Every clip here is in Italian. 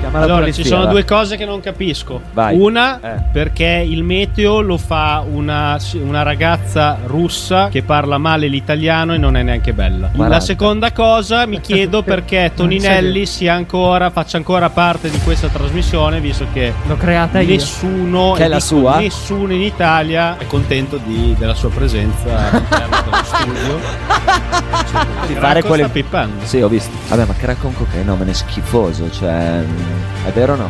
chiama la Allora, polizia. ci sono va. due cose che non capisco. Vai. Una, Eh. perché il meteo lo fa una, una ragazza russa che parla male l'italiano e non è neanche bella. 40. La seconda cosa, mi chiedo perché Toninelli sia ancora, faccia ancora parte di questa trasmissione, visto che L'ho creata io. nessuno, Che è e la dico sua? nessuno in Italia è contento di- della sua presenza all'interno dello studio. Di fare Racco quelle- sta pippando. Sì, ho visto. Vabbè, ma crack con cocaina, no, ma ne è schifoso, cioè mm, è vero o no?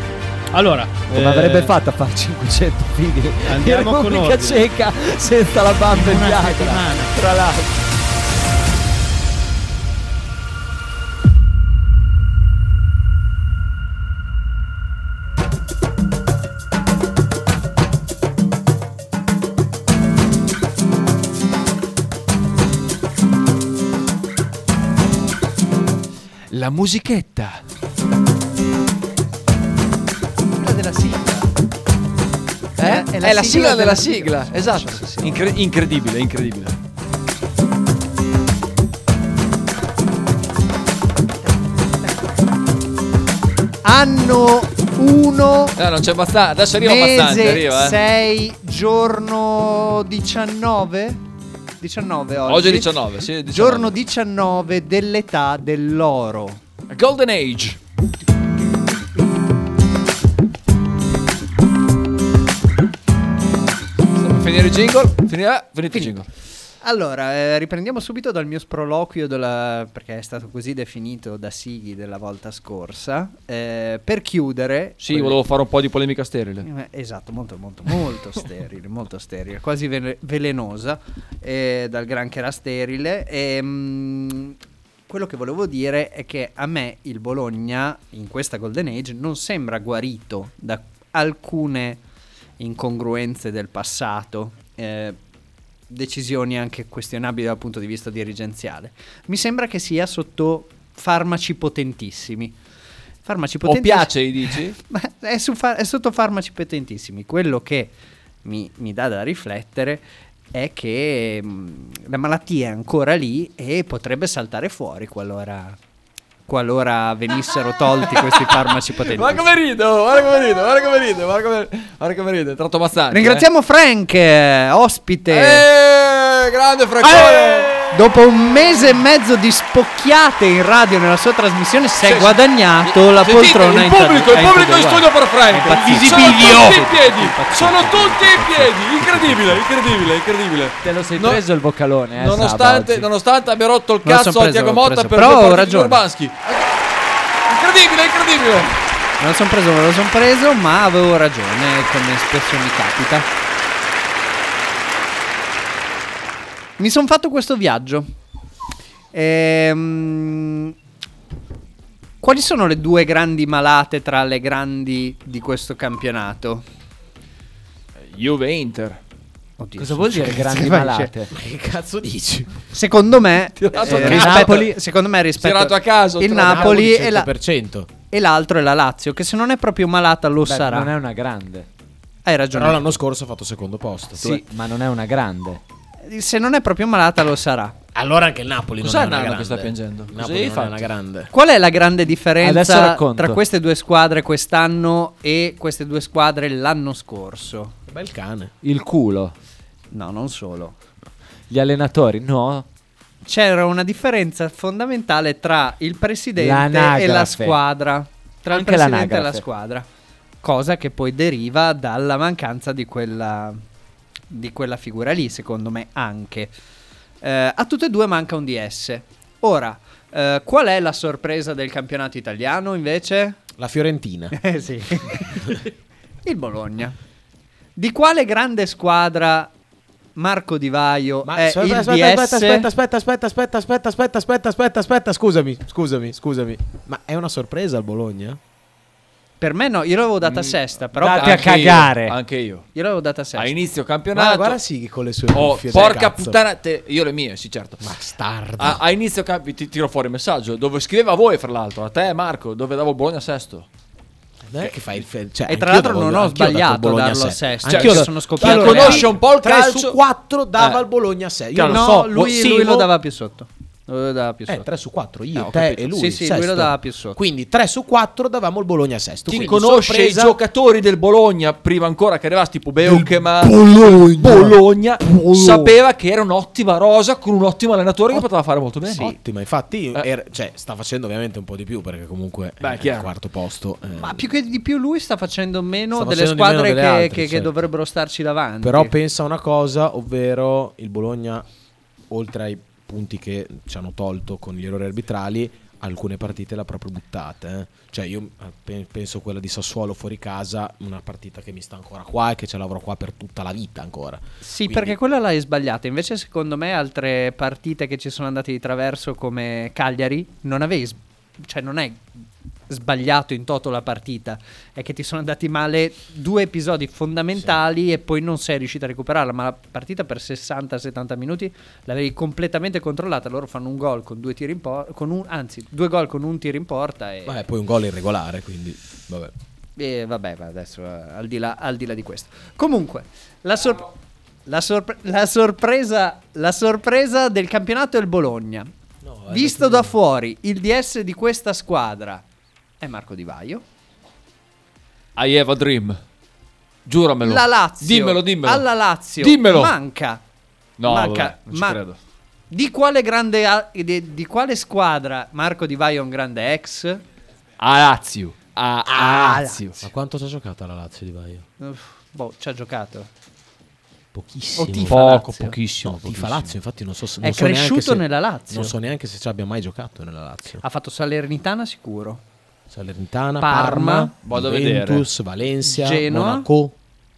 Allora, Come eh, avrebbe fatto a fare 500 figli in Andiamo con Repubblica ordine. Ceca senza la bamba in una piaga? settimana. Tra l'altro. La musichetta. Eh? È la, sigla, della sigla, esatto. Incre- incredibile, incredibile. Anno 1 No, non c'è abbastanza. Adesso arriva abbastanza, mese arriva. Eh. 6 giorno 19 19 oggi. Oggi è 19, sì, 19. Giorno 19 dell'età dell'oro. Golden Age. Sta per Finire il jingle, finirà, finito il jingle. Allora, eh, riprendiamo subito dal mio sproloquio, della- perché è stato così definito da Sighi della volta scorsa. Eh, per chiudere... Sì, quelle- volevo fare un po' di polemica sterile. Eh, Esatto, molto, molto, molto sterile, molto sterile, quasi vele- velenosa, eh, dal gran che era sterile. E, mm, quello che volevo dire è che a me il Bologna, in questa Golden Age, non sembra guarito da alcune incongruenze del passato. eh, decisioni anche questionabili dal punto di vista dirigenziale. Mi sembra che sia sotto farmaci potentissimi. Farmaci O potentissimi. piace, dici? Ma è, su fa- è sotto farmaci potentissimi. Quello che mi, mi dà da riflettere è che mh, la malattia è ancora lì e potrebbe saltare fuori qualora, qualora venissero tolti questi farmaci potentissimi. Guarda come rido, guarda come rido, guarda come rido, guarda come, guarda come rido. Tratto abbastanza. Ringraziamo Frank, eh, Eh. ospite. Eh, grande Francone. Dopo un mese e mezzo di spocchiate in radio nella sua trasmissione, si è Sì, sì. Cioè, guadagnato la Cioè, Sentite, poltrona il in pubblico, tar- il in pubblico in tar- studio per È Frank. impazzito. Sono tutti in piedi, sono tutti in piedi. Incredibile, incredibile, incredibile. Te Eh, lo sei No. preso il boccalone, eh? Nonostante, Saba, oggi. nonostante abbia rotto il Me lo son cazzo a preso, Tiago l'ho Motta preso. per Però due ho partite ragione. di Urbanski. Incredibile, incredibile. Me lo sono preso, me lo sono preso, ma avevo ragione, come spesso mi capita. Mi sono fatto questo viaggio. Ehm, quali sono le due grandi malate tra le grandi di questo campionato? Juve Inter. Oddio, Cosa vuol sono dire cazzo- grandi cioè, malate? Che cazzo dici? Secondo me, Tirato eh, a rispetto- caso. secondo me rispetto Tirato a caso, il tirato a Napoli e, la- 100%. e l'altro è la Lazio, che se non è proprio malata lo Beh, sarà. Non è una grande. Hai Però ragione. l'anno scorso ha fatto secondo posto. Sì, ma non è una grande. Se non è proprio malata lo sarà. Allora anche il Napoli Cos'è non è una Nano grande. che sta piangendo? Il Cos'è Napoli non fatto? è una grande. Qual è la grande Adesso differenza racconto. tra queste due squadre quest'anno e queste due squadre l'anno scorso? Bel cane. Il culo. No, non solo. Gli allenatori, no. C'era una differenza fondamentale tra il presidente L'anagrafe. e la squadra. Tra Anche il presidente e la l'anagrafe. squadra. Cosa che poi deriva dalla mancanza di quella, di quella figura lì, secondo me anche. Eh, a tutte e due manca un DS. Ora, eh, qual è la sorpresa del campionato italiano invece? La Fiorentina. Eh sì. il Bologna. Di quale grande squadra Marco Di Vaio è eh, il DS? aspetta, aspetta, aspetta, aspetta, aspetta, aspetta, aspetta, aspetta, aspetta, scusami, scusami, scusami. Ma è una sorpresa il Bologna? Per me no, io l'avevo data sesta, però Date a Anche io, cagare. anche io. io l'avevo data sesta. A inizio Guarda, campionato. guarda Sighi con le sue Oh, cuffie, porca del cazzo. puttana, te- io le mie, sì, certo. Bastardo. A, a inizio camp- ti tiro fuori il messaggio dove scriveva a voi, fra l'altro, a te Marco, dove davo il Bologna sesto. Non è che fai il fe- cioè, E tra anch'io l'altro davo- non ho anch'io dato sbagliato il Bologna darlo a a sesto. sesto. Anch'io Cioè, do- sono chi scoppiato conosce tre- un po' il tre calcio- su 4 dava Eh. il Bologna a 6. Io no, non so, lui, Simo- lui lo dava più sotto. Lo dava più Eh, sotto. 3 su 4, io, Eh, ho te capito. e lui. Sì, sì, lui sesto. lo dava più sotto. Quindi 3 su 4 davamo il Bologna sesto. Chi Quindi, conosce sorpresa, i giocatori del Bologna prima ancora che arrivassi tipo Beuchema Bologna. Bologna, Bologna. sapeva che era un'ottima rosa con un ottimo allenatore che poteva fare molto bene. Ottima, infatti Eh. era- cioè, sta facendo ovviamente un po' di più perché comunque Beh, eh, chiaro. quarto posto. eh, Ma più che di più lui sta facendo meno Sta delle facendo di squadre meno che, delle altre, che- che certo. dovrebbero starci davanti. Però pensa a una cosa, ovvero il Bologna, oltre ai punti che ci hanno tolto con gli errori arbitrali, alcune partite l'ha proprio buttata. eh. Cioè io eh, pe- penso quella di Sassuolo fuori casa, una partita che mi sta ancora qua e che ce l'avrò qua per tutta la vita ancora. Sì, Quindi- perché quella l'hai sbagliata. Invece, secondo me, altre partite che ci sono andate di traverso, come Cagliari, non avevi. s- cioè, non è sbagliato in toto la partita. È che ti sono andati male due episodi fondamentali e poi non sei riuscito a recuperarla. Ma la partita per 60-70 minuti l'avevi completamente controllata. Loro fanno un gol con due tiri in porta. Anzi, due gol con un tiro in porta. E... Vabbè, poi un gol irregolare, quindi vabbè. E vabbè, ma adesso eh, al di, là, al di là di questo. Comunque, la, sor- la sorpre- la sorpresa, la sorpresa del campionato è il Bologna. No, eh, Visto da fuori, il DS di questa squadra è Marco Di Vaio. I have a dream. Giuramelo. La Lazio. Dimmelo, dimmelo. Alla Lazio. Dimmelo. Manca. No, manca, vabbè, non ci ma- credo. Di quale grande a- di, di quale squadra Marco Di Vaio è un grande ex? A Lazio. A, a Ah, Lazio. Ma quanto ci ha giocato la Lazio di Baio? Uff, boh, ci ha giocato. Pochissimo. O Oh, tifa Poco, Lazio. pochissimo. No, tifa pochissimo. Lazio, infatti non so se... È non so neanche cresciuto se- nella Lazio. Non so neanche se ci abbia mai giocato nella Lazio. Ha fatto Salernitana sicuro. Salernitana, Parma. Parma, Vado a Juventus, Valencia, Genoa. Monaco.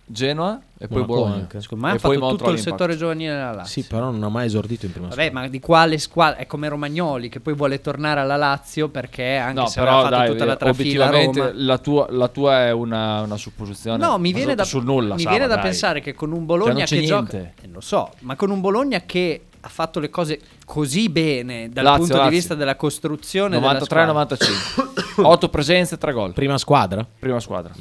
Genoa e poi Monaco Bologna. anche. Secondo me E ha poi fatto tutto Montreal il Impact. settore giovanile della Lazio. Ah, Sì, però non ha mai esordito in prima Vabbè, ma di quale squadra? È come Romagnoli che poi vuole tornare alla Lazio perché anche No, se aveva però fatto dai, tutta la trafila a obiettivamente Roma. la tua, la tua è una, una supposizione. No, mi viene basata da, sul nulla, mi Sava, viene da dai. pensare che con un Cioè, Bologna non c'è che gioca niente. Eh, lo so, ma con un Bologna che ha fatto le cose così bene dal Lazio, punto Lazio. di vista della costruzione della squadra. 93-95. 8 presenze, 3 gol. Prima squadra? Prima squadra.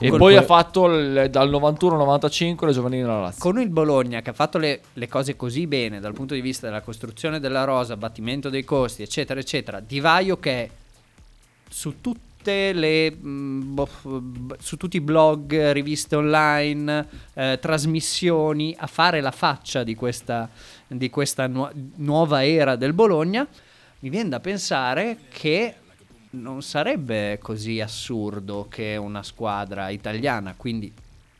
E Col- poi que- ha fatto il- dal 91-95 le giovanili della Lazio. con il Bologna che ha fatto le, le cose così bene dal punto di vista della costruzione della rosa, abbattimento dei costi, eccetera, eccetera, Divaio che è su tutte le mh, bof- b- su tutti i blog, riviste online, eh, trasmissioni a fare la faccia di questa, di questa nu- nuova era del Bologna, mi viene da pensare che non sarebbe così assurdo che una squadra italiana, quindi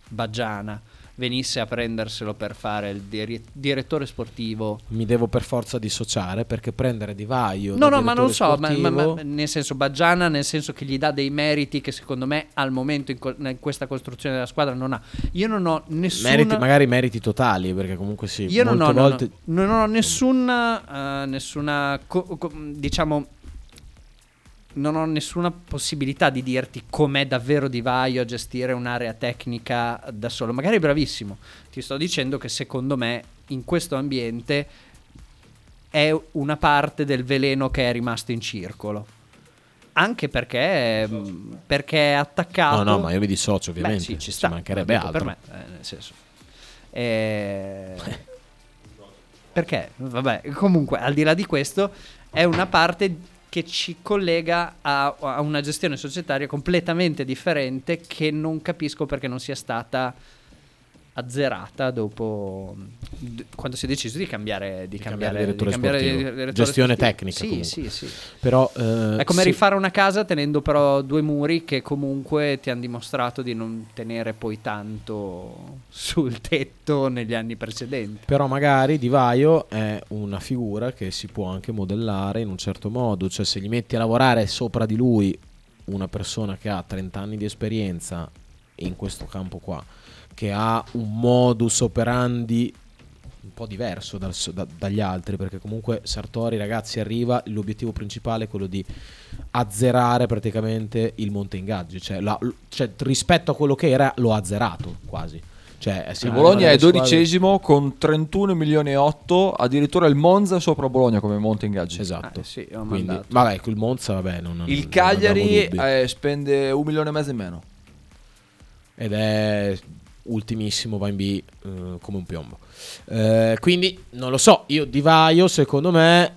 Baggiana, venisse a prenderselo per fare il dir- direttore sportivo. Mi devo per forza dissociare perché prendere Di Vaio No, da no, ma non so, ma, direttore ma- ma- sportivo- nel senso Baggiana, nel senso che gli dà dei meriti che secondo me al momento in, co- in questa costruzione della squadra non ha. Io non ho nessun... meriti, magari meriti totali perché comunque sì, Io non ho, molte non ho- volte non ho nessuna, eh, nessuna co- co- diciamo, non ho nessuna possibilità di dirti com'è davvero Divaio a gestire un'area tecnica da solo. Magari è bravissimo. Ti sto dicendo che secondo me in questo ambiente è una parte del veleno che è rimasto in circolo. Anche perché, mh, perché è attaccato. No, no, ma io mi dissocio Beh, ovviamente, sì, ci ci sta. mancherebbe Lo dico altro. Per me, eh, nel senso. Eh, perché? Vabbè, comunque, al di là di questo, è una parte che ci collega a, a una gestione societaria completamente differente che non capisco perché non sia stata azzerata dopo d- quando si è deciso di cambiare di, cambiare, cambiare direttore di cambiare sportivo. direttore Gestione sportivo. tecnica, Sì, sì, comunque. sì. Però eh, È come sì. rifare una casa tenendo però due muri che comunque ti hanno dimostrato di non tenere poi tanto sul tetto negli anni precedenti. Però magari Di Vaio è una figura che si può anche modellare in un certo modo, cioè se gli metti a lavorare sopra di lui una persona che ha 30 anni di esperienza in questo campo qua, che ha un modus operandi un po' diverso dal so- da- dagli altri, perché comunque Sartori ragazzi arriva, l'obiettivo principale è quello di azzerare praticamente il monte ingaggi, cioè, la- cioè, rispetto a quello che era l'ho azzerato quasi. Cioè, Il Ah, siamo Bologna una è delle squadre- dodicesimo con 31 milioni e 8, addirittura il Monza sopra Bologna come monte ingaggi. Esatto. Ah, sì, ho Quindi, mandato. vabbè, il Monza, vabbè, non, non Il abbiamo Cagliari dubbi. eh, spende un milione e mezzo in meno. Ed è ultimissimo va in B eh, come un piombo. Eh, quindi non lo so, io Di Vaio secondo me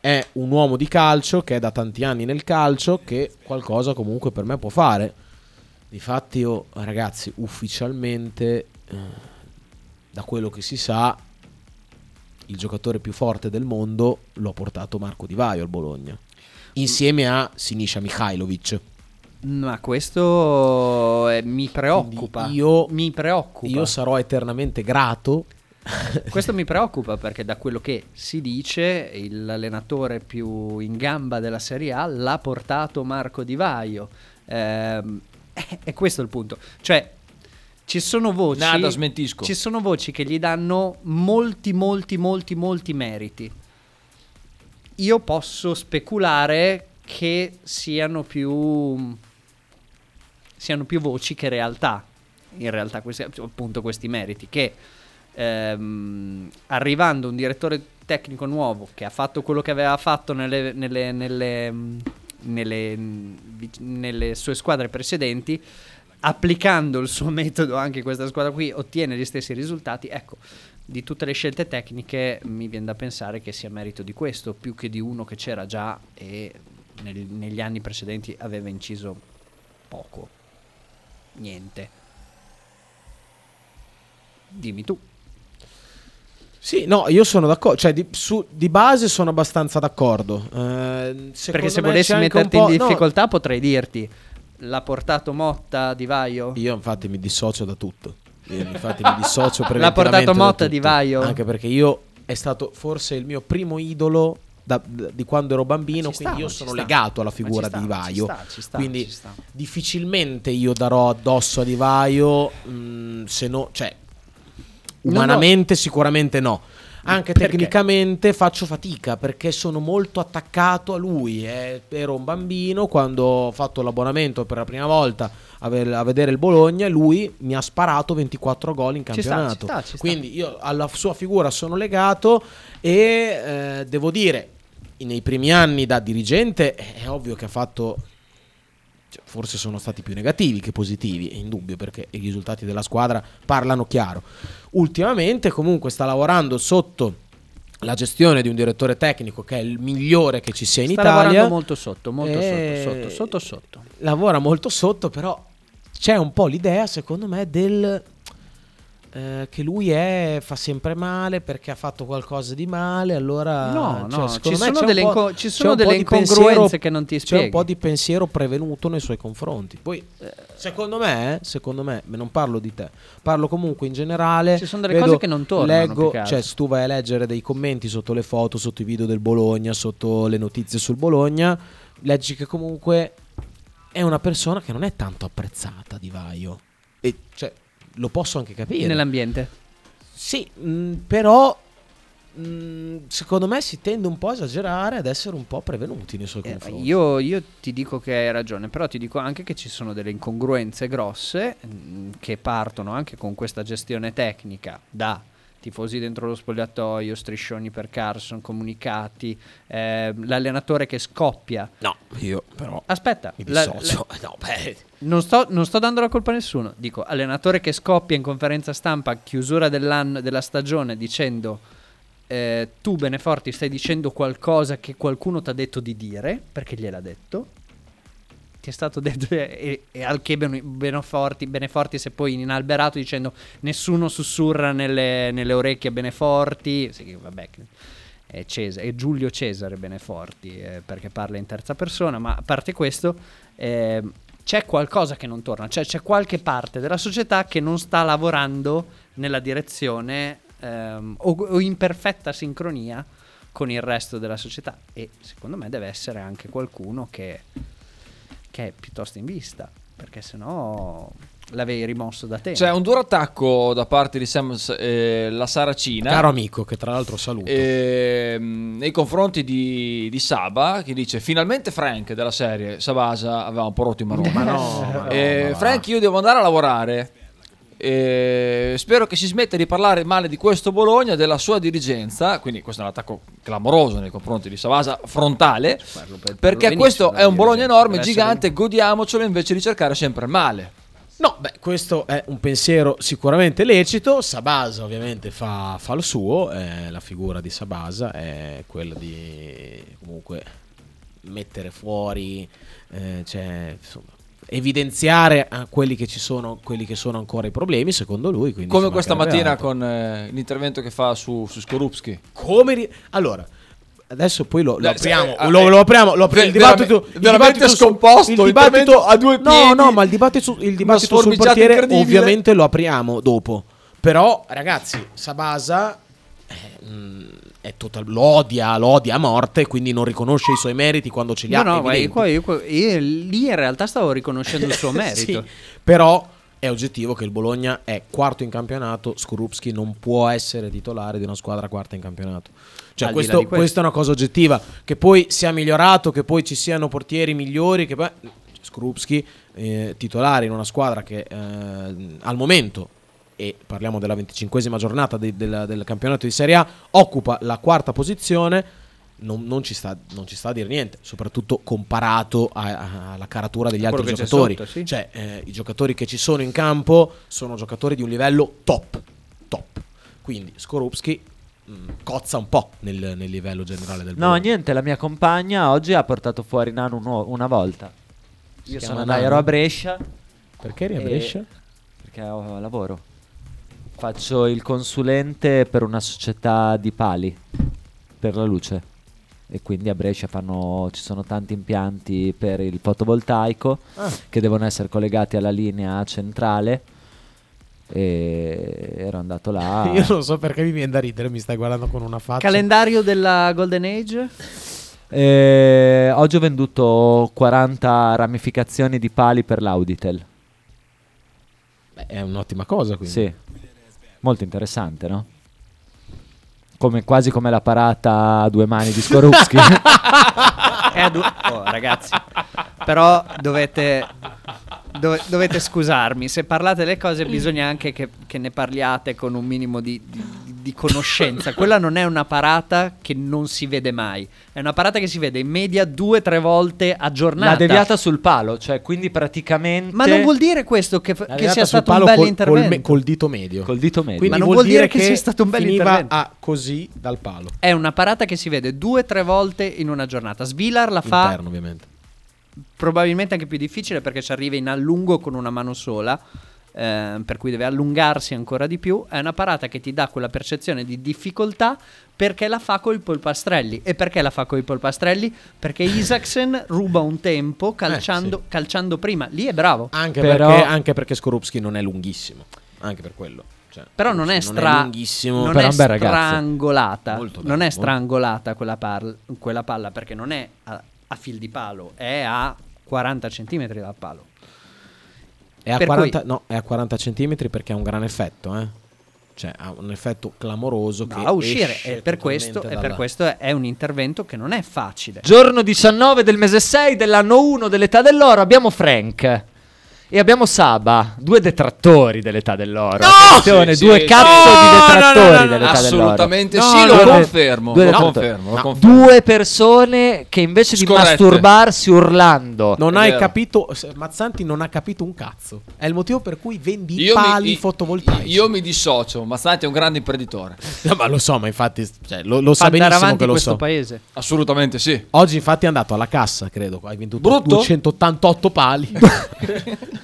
è un uomo di calcio che è da tanti anni nel calcio che qualcosa comunque per me può fare. Difatti io ragazzi ufficialmente eh, da quello che si sa il giocatore più forte del mondo lo ha portato Marco Di Vaio al Bologna insieme a Sinisha Mihailovic. Ma questo eh, mi preoccupa. Quindi io- mi preoccupa. Io sarò eternamente grato. Questo mi preoccupa perché da quello che si dice l'allenatore più in gamba della Serie A l'ha portato Marco Di Vaio. Ehm, è questo il punto. Cioè ci sono voci Nada, smentisco. Ci sono voci che gli danno molti molti molti molti meriti. Io posso speculare che siano più siano più voci che realtà. In realtà, questi, appunto, questi meriti. Che ehm, arrivando un direttore tecnico nuovo che ha fatto quello che aveva fatto nelle, nelle- nelle, mh, nelle, mh, vic- nelle sue squadre precedenti, applicando il suo metodo anche in questa squadra qui, ottiene gli stessi risultati. Ecco. Di tutte le scelte tecniche mi viene da pensare che sia merito di questo, più che di uno che c'era già e nel- negli anni precedenti aveva inciso poco. Niente. Dimmi tu. Sì, no, io sono d'accordo. Cioè, di, su- di base sono abbastanza d'accordo. Ehm, Perché secondo se me volessi c'è anche metterti un in po'- no, difficoltà potrei dirti l'ha portato Motta di Vaio? io, infatti, mi dissocio da tutto. Io, infatti, mi dissocio preventivamente L'ha portato da Motta tutto. Di Vaio? Anche perché io è stato forse il mio primo idolo da- da- di quando ero bambino. Ci sta, quindi io ci sono sta. legato alla Ma ci figura sta, di ci Vaio. sta, ci sta, quindi ci sta. difficilmente io darò addosso a Di Vaio. mh, se no, cioè, No, no. umanamente, sicuramente no. Anche Perché? tecnicamente faccio fatica perché sono molto attaccato a lui. eh. Ero un bambino quando ho fatto l'abbonamento per la prima volta a, ve- a vedere il Bologna. Lui mi ha sparato 24 gol in Ci sta, campionato. ci sta, ci sta. Quindi io alla sua figura sono legato e eh, devo dire, nei primi anni da dirigente è ovvio che ha fatto... cioè, Forse sono stati più negativi che positivi, è indubbio perché i risultati della squadra parlano chiaro. Ultimamente comunque sta lavorando sotto la gestione di un direttore tecnico che è il migliore che ci sia in Sta Italia. lavorando molto sotto, molto E- sotto, sotto, sotto, sotto. Lavora molto sotto, però c'è un po' l'idea, secondo me, del eh, che lui è, fa sempre male perché ha fatto qualcosa di male, allora... No, no, cioè, secondo ci me sono c'è un delle po'- inco- ci sono c'è un po' delle di pensiero- incongruenze che non ti C'è un spieghi. po' di pensiero prevenuto nei suoi confronti. Poi, secondo me, eh, secondo me, ma non parlo di te, parlo comunque in generale. Ci sono delle vedo- cose che non tornano, più Leggo, che altro. cioè, se tu vai a leggere dei commenti sotto le foto, sotto i video del Bologna, sotto le notizie sul Bologna, leggi che comunque è una persona che non è tanto apprezzata di Vaio. E cioè, lo posso anche capire. Nell'ambiente. Sì, mh, però mh, secondo me si tende un po' a esagerare ad essere un po' prevenuti nei suoi Eh, confronti. io, io ti dico che hai ragione, però ti dico anche che ci sono delle incongruenze grosse mh, che partono anche con questa gestione tecnica da tifosi dentro lo spogliatoio, striscioni per Carson, comunicati, ehm, l'allenatore che scoppia. No, io però Aspetta, mi la- dissocio. No, beh, non sto, non sto dando la colpa a nessuno. Dico, allenatore che scoppia in conferenza stampa a chiusura dell'anno, della stagione dicendo eh, tu Beneforti stai dicendo qualcosa che qualcuno ti ha detto di dire, perché gliel'ha detto. Ti è stato detto eh, e, e al che Ben- Beneforti, Beneforti si è poi inalberato dicendo nessuno sussurra nelle, nelle orecchie a Beneforti. Sì, che vabbè. che- È, Cesa- è Giulio Cesare Beneforti eh, perché parla in terza persona, ma a parte questo, ehm, c'è qualcosa che non torna, cioè c'è qualche parte della società che non sta lavorando nella direzione ehm, o, o in perfetta sincronia con il resto della società e secondo me deve essere anche qualcuno che, che è piuttosto in vista, perché sennò l'avevi rimosso da te. C'è Cioè, un duro attacco da parte di Sam eh, la Saracina. caro amico che tra l'altro saluto. Ehm, nei confronti di, di Saba che dice finalmente Frank della serie Sabasa aveva un po' rotto i maroni Ma no, ma no, Eh, ma va. Frank io devo andare a lavorare Eh, spero che si smetta di parlare male di questo Bologna della sua dirigenza quindi questo è un attacco clamoroso nei confronti di Sabasa frontale Parlo per- parlo perché benissimo questo della è un Bologna dirigenza, enorme deve essere gigante godiamocelo invece di cercare sempre il male No, beh, questo è un pensiero sicuramente lecito. Sabasa ovviamente fa, fa il suo, eh, la figura di Sabasa è quella di comunque mettere fuori, eh, cioè, insomma, evidenziare a quelli che ci sono, quelli che sono ancora i problemi, secondo lui. quindi Come si questa mancherebbe mattina altro. con eh, l'intervento che fa su, su Skorupski. Come ri- Allora, adesso poi lo, lo Dai, se- apriamo, eh, lo, lo apriamo, lo apri- ver- il dibattito... veramente- il veramente dibattito su- scomposto, il il dibattito intervento a due No, piedi. no, ma il dibattito, su- il dibattito sul sformigiata portiere incredibile. ovviamente lo apriamo dopo. Però, ragazzi, Sabasa... eh, mh, È total- lo odia, lo odia a morte, quindi non riconosce i suoi meriti quando ce li No, ha. no, ma evidenti. io, qua- io qua- io lì in realtà stavo riconoscendo il suo merito. Sì, però è oggettivo che il Bologna è quarto in campionato, Skorupski non può essere titolare di una squadra quarta in campionato. Cioè, Al di là questo- di questo. questa è una cosa oggettiva. Che poi sia migliorato, che poi ci siano portieri migliori, che poi... Skorupski, eh, titolare in una squadra che eh, al momento, e parliamo della venticinquesima giornata de- della- del campionato di Serie A, occupa la quarta posizione. Non, non ci sta, non ci sta a dire niente, soprattutto comparato a- a- alla caratura degli altri Quello che c'è giocatori. sotto, sì. Cioè, eh, i giocatori che ci sono in campo sono giocatori di un livello top. top. Quindi Skorupski mh, cozza un po' nel, nel livello generale del No, Bologna. niente, la mia compagna oggi ha portato fuori Nano uno- una volta. Si Io chiama sono andato ero Nano? a Brescia Perché eri Eh, E- perché ho lavoro. Faccio il consulente per una società di pali per la luce. E quindi a Brescia fanno- ci sono tanti impianti per il fotovoltaico Ah. che devono essere collegati alla linea centrale. E ero andato là. ah. Io non so perché mi viene da ridere, mi stai guardando con una faccia. Calendario della Golden Age? Eh, oggi ho venduto 40 ramificazioni di pali per l'Auditel. Beh, è un'ottima cosa, quindi. Sì. Molto interessante, no? Come, quasi come la parata a due mani di Skorupski. È a due- oh, ragazzi, però dovete, dove- dovete scusarmi. Se parlate le cose, bisogna anche che, che ne parliate con un minimo di, di- di conoscenza. Quella non è una parata che non si vede mai. È una parata che si vede in media due o tre volte a giornata. L'ha deviata sul palo, cioè quindi praticamente Ma non vuol dire questo che, La che regata sia sul stato un palo bel col- col intervento. me- col dito medio. col dito medio. Quindi Ma non vuol dire che sia stato un bel finiva intervento. a così dal palo. È una parata che si vede due o tre volte in una giornata. Svilar la fa Interno, ovviamente. probabilmente anche più difficile perché ci arriva in allungo con una mano sola. ehm, per cui deve allungarsi ancora di più. È una parata che ti dà quella percezione di difficoltà perché la fa coi polpastrelli. E perché la fa coi polpastrelli? Perché Isaacsen ruba un tempo calciando, Eh, sì. calciando prima. Lì è bravo. Anche, Però- perché, anche perché Skorupski non è lunghissimo. Anche per quello. Cioè, Però non è Skorupski stra- lunghissimo. non però è è un bel ragazzo. strangolata. Molto bello, non è molto. strangolata quella, parl- quella palla perché non è a, a fil di palo, è a 40 cm dal palo. È a, Per 40, no, è a 40 centimetri perché ha un gran effetto, eh. Cioè, ha un effetto clamoroso che No, a uscire esce e per questo, totalmente e per dalla- questo è- è un intervento che non è facile. Giorno 19 del mese 6 dell'anno 1 dell'età dell'oro abbiamo Frank e abbiamo Saba, due detrattori dell'età dell'oro. Attenzione, Sì, due sì, cazzo sì. di detrattori No, no, no, no, dell'età dell'oro. Assolutamente No, sì, no, lo no. confermo, Due lo detrattori. confermo, lo No, confermo. Due persone che invece di Scorrette. masturbarsi urlando Non È hai vero. capito, s- Mazzanti non ha capito un cazzo. È il motivo per cui vendi Io mi- pali i- fotovoltaici. Io mi dissocio, Mazzanti è un grande imprenditore. No, ma lo so, ma infatti cioè, lo, lo Fa sa andare benissimo avanti che lo questo so. paese. Assolutamente sì. Oggi infatti è andato alla cassa, credo, hai venduto Brutto? 288 pali.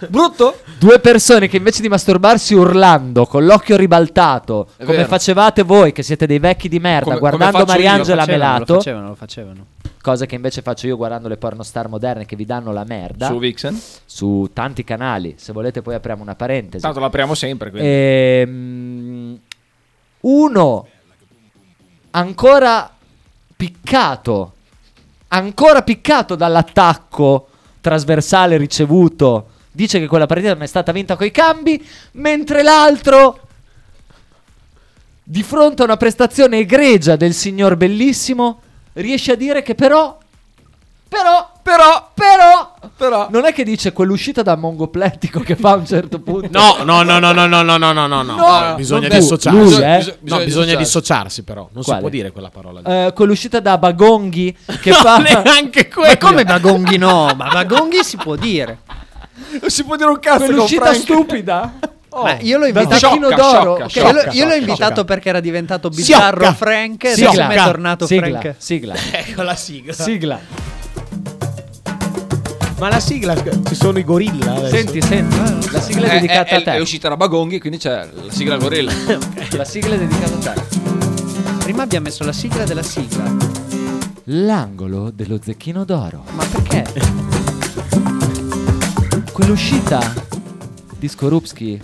Brutto? Due persone che invece di masturbarsi urlando, con l'occhio ribaltato, È come vero. facevate voi che siete dei vecchi di merda, Come- come guardando faccio io, Mariangela Lo Melato, facevano, lo facevano. cosa che invece faccio io guardando le pornostar moderne che vi danno la merda Su su, Vixen. tanti canali. Se volete, poi apriamo una parentesi. Tanto l'apriamo sempre, quindi. Ehm, uno ancora piccato, ancora piccato dall'attacco trasversale ricevuto, dice che quella partita non è stata vinta coi cambi, mentre l'altro di fronte a una prestazione egregia del signor Bellissimo riesce a dire che però però però però Però non è che dice quell'uscita da Mongoplettico che fa a un certo punto No, no, no, no, no, no, no, no, no, no, No, bisogna non tu, dissociarsi. lui, No, eh? Bisogna- bisogna bisogna dissociarsi. dissociarsi però, non si Quale? può dire quella parola lì. Eh, con l'uscita da Bagonghi che No, fa neanche Ma come Bagonghi no? Ma Bagonghi si può dire. Non si può dire un cazzo Quell'uscita con Frank. stupida. Oh, Ma io l'ho da invitato- tacchino Sciocca, d'oro. sciocca, ok. Io, sciocca. l'ho- io l'ho invitato perché era diventato bizzarro Siocca. Frank. E Sigla. adesso mi è tornato sigla, Frank. Sigla. Ecco la sigla. Sigla. Ma la sigla, ci sono i gorilla adesso. Senti, senti. La sigla è Eh, dedicata eh, a te. È uscita Rabagonghi, quindi c'è la sigla gorilla. La sigla è dedicata a te. Prima abbiamo messo la sigla della sigla. L'angolo dello zecchino d'oro. Ma perché? Quell'uscita di Skorupski.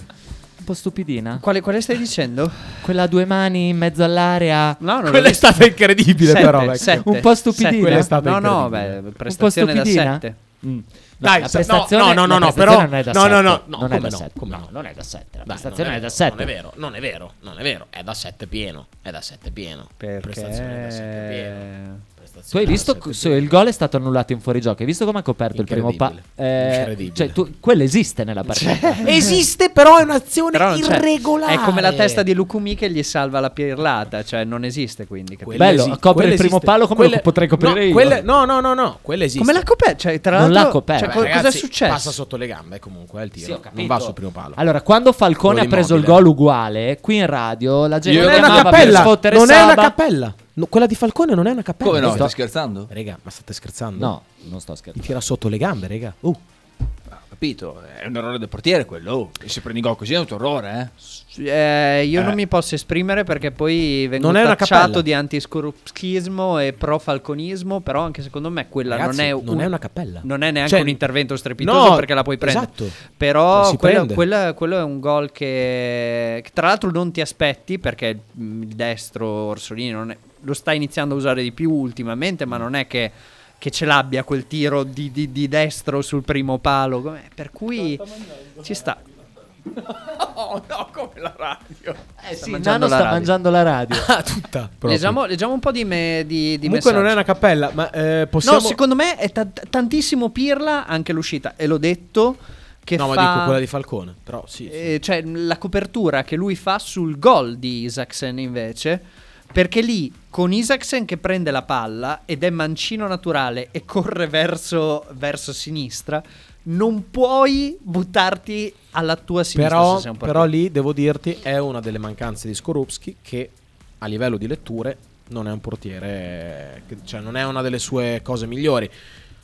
Un po' stupidina. Quale, quale stai dicendo? Quella a due mani in mezzo all'area. No, non l'ho Quella è visto. stata incredibile Sette, però, vecchio. sette, ecco. Un po' stupidina. sette. Quella è stata No, no, incredibile. beh, prestazione da stupidina? 7. Mm. No, Dai, la se- no, prestazione, no, no, la no, no, prestazione però- non è da no, 7. no, no, no, non è da come no, 7. come No, no. non è da 7. La Dai, prestazione non è da vero, 7. Non è vero, non è vero, non è vero. È da 7 pieno. È da 7 pieno. Prestazione da 7 pieno. Perché... Tu hai Ah, Prestazione da visto sette co- se il gol è stato annullato in fuorigioco? Hai visto come ha coperto il primo palo? Incredibile. Eh, Incredibile. cioè, tu, quello esiste nella partita. pieno. Eh, Esiste però è un'azione Però non c'è. irregolare. È come la testa di Lukumi che gli salva la pirlata, cioè non esiste quindi. capito? Bello, copre il primo palo come lo potrei coprire no, io. quelle- no, no, no, no, quella esiste. Come l'ha coperta? Cioè, tra Non l'altro, l'ha coperta. cioè, Beh, co- cosa è Eh, Ragazzi, successo? Passa sotto le gambe comunque eh, il tiro. Sì, ho non capito. va sul primo palo. Allora, quando Falcone Quello ha preso il immobile. gol uguale, qui in radio la gente Io- lo Non è una chiamava per sfottere non è una Saba. cappella. No, quella di Falcone non è una cappella. Come no? Sto- Stai scherzando? Raga, ma state scherzando? No, non sto Ti scherzando. tira sotto le gambe, raga. Uh. Ho capito, è un errore del portiere quello. oh. Che se prendi gol così è un tuo errore, eh. Eh, io non mi posso esprimere perché poi vengo Non è una tacciato cappella. di antiscorupschismo e pro-falconismo, però anche secondo me quella Ragazzi, non è non è una cappella. Non è neanche Cioè, un intervento strepitoso no, perché la puoi prendere. esatto. Però Si quella- prende. quella- quello è un gol che, che tra l'altro non ti aspetti perché mm, il destro Orsolini non è- lo sta iniziando a usare di più ultimamente, ma non è che che ce l'abbia quel tiro di, di- di destro sul primo palo, com'è? per cui ci sta. Oh no, come la radio. Eh sì, Nano mangiando la sta radio. mangiando la radio. Ah, tutta. proprio. Leggiamo, leggiamo un po' di, me, di, di Comunque non è messaggi. una cappella, ma eh, possiamo No, secondo me è ta- tantissimo pirla anche l'uscita. E l'ho detto che No, fa... ma dico quella di Falcone, però sì. sì. eh, cioè, la copertura che lui fa sul gol di Isaacsen invece. Perché lì, con Isaacsen che prende la palla ed è mancino naturale e corre verso, verso sinistra, non puoi buttarti alla tua sinistra. però, se sei un però portiere. lì devo dirti è una delle mancanze di Skorupski che a livello di letture non è un portiere che- cioè non è una delle sue cose migliori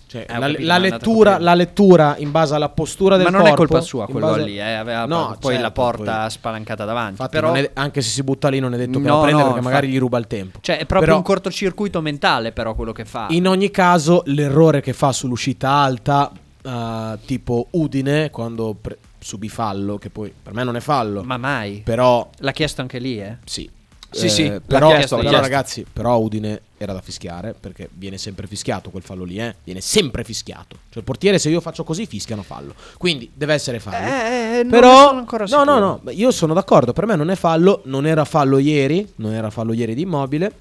Cioè, Eh, ho la, capito, la ma è andata lettura, così. la lettura in base alla postura del Ma corpo non è colpa sua in quel base- gol lì, eh, aveva No, poi la certo, porta poi- spalancata davanti. infatti però... non è- anche se si butta lì non è detto che No, la prende no, perché magari infatti. gli ruba il tempo Cioè, è proprio Però- un cortocircuito mentale, però, quello che fa. In ogni caso, l'errore che fa sull'uscita alta, eh, tipo Udine, quando pre- subì fallo, che poi per me non è fallo, Ma mai. però L'ha chiesto anche lì, eh. sì. Eh, Sì, sì, l'ha però, chiesto, l'ha però, chiesto. ragazzi, però Udine era da fischiare perché viene sempre fischiato quel fallo lì, eh? viene sempre fischiato. Cioè il portiere se io faccio così fischiano fallo, quindi deve essere fallo. Eh, eh, non però ne sono ancora No, no, sicuro. no, ma io sono d'accordo, per me non è fallo, non era fallo ieri, non era fallo ieri di Immobile.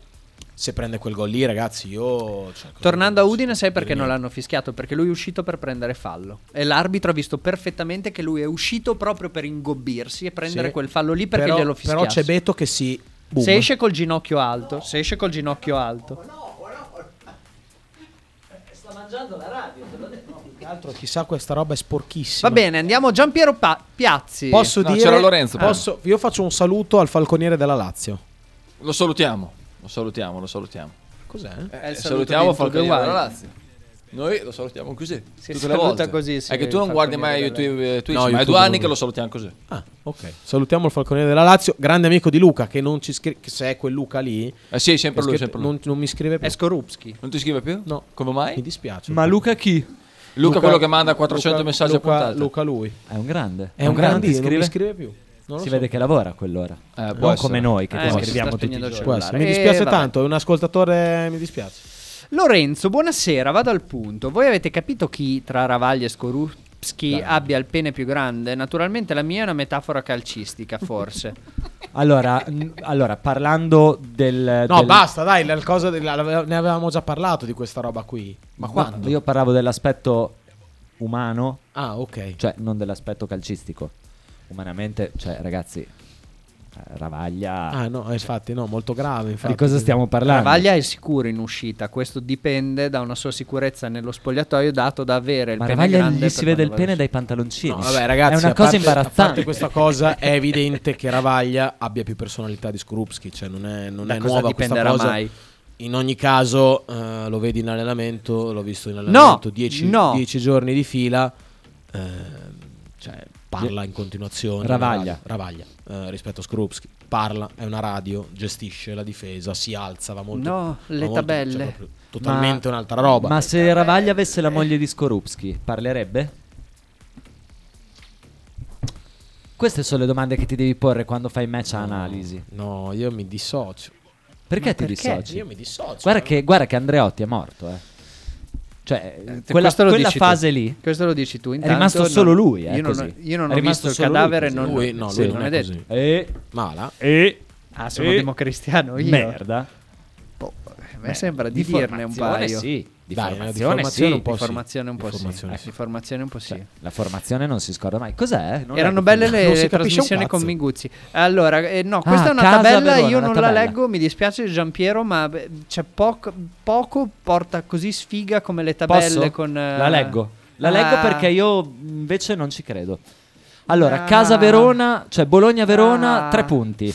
Se prende quel gol lì, ragazzi, io cioè, cosa Tornando a posso Udine, sai dire perché non niente? l'hanno fischiato? Perché lui è uscito per prendere fallo. E l'arbitro ha visto perfettamente che lui è uscito proprio per ingobbirsi e prendere Sì. quel fallo lì perché però, glielo Però fischiasse. c'è Beto che si boom. se esce col ginocchio alto, se esce col ginocchio alto. Tra l'altro, chissà questa roba è sporchissima. Va bene, andiamo Giampiero Pa- Piazzi. Posso No, dire Eh. c'era Lorenzo, però. posso- io faccio un saluto al falconiere della Lazio. Lo salutiamo, lo salutiamo, lo salutiamo. Cos'è? È Eh, il saluto eh, salutiamo di Falconiere Uguale. della Lazio. Noi lo salutiamo così. Si tutte le saluta volte. così, sì, È che tu non guardi mai Falconiere della- YouTube, eh, Twitch, No, ma è YouTube due anni non- che lo salutiamo così. Ah, ok. Salutiamo il falconiere della Lazio, grande amico di Luca che non ci scrive che se è quel Luca lì, Eh sì, sempre è lui, scritto- sempre lui. non, non mi scrive più. È Skorupski. Non ti scrive più? No. Come mai? Mi Luca, dispiace. Luca chi? quello che manda 400 Luca- messaggi Luca, a puntata. Luca lui. È un grande. È un, grande, grande, non mi scrive. scrive più. Non lo Si so. vede che lavora a quell'ora. Eh, non può essere. come noi che Eh, ti ma si scriviamo sta tutti i spegnendo il giorni. Può essere. Mi Eh, dispiace vabbè. tanto, è un ascoltatore, mi dispiace. Lorenzo, buonasera, vado al punto. Voi avete capito chi tra Ravaglia e Skorupski abbia il pene più grande? Naturalmente la mia è una metafora calcistica, forse. Allora, n- allora, parlando del... No, del- basta, dai, la cosa del- la- la- ne avevamo già parlato di questa roba qui. Ma quando? Io parlavo dell'aspetto umano, Ah, ok. cioè non dell'aspetto calcistico. Umanamente, cioè ragazzi, Ravaglia. Ah, no, eh, infatti, no, molto grave. Infatti, di cosa stiamo parlando? Travaglia è sicuro in uscita, questo dipende da una sua sicurezza nello spogliatoio dato da avere il Ma pene Ravaglia grande gli si per vede il quando va pene in dai pantaloncini. No, vabbè, ragazzi, è una a cosa parte- A imbarazzante. parte questa cosa è evidente che Ravaglia abbia più personalità di Skorupski, cioè non è, non Da è cosa nuova questa dipenderà cosa. mai? In ogni caso, eh, lo vedi in allenamento, l'ho visto in allenamento 10 no. giorni di fila, ehm, cioè parla in continuazione. Ravaglia. Ravaglia, eh, rispetto a Skorupski, parla, è una radio, gestisce la difesa, si alza, va molto... No, va le molto- tabelle. cioè, proprio totalmente Ma- un'altra roba. Ma se Ravaglia avesse la moglie di Skorupski, parlerebbe? Queste sono le domande che ti devi porre quando fai match analisi. No, io mi dissocio. Perché ti Io dissoci? mi dissocio. Guarda che, guarda che Andreotti è morto, eh. Cioè, Eh, te- quella, questo lo quella dici tu. fase lì. Questo lo dici tu. Intanto rimasto non- solo lui, eh, io, non, così. io non È ho rimasto visto il solo lui cadavere. così. non, Lui no, sì, lui non, non è, detto. così. Eh, Mala. eh, Ah, sono eh, democristiano io. merda. Boh, a me sembra di, dirne un formazione paio. Sì, di Dai, formazione, di formazione sì. un po' Di formazione un Di po' Cioè, sì. Eh, formazione Ecco. sì. Di formazione un po' sì. La formazione non si scorda mai. Cos'è? Cioè, Non Erano è- belle le, non si le capisce un trasmissioni cazzo. con Minguzzi. Allora, eh, no, questa Ah, è una casa tabella, avevano io una non tabella. la leggo, mi dispiace Giampiero, ma beh, c'è poco, poco porta così sfiga come le tabelle Posso? con... eh, La leggo. La leggo ah, perché io invece non ci credo. Allora, Ah. Casa Verona, cioè Bologna Verona Ah. 3 punti.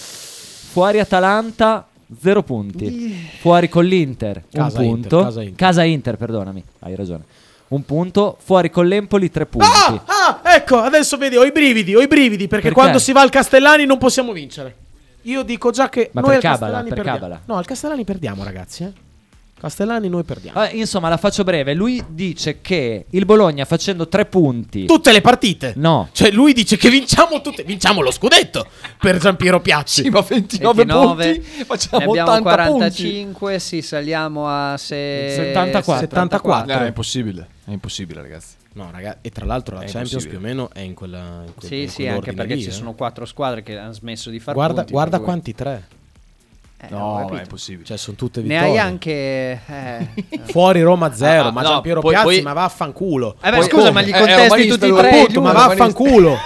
Fuori Atalanta 0 punti. Fuori con l'Inter 1 Casa Inter, punto. Casa Inter. Inter, perdonami, hai ragione. Un punto, fuori con l'Empoli 3 punti. Ah, ah, ecco, adesso vedi, ho i brividi, ho i brividi, perché, Perché? quando si va al Castellani non possiamo vincere. Io dico già che Ma per noi al Cabala, Castellani per perdiamo. Cabala. No, al Castellani perdiamo, ragazzi, eh. Castellani noi perdiamo. Vabbè, Ah, insomma, la faccio breve. Lui dice che il Bologna facendo 3 punti. Tutte le partite. No. Cioè, lui dice che vinciamo tutte, vinciamo lo scudetto per Giampiero Piazzi. Sì, ma 29, 29, punti, ne facciamo abbiamo 80 punti. 45, sì, saliamo a se- 74. 74. No, è impossibile, è impossibile ragazzi. No, ragazzi, e tra l'altro la È Champions impossibile. più o meno è in quella in quel- Sì, in sì, quell'ordine anche perché lì, ci eh. sono quattro squadre che hanno smesso di fare Guarda, punti, guarda per cui- quanti tre. Eh, ho No, capito. ma è impossibile. Cioè, sono tutte Ne vittorie. hai anche... eh. Fuori Roma 0, Ah, ma no, Giampiero poi- Piazzi, poi- ma vaffanculo. Eh beh, Poi- scusa, ma Eh, gli eh, contesti ormai tutti e sta- tre. appunto, giù. ma vaffanculo.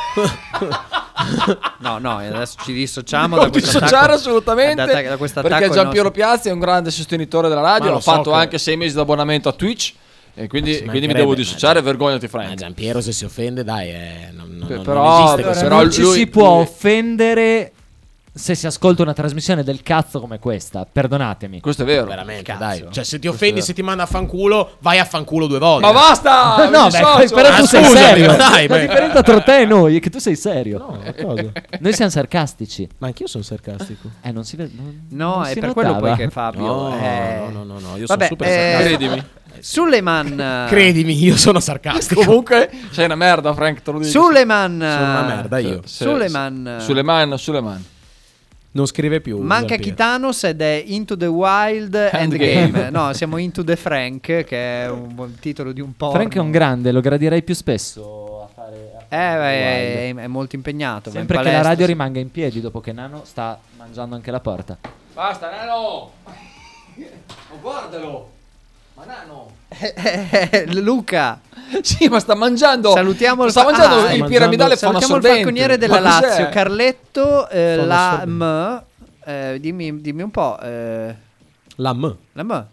No, no, adesso ci dissociamo da Non questo dissociare attacco. assolutamente Da, da- da questo perché attacco Giampiero nostro. Piazzi è un grande sostenitore della radio. Ma L'ho lo so fatto che- anche sei mesi d'abbonamento a Twitch. E quindi, Ma quindi ci mi mancherebbe, devo ma dissociare. Gian- Vergognati, Ma Frank. Giampiero se si offende, dai, eh, non, non- Beh, non però- esiste però- questa Allora, cosa. non ci lui- si può lui- offendere se si ascolta una trasmissione del cazzo come questa. Perdonatemi. Questo è vero. veramente, dai. Cioè, se ti offendi, se ti manda a fanculo, vai a fanculo due volte. Ma basta! no, mi beh, dissocio! Eh, però tu Ah, sei scusami, serio. ma dai, la beh. differenza tra te e noi è che tu sei serio. cosa? Noi siamo sarcastici. Ma anch'io sono sarcastico. Eh, non si vede. non- No, non è si per quello notava. poi che Fabio. No, eh. no, no, no, no, io sono Vabbè, super eh, sarcastico. Credimi. Suleiman. eh, Credimi, io sono sarcastico. Comunque, sei una merda, Frank. Te lo dico. Suleiman. Sono una eh, merda io. Se- Suleiman. se- Suleiman, Suleiman. Non scrive più. Manca Giampiero. Kitanos ed è Into the Wild Endgame. Endgame. no, siamo Into the Frank, che è un buon titolo di un po'. Frank è un grande, lo gradirei più spesso. Eh, beh, è, è molto impegnato. va in Sempre che la palestra, radio sì. rimanga in piedi dopo che Nano sta mangiando anche la porta. Basta, Nano! Oh, guardalo! Ma Nano! Eh, Luca. Sì, ma sta mangiando! Salutiamo il Sta fa- mangiando ah, il mangiando- piramidale fa una Salutiamo il falconiere della Lazio, Carletto eh, Fa la M. una eh, dimmi, dimmi un po'. eh, La M. la M.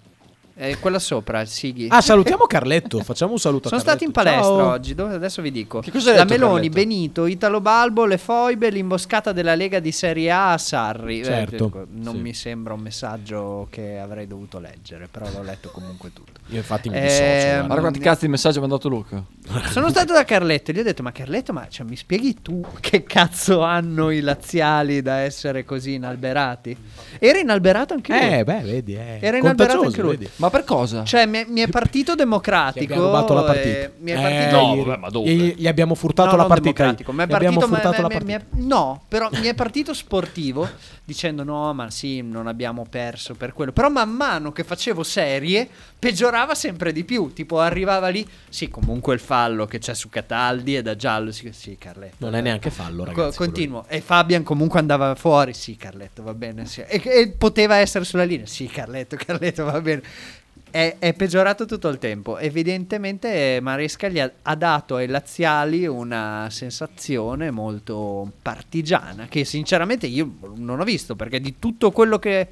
Eh, quella sopra, il Sighi. Ah, salutiamo Carletto. Facciamo un saluto a Sono stati Carletto. in palestra Ciao. oggi, dove- adesso vi dico. Che cosa hai la detto, Meloni, Carletto? Benito, Italo Balbo, le foibe, l'imboscata della Lega di Serie A a Sarri. Eh, Certo, dico, non sì. mi sembra un messaggio che avrei dovuto leggere, però l'ho letto comunque tutto. Io infatti mi Eh, dissocio. guarda. Guarda quanti cazzo di messaggi mi ha mandato Luca. Sono stato da Carletto e gli ho detto: Ma Carletto, ma cioè, mi spieghi tu che cazzo hanno i laziali da essere così inalberati? Era inalberato anche lui. Eh, beh, vedi, eh. Era inalberato Contagioso, anche lui. vedi. Ma per cosa? Cioè, mi è, mi è partito democratico. Gli abbiamo rubato la partita. eh, mi è Eh, partito ieri. Gli, gli abbiamo No, furtato la non partita. democratico, mi è Gli abbiamo partito, ma- furtato ma- la mi- mi partita. è- no, però mi è partito sportivo dicendo no, ma sì, non abbiamo perso per quello. Però man mano che facevo serie peggiorava sempre di più. Tipo arrivava lì, sì, comunque il fallo che c'è su Cataldi è da giallo. Sì, sì Carletto. Non è neanche fallo, Co- ragazzi. continuo. E Fabian comunque andava fuori. Sì, Carletto, va bene. sì. E, e poteva essere sulla linea. Sì, Carletto, Carletto, va bene. È, è peggiorato tutto il tempo. Evidentemente eh, Marescagli ha, ha dato ai laziali una sensazione molto partigiana, che sinceramente io non ho visto, perché di tutto quello che,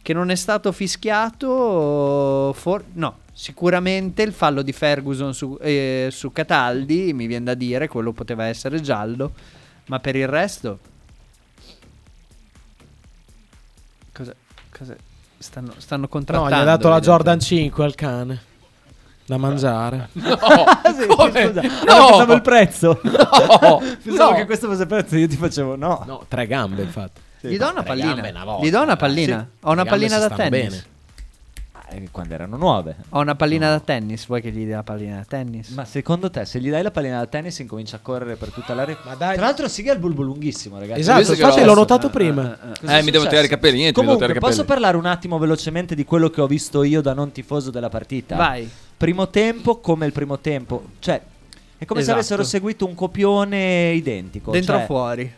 che non è stato fischiato, for- no, sicuramente il fallo di Ferguson su, eh, su Cataldi, mi viene da dire, quello poteva essere giallo, ma per il resto... Cosa, cosa- stanno, stanno No, contrattando? gli ha dato la evidentemente. Jordan 5 al cane. Da mangiare. Ah, sì, Come? scusa. No! Allora pensavo il prezzo. No, pensavo no. che questo fosse il prezzo. Io ti facevo no. No, tre gambe, infatti. Gli do una tre gambe pallina. una volta, Gli do una dai. pallina. Sì. Ho una Le gambe pallina si da stanno tennis. bene. Ah, eh, Quando erano nuove. Ho una pallina da tennis. Vuoi che gli dia la pallina da tennis? Ma secondo te, se gli dai la pallina da tennis, incomincia a correre per tutta l'area? Ma dai. Tra l'altro, Siga è il bulbo lunghissimo, ragazzi. Esatto, visto che infatti l'ho messo? l'ho notato Ah, prima. Cosa Eh, è mi devo successo? tagliare i capelli, niente, mi devo Cioè, Comunque, tagliare i posso capelli. parlare un attimo velocemente di quello che ho visto io da non tifoso della partita? Vai. Primo tempo come il primo tempo, cioè è come se Esatto. avessero seguito un copione identico. Dentro o cioè, fuori?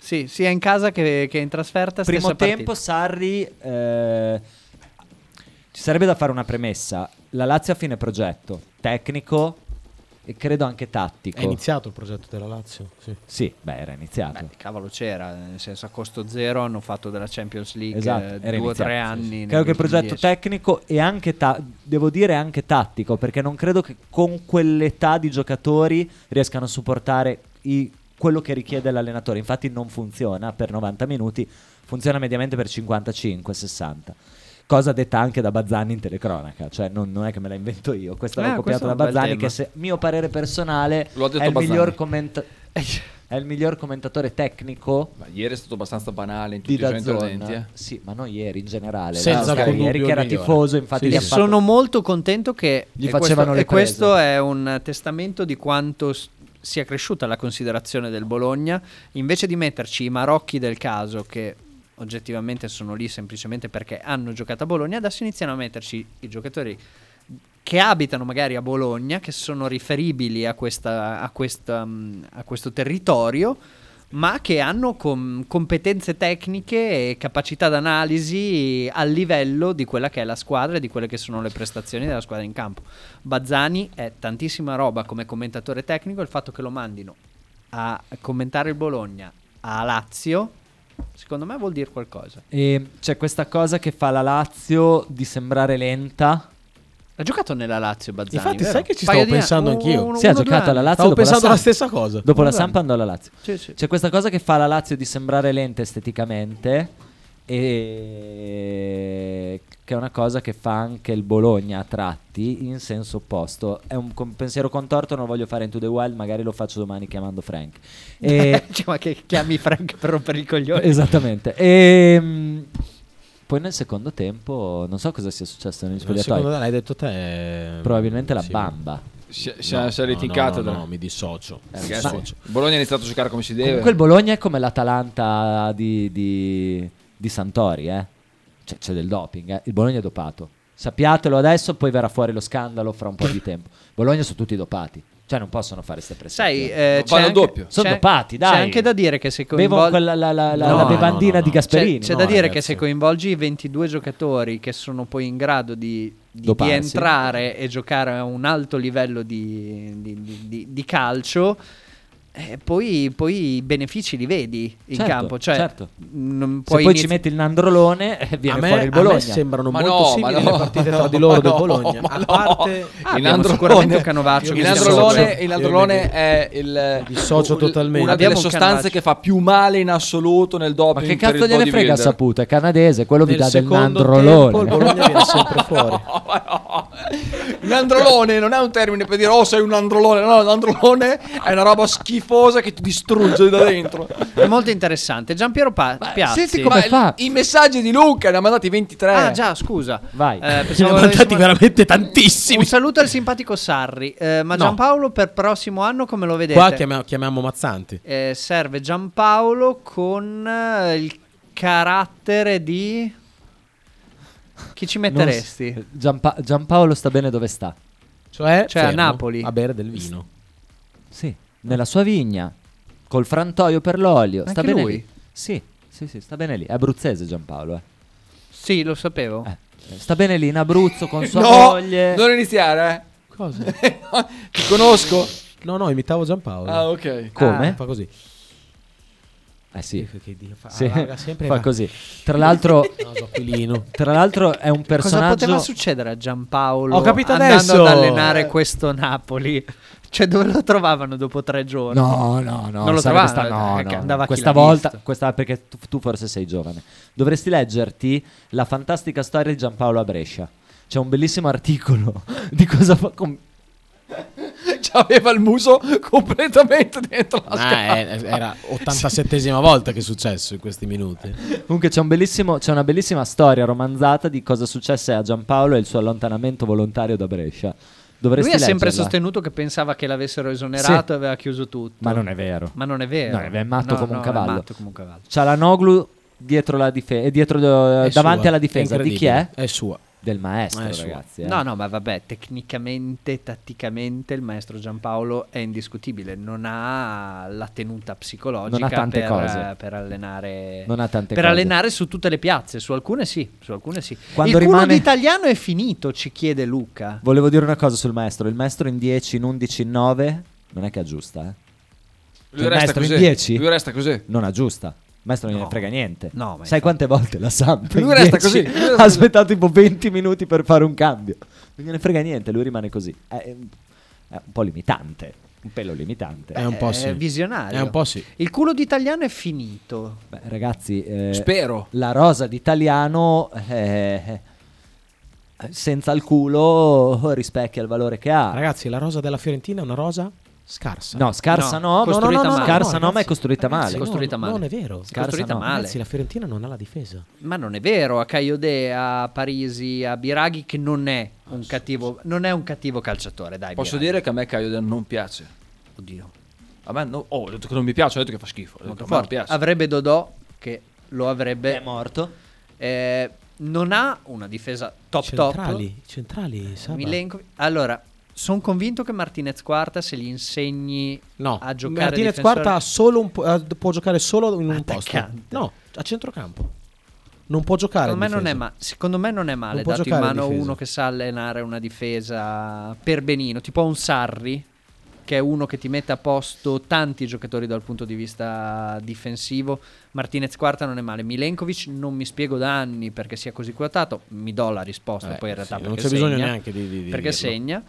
Sì, sia in casa che, che in trasferta. Primo stessa tempo partita. Sarri eh, ci sarebbe da fare una premessa. La Lazio a fine progetto, tecnico e credo anche tattico. È iniziato il progetto della Lazio. Sì. sì, beh, era iniziato. Beh, cavolo, c'era. Nel senso, a costo zero hanno fatto della Champions League Esatto, eh, era due o iniziato, tre sì, anni. sì. nei Credo che il primi progetto dieci. tecnico e anche, ta- devo dire, anche tattico, perché non credo che con quell'età di giocatori riescano a supportare i- quello che richiede l'allenatore. Infatti non funziona per 90 minuti, funziona mediamente per 55-60. Cosa detta anche da Bazzani in telecronaca, cioè non, non è che me la invento io, questa Eh, l'ho copiata questo è da un bel Bazzani tema. che se mio parere personale Lo ha detto è il, Bazzani. miglior commenta- è il miglior commentatore tecnico Ma ieri è stato abbastanza banale in tutti di i suoi Dazzon interventi. eh. sì ma non ieri in generale Senza l'altro alcun ieri dubbio che era il migliore. tifoso infatti Sì, gli E han sì. fatto- sono molto contento che Gli e facevano questo, le e questo prese. è un testamento di quanto s- sia cresciuta la considerazione del Bologna invece di metterci i marocchi del caso che oggettivamente sono lì semplicemente perché hanno giocato a Bologna adesso iniziano a metterci i giocatori che abitano magari a Bologna che sono riferibili a, questa- a questa, mm, a questo territorio ma che hanno com- competenze tecniche e capacità d'analisi a livello di quella che è la squadra e di quelle che sono le prestazioni della squadra in campo. Bazzani è tantissima roba come commentatore tecnico, il fatto che lo mandino a commentare il Bologna a Lazio, secondo me vuol dire qualcosa. E Ehm, c'è questa cosa che fa la Lazio di sembrare lenta Ha giocato nella Lazio Bazzani. Infatti, vero? sai che ci Paio stavo di- pensando anch'io? uno- si è uno, due giocata alla anni. Lazio Stavo dopo la pensando la Samp- stessa cosa. dopo la Due Samp andò alla Lazio Sì, sì. c'è questa cosa che fa la Lazio di sembrare lenta esteticamente e che è una cosa che fa anche il Bologna a tratti in senso opposto è un con- pensiero contorto non lo voglio fare in To The Wild magari lo faccio domani chiamando Frank e Eh, Cioè, ma che chiami Frank per rompere il coglione? Esattamente. E, poi nel secondo tempo, non so cosa sia successo negli Secondo spogliatoi. te l'hai detto te. eh, Probabilmente la sì. bamba. Si- No, Siamo saliti in no, cattedra. No, no, mi dissocio. Eh, Mi Ragazzi, Ma- dissocio. Bologna ha iniziato a giocare come si deve. Comunque il Bologna è come l'Atalanta di, di- di Santori, eh. Cioè, c'è del doping, eh. Il Bologna è dopato. Sappiatelo adesso, poi verrà fuori lo scandalo fra un po' di tempo. Bologna sono tutti dopati. Cioè, non possono fare queste pressioni. Sai, eh, c'è Vanno anche- doppio. Sono c'è- dopati, dai. C'è anche da dire che se Bevono coinvol- quella- la, la- la- No, la no, bevandina no, no. di Gasperini. C'è, c'è No, da dire ragazzi. che se coinvolgi 22 giocatori che sono poi in grado di, di Doparsi. rientrare e giocare a un alto livello di, di- di- di- di calcio, eh, poi, poi i benefici li vedi in Certo, campo. Cioè, certo. non Se poi puoi ci inizi- metti il nandrolone, eh, viene a me, fuori il a me Bologna. sembrano Ma molto no, simili ma le no, partite ma tra di loro no, del Bologna. ma a no. parte Ah, in abbiamo Androlone- sicuramente un canovaccio. Io che Il mi si androlone, associa. dissocio. il androlone Io mi- è il, mi dissocio u- totalmente. una Abbiamo delle un sostanze Cannavaccio. che fa più male in assoluto nel doping. Ma che per il cazzo gliene frega bodybuilder. ha saputo? È canadese, quello vi Nel dà del secondo tempo il nandrolone. Bologna viene sempre fuori. Il androlone non è un termine per dire oh sei un androlone, no, l'androlone è una roba schifosa che ti distrugge da dentro. È molto interessante. Giampiero pa- Piazzi. senti come- il- fa? I messaggi di Luca ne ha mandati 23. Ah, già, scusa. Vai. Eh, Ne pensavo ho l'avessimo- mandati veramente tantissimi. Un saluto al simpatico Sarri. Eh, ma No. Giampaolo per prossimo anno come lo vedete? Qua chiamia- chiamiamo Mazzanti. Eh, serve Giampaolo con eh, il carattere di... Chi ci Non metteresti? s- Giampa- Giampaolo sta bene dove sta. Cioè, Cioè, a fermo, Napoli. A bere del vino. Sì, nella sua vigna, col frantoio per l'olio. sta Anche bene lui? lì. Sì, sì, sì, sta bene lì. È abruzzese Giampaolo, eh. Sì, lo sapevo. Eh. Sta bene lì in Abruzzo con sua no, moglie. non iniziare, Cosa? eh. Ti conosco. No, no, imitavo Giampaolo. Ah, ok. Come? Fa così. eh sì. Che- che Dio, fa, Sì, allarga Ah, sempre fa ma- così. Tra l'altro, Naso aquilino. tra l'altro è un Cosa poteva personaggio. succedere a Giampaolo Ho capito andando adesso! ad allenare questo Napoli? Cioè, dove lo trovavano dopo tre giorni? No, no, no, Non lo sarebbe trovava, sta- no, eh, no, che no. andava a chi Questa l'ha volta, visto. questa perché tu, tu forse sei giovane. Dovresti leggerti la fantastica storia di Giampaolo a Brescia. C'è un bellissimo articolo di cosa fa com- Aveva il muso completamente dentro la Ah, è- era 87esima volta che è successo in questi minuti. Comunque c'è, un bellissimo- c'è una bellissima storia romanzata di cosa successe a Giampaolo e il suo allontanamento volontario da Brescia. Dovresti Lui ha sempre leggerla. sostenuto che pensava che l'avessero esonerato e aveva chiuso tutto. Ma non è vero. Ma non è vero. No, è matto No, come un no, cavallo. È matto come un cavallo. Cialanoglu dietro la difesa, dietro, eh, È davanti sua, alla difesa. Di chi è? incredibile, È sua. Del maestro, È sua. ragazzi. eh. No, no, ma vabbè, tecnicamente, tatticamente il maestro Giampaolo è indiscutibile, non ha la tenuta psicologica Non ha tante per, cose. per allenare Non ha tante per cose. allenare su tutte le piazze, su alcune sì, su alcune sì. Quando il rimane- culo d'italiano è finito, ci chiede Luca. Volevo dire una cosa sul maestro. Il maestro in 10, in 11, in 9 non è che aggiusta, eh. Lui Il resta maestro in così. 10? Lui resta così. Non aggiusta. Il maestro non No. gliene frega niente. No, ma Sai infatti- quante volte la Samp Lui in resta 10 così, lui resta ha così. aspettato tipo 20 minuti per fare un cambio. Non gliene frega niente, lui rimane così. È, è un po' limitante, un pelo limitante. È un po' sì. visionario. È un po' sì. Il culo d'italiano è finito. Beh, ragazzi, eh, Spero. la rosa d'italiano eh, senza il culo rispecchia il valore che ha. Ragazzi, la rosa della Fiorentina è una rosa scarsa. Ah. No, scarsa no, no, no, No, no, costruita no, male. scarsa no, No, ma è ragazzi, costruita ragazzi, male. costru- costruita no, male. Non è vero. Scarsa Costruita no. male. Ragazzi, la Fiorentina non ha la difesa. Ma non è vero, a Caiode, a Parisi, a Biraghi che non è Ah, un cattivo, non è un cattivo calciatore, dai. Posso Biraghi. dire che a me Caio non piace. oddio. A me no, oh, ho detto che non mi piace, ho detto che fa schifo. Ho detto che Molto a me non forte. piace. Avrebbe Dodò che lo avrebbe. È morto. Eh, non ha una difesa top centrali, centrali, top. Saba. Milenkovic- Allora, sono convinto che Martinez Quarta se gli insegni No, a giocare Martinez difensore- Quarta ha solo un po- eh, può giocare solo in un posto. Attaccante. No, a centrocampo. Non può giocare. Secondo me, in non è difesa. ma- secondo me non è male Non può dato in giocare in mano difesa. uno che sa allenare una difesa per benino, tipo un Sarri, che è uno che ti mette a posto tanti giocatori dal punto di vista difensivo. Martinez Quarta non è male. Milenkovic non mi spiego da anni perché sia così quotato, mi do la risposta Vabbè, poi in realtà Eh, sì, non perché c'è bisogno segna. neanche di, di, di perché dirlo. segna.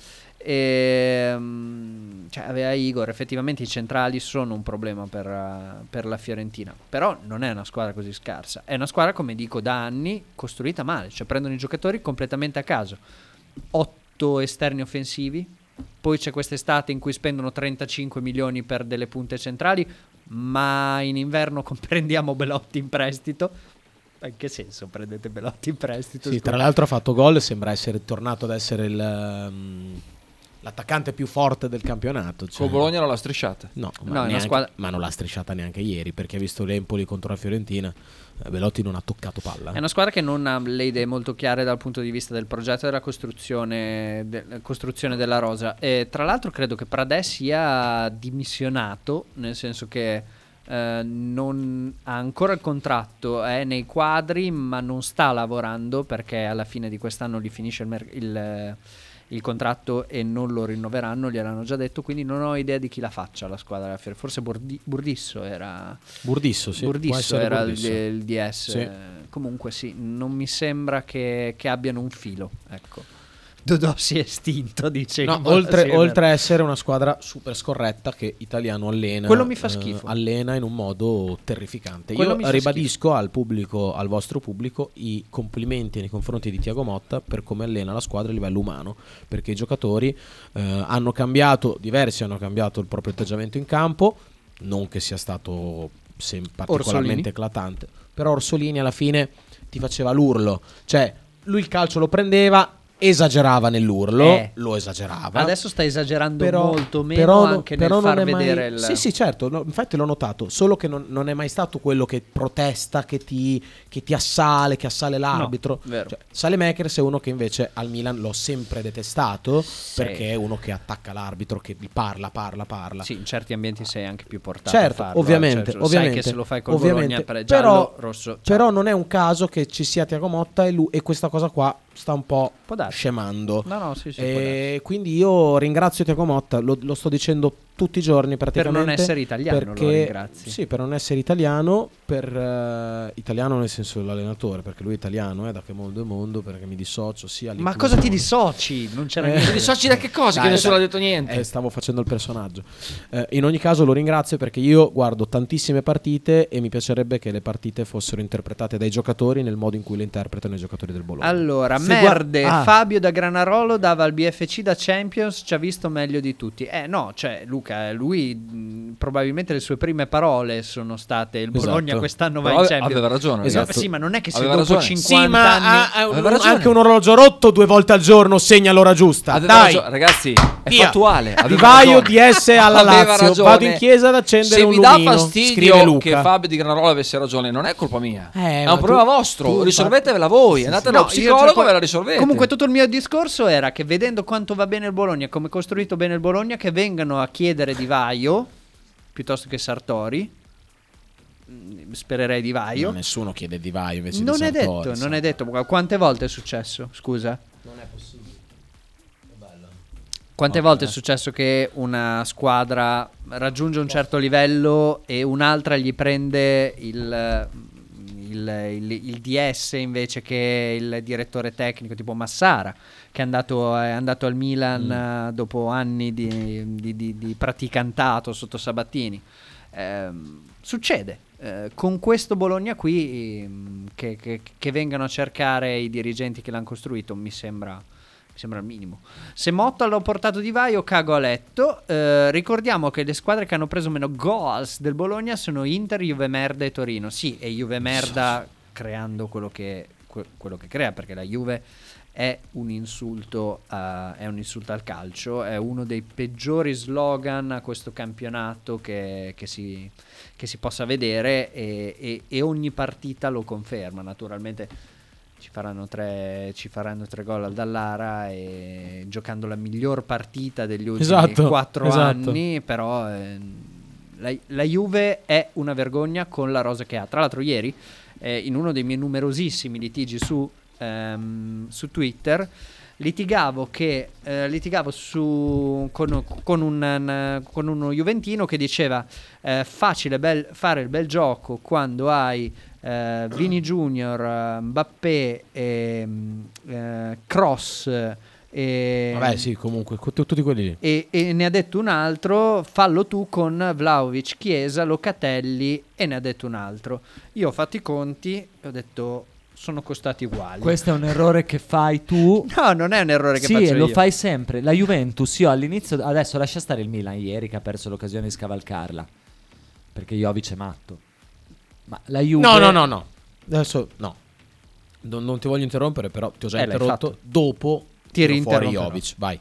Ehm, cioè, aveva Igor, effettivamente i centrali sono un problema per, eh, per la Fiorentina, però non è una squadra così scarsa, è una squadra come dico da anni costruita male, cioè prendono i giocatori completamente a caso, 8 esterni offensivi, poi c'è quest'estate in cui spendono 35 milioni per delle punte centrali, ma in inverno comprendiamo Belotti in prestito. Ma In che senso prendete Belotti in prestito? Sì, scusa? tra l'altro ha fatto gol e sembra essere tornato ad essere il, ehm, l'attaccante più forte del campionato. cioè. Con Bologna non la strisciate. No, No, ma, è una neanche- squadra- ma non l'ha strisciata neanche ieri perché ha visto l'Empoli contro la Fiorentina. eh, Velotti non ha toccato palla. È una squadra che non ha le idee molto chiare dal punto di vista del progetto e della costruzione, de- costruzione della rosa. E tra l'altro credo che Pradè sia dimissionato, nel senso che eh, non ha ancora il contratto, è nei quadri ma non sta lavorando perché alla fine di quest'anno gli finisce il, mer- il, eh, il contratto e non lo rinnoveranno, gliel'hanno già detto, quindi non ho idea di chi la faccia la squadra della Fiore. Forse Burdi- Burdisso era... Burdisso, sì. può Burdisso essere era il- Burdisso. Il, DS. Sì. Comunque sì, non mi sembra che, che abbiano un filo. Ecco. Dodò si è estinto, dice. No, in buona oltre, sera. oltre a essere una squadra super scorretta che italiano allena, Quello mi fa eh, schifo. allena in un modo terrificante. Quello mi fa Io ribadisco al pubblico, al vostro pubblico, i complimenti nei confronti di Tiago Motta per come allena la squadra a livello umano, perché i giocatori eh, hanno cambiato, diversi hanno cambiato il proprio atteggiamento in campo, non che sia stato sem- particolarmente eclatante, però Orsolini alla fine ti faceva l'urlo, cioè lui il calcio lo prendeva, esagerava nell'urlo, Eh. lo esagerava Adesso sta esagerando molto meno però no- anche però nel non far è mai- vedere il... Sì, sì, certo, no, infatti l'ho notato, solo che non, non è mai stato quello che protesta, che ti, che ti assale, che assale l'arbitro. vero. Cioè, Saelemaekers è uno che invece al Milan l'ho sempre detestato, perché è uno che attacca l'arbitro, che gli parla, parla, parla. Sì, in certi ambienti sei anche più portato a Certo, farlo, eh, ovviamente, cioè, lo ovviamente, sai che se lo fai col ovviamente, Bologna per però, giallo, rosso, ciao. però non è un caso che ci sia Tiago Motta e, lui, e questa cosa qua sta un po' Può darsi. scemando. No, no, sì, sì. può darsi. E quindi io ringrazio Tiago Motta, lo, lo sto dicendo tutti i giorni praticamente. Per non essere italiano, lo perché, ringrazi. Sì, per non essere italiano, per eh, italiano nel senso dell'allenatore, perché lui è italiano, eh, da che mondo è mondo, perché mi dissocio sia Ma cosa ti dissocio? dissoci? Non c'era niente. Mi dissoci da che cosa? Eh. Dai, che nessuno dai. ha detto niente. Eh, stavo facendo il personaggio. Eh, in ogni caso lo ringrazio perché io guardo tantissime partite e mi piacerebbe che le partite fossero interpretate dai giocatori nel modo in cui le interpretano i giocatori del Bologna. Allora, Se merde, guard- ah. Fabio da Granarolo dava al BFC da Champions, ci ha visto meglio di tutti. Eh no, cioè Luca, lui mh, probabilmente le sue prime parole sono state il Esatto. Bologna quest'anno Però va in ave- Champions. aveva ragione, Esatto. ragazzi. Sì, ma non è che se Aveva dopo ragione. 50 sì, ma anni... ha- ha un- Aveva ragione. anche un orologio rotto due volte al giorno segna l'ora giusta. Aveva Dai. ragione, ragazzi, è Via. fattuale. aveva Divaio ragione. di S alla Aveva Lazio. ragione. Vado in chiesa ad accendere Se un vi dà lumino, scrive fastidio Luca. che Fabio di Granarola avesse ragione, non è colpa mia. Eh, è ma un tu- problema tu- vostro. Risolvetevela voi. Andate No, allo io psicologo cerco- e ve la risolvete. Comunque tutto il mio discorso era che vedendo quanto va bene il Bologna, come è costruito bene il Bologna, che vengano a chiedere Di Vaio piuttosto che Sartori. Mm, Spererei Di Vaio. No, nessuno chiede divaio invece non di è Sartori, detto, sai. non è detto. Qu- Quante volte è successo? Scusa. Non è possibile. Quante volte è successo che una squadra raggiunge un certo livello e un'altra gli prende il, il- il- il DS invece che il direttore tecnico, tipo Massara, che è andato, è andato al Milan eh, dopo anni di, di- di- di praticantato sotto Sabattini? Ehm, succede. Eh, con questo Bologna qui ehm, che, che- che vengano a cercare i dirigenti che l'hanno costruito mi sembra, mi sembra il minimo. Se Motta l'ho portato di vai, io cago a letto. Eh, ricordiamo che le squadre che hanno preso meno goals del Bologna sono Inter, Juve Merda e Torino. Sì, e Juve Merda creando quello che, que- quello che crea, perché la Juve è un insulto, a- è un insulto al calcio, è uno dei peggiori slogan a questo campionato che, che si, che si possa vedere e, e- e ogni partita lo conferma. Naturalmente ci faranno tre, ci faranno tre gol al Dallara e giocando la miglior partita degli ultimi Esatto, quattro esatto. anni, però ehm, la, la Juve è una vergogna con la rosa che ha. Tra l'altro ieri eh, in uno dei miei numerosissimi litigi su, ehm, su Twitter litigavo, che, eh, litigavo su- con, con un- un- con uno Juventino che diceva eh, facile bel- fare il bel gioco quando hai eh, Vini Junior, eh, Mbappé, e, Cross e, Vabbè, sì, comunque, co- tutti quelli lì. e, e ne ha detto un altro, fallo tu con Vlaovic, Chiesa, Locatelli e ne ha detto un altro. Io ho fatto i conti e ho detto sono costati uguali. Questo è un errore che fai tu. No, non è un errore che Sì, faccio e lo io. fai sempre. La Juventus, io all'inizio, adesso lascia stare il Milan ieri che ha perso l'occasione di scavalcarla. Perché Jovic è matto. Ma la Juve... No, no, no, no. Adesso no. Non, non ti voglio interrompere, però ti ho già Eh, l'hai interrotto. fatto. Dopo Ti tiro fuori rinterromperò. Jovic, vai.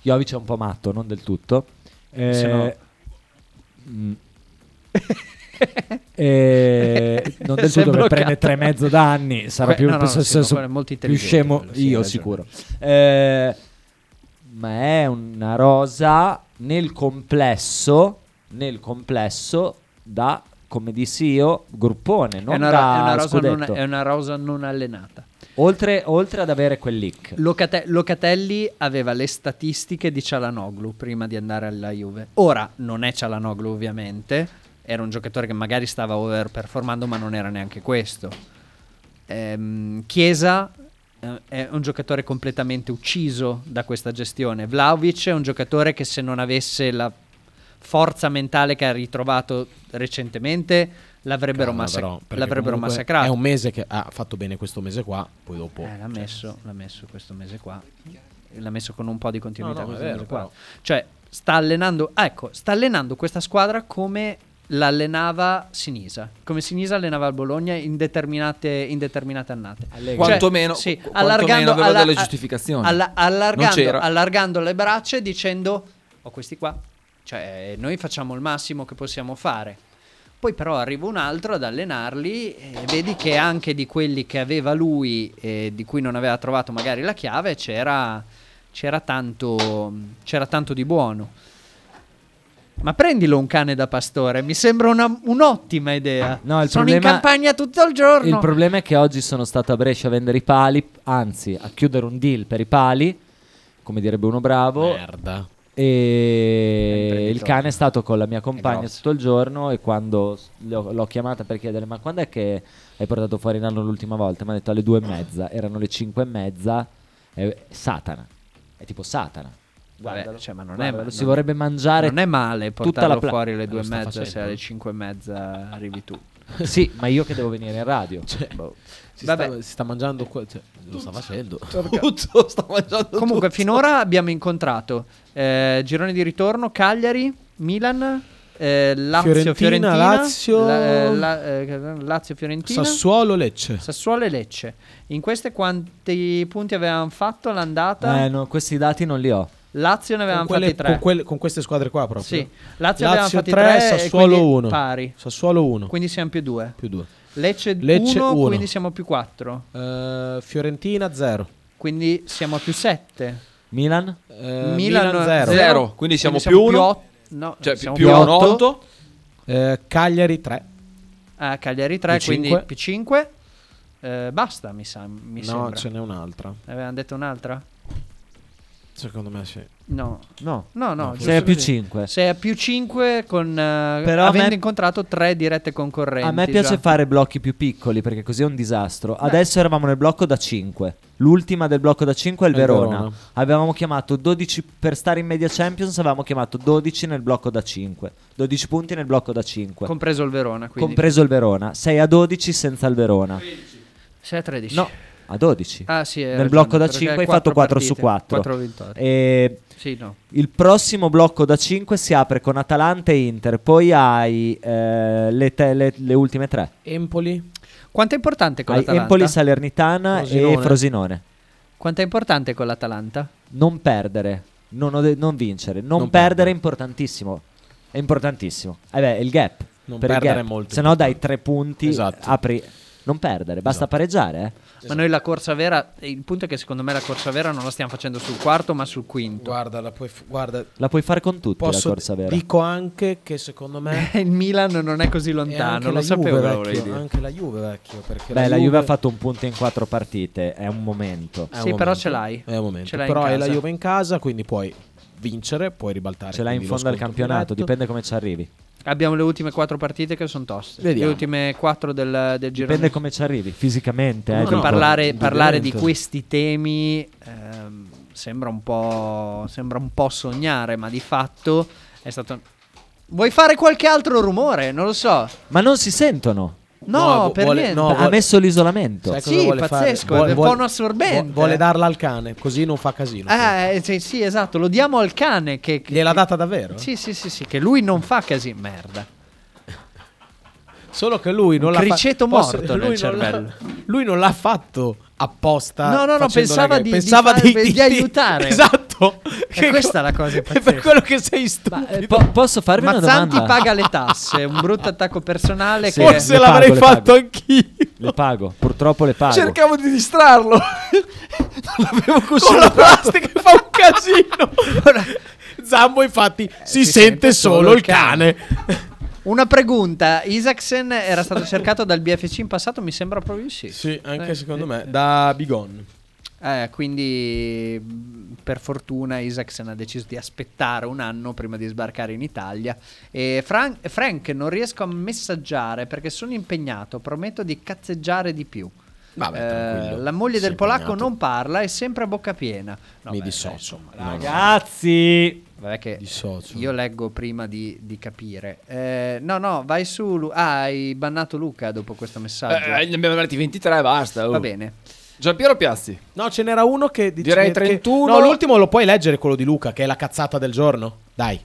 Jovic è un po' matto, non del tutto. Eh, Se no- Mm. Eh, non del Si è tutto perché bloccato. prende tre e mezzo d'anni sarà Que- più, no, no, penso sì, sia no, so- quello è molto più intelligente scemo quello, sì, io hai sicuro Eh, ma è una rosa nel complesso nel complesso da come dissi io gruppone non è, una, da è una rosa non, scudetto. è una rosa non allenata. oltre, oltre ad avere quel leak Locate- Locatelli aveva le statistiche di Cialanoglu prima di andare alla Juve. Ora non è Cialanoglu ovviamente, era un giocatore che magari stava overperformando ma non era neanche questo. Ehm, Chiesa eh, è un giocatore completamente ucciso da questa gestione. Vlaovic è un giocatore che se non avesse la forza mentale che ha ritrovato recentemente l'avrebbero, Calma, massa- però, perché l'avrebbero comunque massacrato. È un mese che ha fatto bene questo mese qua, poi dopo. Eh, l'ha, Cioè, messo, l'ha messo questo mese qua. L'ha messo con un po' di continuità No, no, è questo vero, mese qua. però. Cioè, sta allenando, ah, ecco, sta allenando questa squadra come l'allenava Sinisa. Come Sinisa allenava il Bologna in determinate, in determinate annate. Allegri. Cioè, Quantomeno- sì, qu- allargando, quantomeno aveva alla- delle a- giustificazioni. alla- allargando, Non c'era. allargando le braccia e dicendo ho questi qua. Cioè, noi facciamo il massimo che possiamo fare. Poi però arriva un altro ad allenarli e vedi che anche di quelli che aveva lui e di cui non aveva trovato magari la chiave c'era, c'era, tanto, c'era tanto di buono. Ma prendilo un cane da pastore, mi sembra una- un'ottima idea. No, il Sono problema- in campagna tutto il giorno. Il problema è che oggi sono stato a Brescia a vendere i pali, anzi a chiudere un deal per i pali, come direbbe uno bravo. Merda. Oh. E il Imprenditore. cane è stato con la mia È compagna grosso. tutto il giorno e quando s- l'ho, l'ho chiamata per chiedere ma quando è che hai portato fuori in anno l'ultima volta? Mi ha detto alle due e mezza, erano le cinque e mezza, è satana, è tipo satana. Vabbè, Guardalo. cioè, ma non è- Guardalo, si non- vorrebbe mangiare non è male tutta portarlo la pla- fuori alle due lo e sta mezza se facendo. alle cinque e mezza arrivi tu. Sì, ma io che devo venire in radio. Boh. Si, Vabbè. sta, si sta mangiando. que- cioè, lo sta facendo. Tutto, sto mangiando Comunque, finora abbiamo incontrato eh, girone di ritorno, Cagliari, Milan, eh, Lazio, Fiorentina, Fiorentina, eh, Lazio- Lazio, Fiorentina, Sassuolo Lecce. Sassuolo e Lecce. In queste quanti punti avevamo fatto l'andata? Eh, no, questi dati non li ho. Lazio ne Con, avevamo quelle- fatti tre. con quelle- con queste squadre qua proprio. Sì. Lazio, Lazio, ne avevamo fatti 3, tre, e Sassuolo quindi 1. Pari. Sassuolo 1. Quindi siamo più due. Più 2. Lecce, Lecce 1, uno. quindi siamo più 4. Eh, Fiorentina 0. Quindi siamo più 7. Milan? Eh, Milan 0. zero. Quindi siamo più uno. ot- no, Cioè, siamo più più un 8. 8. Eh, Cagliari 3. Ah, Cagliari 3, Più quindi cinque. più 5. basta, mi, sa, mi no, sembra. ce n'è un'altra. Ne Avevamo detto un'altra? Secondo me sì. No. No. No, no, giusto Sei a più così. 5. Sei a più 5 con, eh, Però a avendo me- incontrato tre dirette concorrenti. A me piace già. fare blocchi più piccoli perché così è un disastro. Adesso eravamo nel blocco da 5. L'ultima del blocco da 5 è il È il Verona. Verona. Avevamo chiamato 12 per stare in media Champions, avevamo chiamato 12 nel blocco da 5. 12 punti nel blocco da 5. Compreso il Verona, quindi. Compreso il Verona. 6 a 12 senza il Verona. Sei a 13. No, a 12. Ah, sì, hai nel ragione, blocco da perché 5 hai quattro fatto 4 su partite, 4. quattro vittorie. E Sì, no. il prossimo blocco da 5 si apre con Atalanta e Inter. Poi hai eh, le, te- le- le ultime tre. Empoli. Quanto è importante con Hai l'Atalanta? Empoli, Salernitana e Frosinone. Frosinone. Quanto è importante con l'Atalanta? Non perdere, non, ode- non vincere, non, Non perdere perdere. è importantissimo. È importantissimo. Eh beh, il gap. Non per il perdere gap. è molto Se no dai importante. tre punti, Esatto. apri... Non perdere, basta pareggiare. eh. Ma noi la corsa vera, il punto è che secondo me la corsa vera non la stiamo facendo sul quarto, ma sul quinto. Guarda, la puoi f- guarda La puoi fare con tutti posso, la corsa vera. dico anche che secondo me Eh, il Milan non è così è lontano, anche la lo sapevo. Juve che lo volevi vecchio, eh. dire. anche la Juve vecchio perché Beh, la Juve ha fatto un punto in quattro partite, è un momento. è un Sì, però momento. ce l'hai. È un momento. Ce l'hai in però è la casa. Juve in casa, quindi puoi vincere, puoi ribaltare. Ce l'hai in quindi lo fondo al scontro campionato, diretto. dipende come ci arrivi. Abbiamo le ultime quattro partite che sono toste. Vediamo. Le ultime quattro del, del girone. Dipende come ci arrivi, fisicamente. eh, Comunque dico. parlare, parlare di indubbiamente. questi temi ehm, sembra, un po', sembra un po' sognare, ma di fatto è stato... Vuoi fare qualche altro rumore? Non lo so. Ma non si sentono. No, vu- per vuole- niente. no, ha vuole- messo l'isolamento. Sai cosa Sì, vuole fare? pazzesco, Vuole- è vuole- fonoassorbente. vu- Vuole darla al cane, così non fa casino. Ah, eh, sì, sì, esatto, lo diamo al cane che... che- Gliel'ha data davvero? Sì, sì, sì, sì, che lui non fa casino. Merda. Solo che lui non Un l'ha fa- criceto posso- morto nel lui non l'ha- cervello. lui non l'ha fatto apposta. No, no, no, facendo pensava la di- gag. di pensava far- di aiutare. Esatto. E questa è la cosa È pazzesca. per quello che sei Ma, stupido. eh, po- posso farvi una Mazzanti domanda? paga le tasse, un brutto attacco personale Sì. eh, che... le Forse pago, l'avrei le pago. fatto anch'io. Le pago, purtroppo le pago. Cercavo di distrarlo. non avevo così. con la plastica che fa un casino. Zambo, infatti, si, sente, solo il cane. Una pregunta, Isaacsen era stato cercato dal BFC in passato? Mi sembra proprio di sì. Eh, eh, da Bigon. eh, quindi mh, per fortuna Isaacsen ha deciso di aspettare un anno prima di sbarcare in Italia. E Fran- Frank, non riesco a messaggiare perché sono impegnato, prometto di cazzeggiare di più. Vabbè, Eh, tranquillo. la moglie Sei del polacco impegnato. non parla, è sempre a bocca piena. No, Mi beh, dissocio. dai, insomma, No, no. Ragazzi, Vabbè che Dissocio. io leggo prima di, di capire. Eh, no, no, vai su. Lu- ah, hai bannato Luca dopo questo messaggio. Eh, ne abbiamo dati 23 e basta. Va oh. bene. Giampiero Piazzi. No, ce n'era uno che dice- Direi che- 31. No, l'ultimo lo puoi leggere quello di Luca, che è la cazzata del giorno. Dai.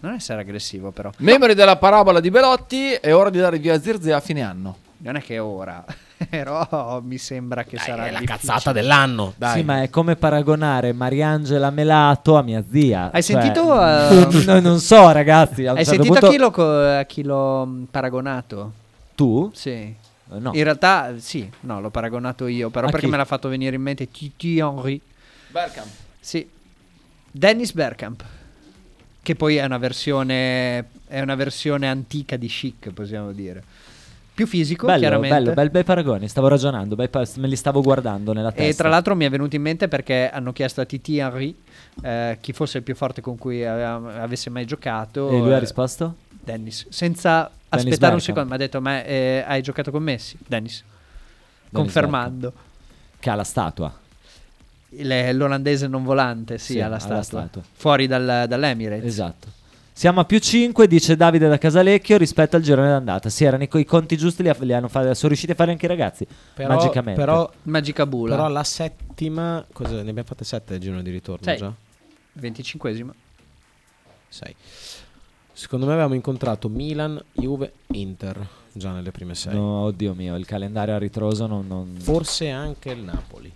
Non essere aggressivo, però. Memori della parabola di Belotti, è ora di dare via Zirze a fine anno. Non è che è ora. però mi sembra che Dai, sarà. Eh, è la difficile. cazzata dell'anno. Dai. Sì, ma è come paragonare Mariangela Melato a mia zia. Hai Cioè, sentito, no, eh, non so, ragazzi. a un Hai certo sentito punto- a chi l'ho co- a chi l'ho mh, paragonato? Tu? Sì. Eh, No. In realtà, sì, no, l'ho paragonato io, però A perché chi? me l'ha fatto venire in mente Titi Henry. Berkham. Sì. Dennis Bergkamp. che poi è una versione, è una versione antica di chic, possiamo dire. Più fisico, Bello, chiaramente. bello, bel, bel paragone. Stavo ragionando, bei pas- me li stavo guardando nella testa. E tra l'altro mi è venuto in mente perché hanno chiesto a Titi Henry eh, chi fosse il più forte con cui aveva- avesse mai giocato. E lui ha Eh, risposto? Dennis. Senza aspettare un Bergkamp. secondo, mi ha detto: Ma eh, hai giocato con Messi? Dennis Dennis. Confermando. Che ha la statua. Eh, Il- l'olandese non volante, sì, Sì, alla alla statua. statua. Fuori dal, dall'Emirates. Esatto. Siamo a più 5, dice Davide da Casalecchio, rispetto al girone d'andata. Sì, erano i, i conti giusti, li, ha- li hanno fa- sono riusciti a fare anche i ragazzi. Però, magicamente. Però, Magica Bula. però la settima, cosa, ne abbiamo fatte sette del giorno di ritorno Sei. già? 25esima. 6. Secondo me avevamo incontrato Milan, Juve, Inter già nelle prime 6. No, oddio mio, il calendario a ritroso non... non- Forse anche il Napoli.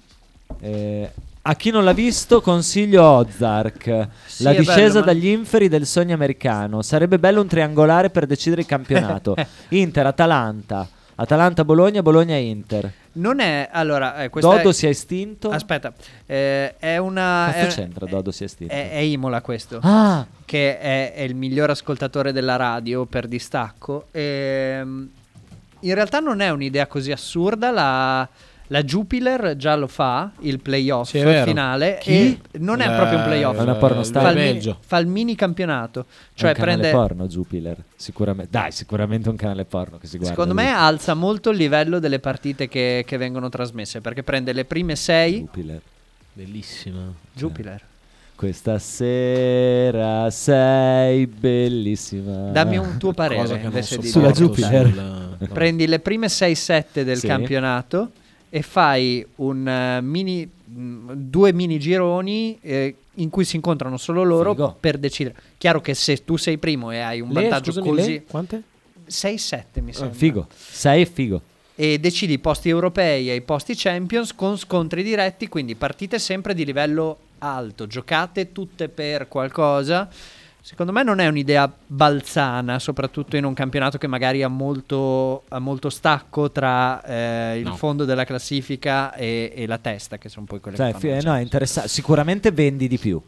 Eh, a chi non l'ha visto consiglio Ozark, Sì, la è discesa bello, ma- dagli inferi del sogno americano. Sarebbe bello un triangolare per decidere il campionato. Inter, Atalanta, Atalanta-Bologna, Bologna-Inter. Non è. Allora, eh, questa Dodo è- si è estinto. Aspetta, eh, è una. Cazzo è- c'entra Dodo si è estinto? È, è Imola questo. Ah, che è, è il miglior ascoltatore della radio per distacco. Ehm, in realtà non è un'idea così assurda. La, la Jupiler già lo fa, il playoff Sì, è vero. finale. Chi? E non è Eh, proprio un è playoff. una pornostar. Fa il, mini, Belveggio. fa il mini campionato. cioè Cioè un canale prende. porno Jupiler, sicuramente. Dai, sicuramente un canale porno che si guarda. Secondo lì. me alza molto il livello delle partite che, che vengono trasmesse perché prende le prime sei. Jupiler. Bellissima. Jupiler, Questa sera sei bellissima. dammi un tuo Cosa parere che non invece di Sulla sopporto Jupiler. sul- no. Prendi le prime 6-7 del Sì. campionato e fai un eh, mini, mh, due mini gironi eh, in cui si incontrano solo loro Figo. per decidere. Chiaro che se tu sei primo e hai un Lei, vantaggio scusami, lei, Ah, così, quante? 6-7 mi Eh, sembra. Figo, sei è figo. E decidi i posti europei e i posti champions con scontri diretti, quindi partite sempre di livello alto, giocate tutte per qualcosa. Secondo me non è un'idea balzana, soprattutto in un campionato che magari ha molto, ha molto stacco tra eh, il No. fondo della classifica e, e la testa, che sono poi quelle Cioè, che fi- fanno la eh, no, è interessante. Sicuramente vendi di più.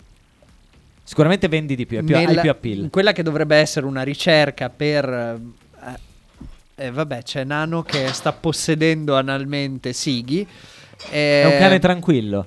Sicuramente vendi di più. È più hai nella- più appeal. Quella che dovrebbe essere una ricerca per... eh, eh, vabbè, c'è Nano che sta possedendo analmente Sighi. È eh, un cane tranquillo.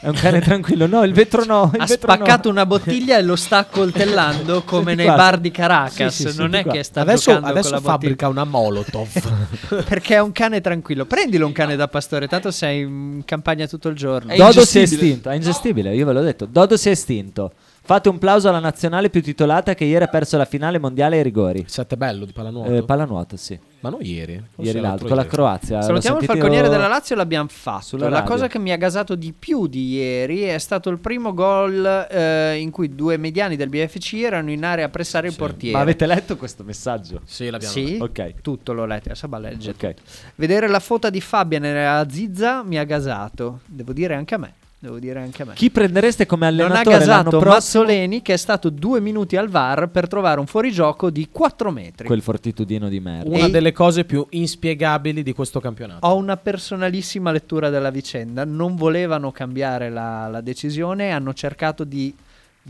È un cane tranquillo. No, il vetro no. il ha vetro no. spaccato una bottiglia e lo sta coltellando come Senti nei qua, bar se- di Caracas. sì, sì, non senti è qua. che sta Adesso, giocando adesso con la fabbrica una Molotov. bottiglia. Perché è un cane tranquillo. Prendilo un cane da pastore, tanto sei in campagna tutto il giorno. È Dodo si è ingestibile. estinto. È ingestibile, io ve l'ho detto. Dodo si è estinto. Fate un plauso alla nazionale più titolata che ieri ha perso la finale mondiale ai rigori. Sette bello di pallanuoto. Eh, pallanuoto, sì. Ma non ieri. forse Ieri l'altro, l'altro con la ieri. Croazia. Salutiamo L'ho il sentito- falconiere della Lazio, l'abbiamo fatto. Sulla La radio. cosa che mi ha gasato di più di ieri è stato il primo gol eh, in cui due mediani del BFC erano in area a pressare il portiere. Ma avete letto questo messaggio? Sì, l'abbiamo. Sì, Ok. tutto l'ho letto. Adesso va a leggere. Ok. Vedere la foto di Fabian nella zizza mi ha gasato. Devo dire anche a me. Devo dire anche a me. Chi prendereste come non ha allenatore l'anno gasato prossimo? Mazzoleni che è stato due minuti al VAR per trovare un fuorigioco di 4 metri. Quel fortitudino di merda. Una Ehi. delle cose più inspiegabili di questo campionato. Ho una personalissima lettura della vicenda. Non volevano cambiare la, la decisione. Hanno cercato di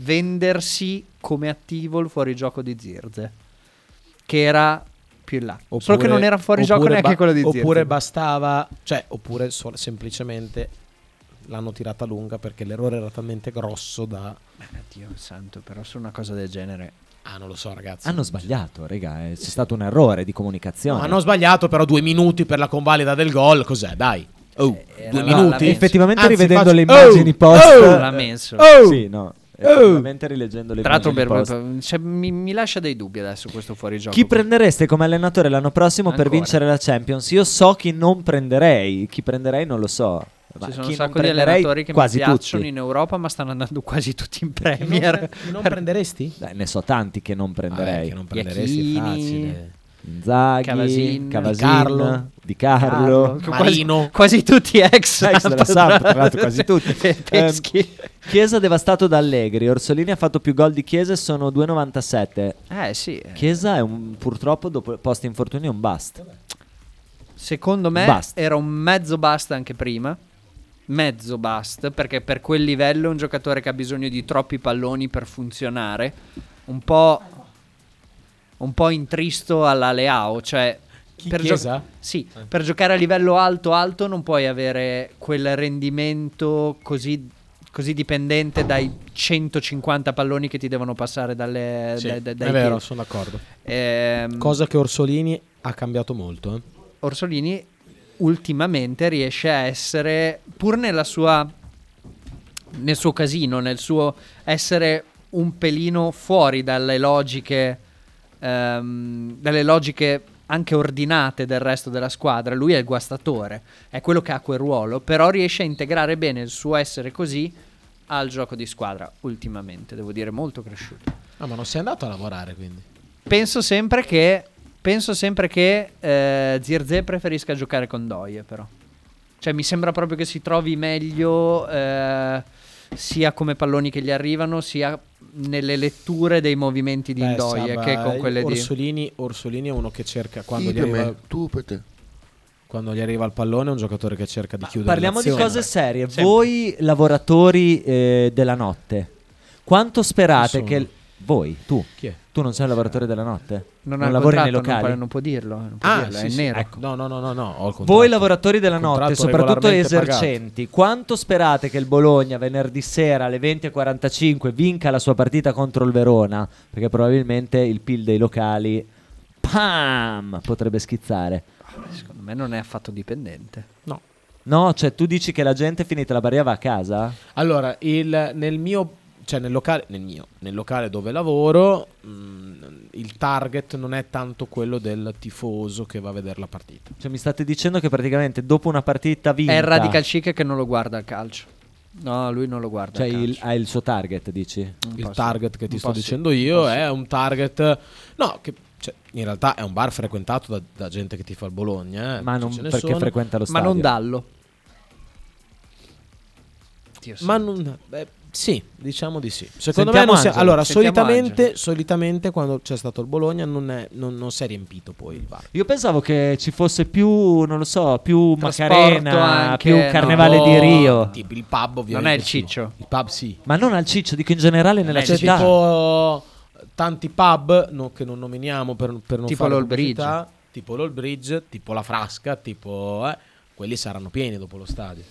vendersi come attivo il fuorigioco di Zirze, che era più in là. Oh, Solo che non era fuorigioco oppure neanche ba- quello di Zirze. Eh, Oppure bastava, cioè, oppure sol- semplicemente l'hanno tirata lunga perché l'errore era talmente grosso da... Eh, Dio santo, però su una cosa del genere. Ah, non lo so ragazzi. Hanno sbagliato, raga, eh, c'è stato un errore di comunicazione. No, eh. hanno sbagliato però due minuti per la convalida del gol, cos'è? Dai. Oh, Eh, era due la- minuti. la- Effettivamente Anzi, rivedendo faccio- le immagini Oh! post La menso. Sì, no. Effettivamente rileggendo le Tra l'altro, immagini per- post. cioè, mi, mi lascia dei dubbi adesso questo fuorigioco. Chi prendereste come allenatore l'anno prossimo per Ancora. vincere la Champions? Io so chi non prenderei, chi prenderei non lo so. Ma Ci sono chi un non sacco di prenderei, allenatori che mi quasi piacciono tutti. in Europa, ma stanno andando quasi tutti in Chi non pre- Premier. chi non prenderesti? Dai, ne so tanti che non Vabbè, prenderei. Ah, che non prenderesti è Iachini, facile. Inzaghi, Cavasin, Cavasin, Di Carlo. Di Carlo. Quasi, Marino. quasi tutti ex, Ex della Samp, tra l'altro, quasi tutti. Ehm, E Peschi. Chiesa devastato da Allegri, Orsolini ha fatto più gol di Chiesa e sono 2,97. Eh sì, eh. Chiesa è un, purtroppo dopo post infortunio è un bust. secondo me Basta. era un mezzo basta anche prima. mezzo bust, perché per quel livello è un giocatore che ha bisogno di troppi palloni per funzionare, un po', un po intristo alla Leao, cioè... Chi- per, Chiesa? Eh. sì, per giocare a livello alto alto non puoi avere quel rendimento così, così dipendente dai 150 palloni che ti devono passare dalle, Sì, eh, dai, dai- è dai vero, piedi. sono d'accordo. Ehm, Cosa che Orsolini ha cambiato molto. eh. Orsolini ultimamente riesce a essere, pur nella sua, nel suo casino, nel suo essere un pelino fuori dalle logiche, ehm, dalle logiche anche ordinate del resto della squadra, lui è il guastatore, è quello che ha quel ruolo, però riesce a integrare bene il suo essere così al gioco di squadra ultimamente, devo dire molto cresciuto Ah, ma non sei andato a lavorare quindi. penso sempre che penso sempre che eh, Zirze preferisca giocare con Doie però cioè mi sembra proprio che si trovi meglio eh, sia come palloni che gli arrivano sia nelle letture dei movimenti di Beh, Ndoye Saba, che con quelle di Eh, Orsolini, Orsolini è uno che cerca quando Chi gli, per me? arriva, Tu per te. quando gli arriva il pallone è un giocatore che cerca di Ma chiudere Parliamo di l'azione. cose serie. Voi lavoratori eh, della notte, quanto sperate Chi sono? che... Voi, tu, Chi è? tu non sei un lavoratore della notte? non, ha il lavori nei contratto, non locali? può- non può dirlo, eh, non può Ah, dirlo, sì, è sì, nero ecco. No, no, no, no, no, ho il contratto. Voi lavoratori della notte, Contratto soprattutto regolarmente esercenti, quanto sperate che il Bologna venerdì sera alle 20.45 vinca la sua partita contro il Verona? Perché probabilmente il PIL dei locali pam, potrebbe schizzare. secondo me non è affatto dipendente No. No, cioè tu dici che la gente finita la barriera va a casa? Allora, il- nel mio, cioè nel locale, nel mio, nel locale dove lavoro, mh, il target non è tanto quello del tifoso che va a vedere la partita. Cioè mi state dicendo che praticamente dopo una partita vinta è il radical chic che non lo guarda al calcio no lui non lo guarda cioè al il, calcio. ha il suo target, dici? Un po' il sì. target che Un ti sto po' sì. dicendo io è un target, no, che cioè, in realtà è un bar frequentato da, da gente che ti fa il Bologna, eh, Ma non ce ne perché sono. frequenta lo ma stadio. non dallo Dio santo. Ma non. beh, sì, diciamo di sì. Secondo me, Sentiamo non si- Angelo, allora, sentiamo solitamente, Angelo. solitamente quando c'è stato il Bologna non, è- non- non si è riempito poi il bar. Io pensavo che ci fosse più, non lo so, più Trasporto Macarena, anche, più no? Carnevale di Rio. Tipo il pub, ovviamente. Non è il sì. ciccio. Il pub, sì. Ma non al ciccio, dico in generale nella C'è città. Eh, tipo tanti pub no, che non nominiamo per, per non Tipo fare l'Old pubblicità, Tipo l'Old Bridge, tipo la Frasca, tipo. eh, quelli saranno pieni dopo lo stadio.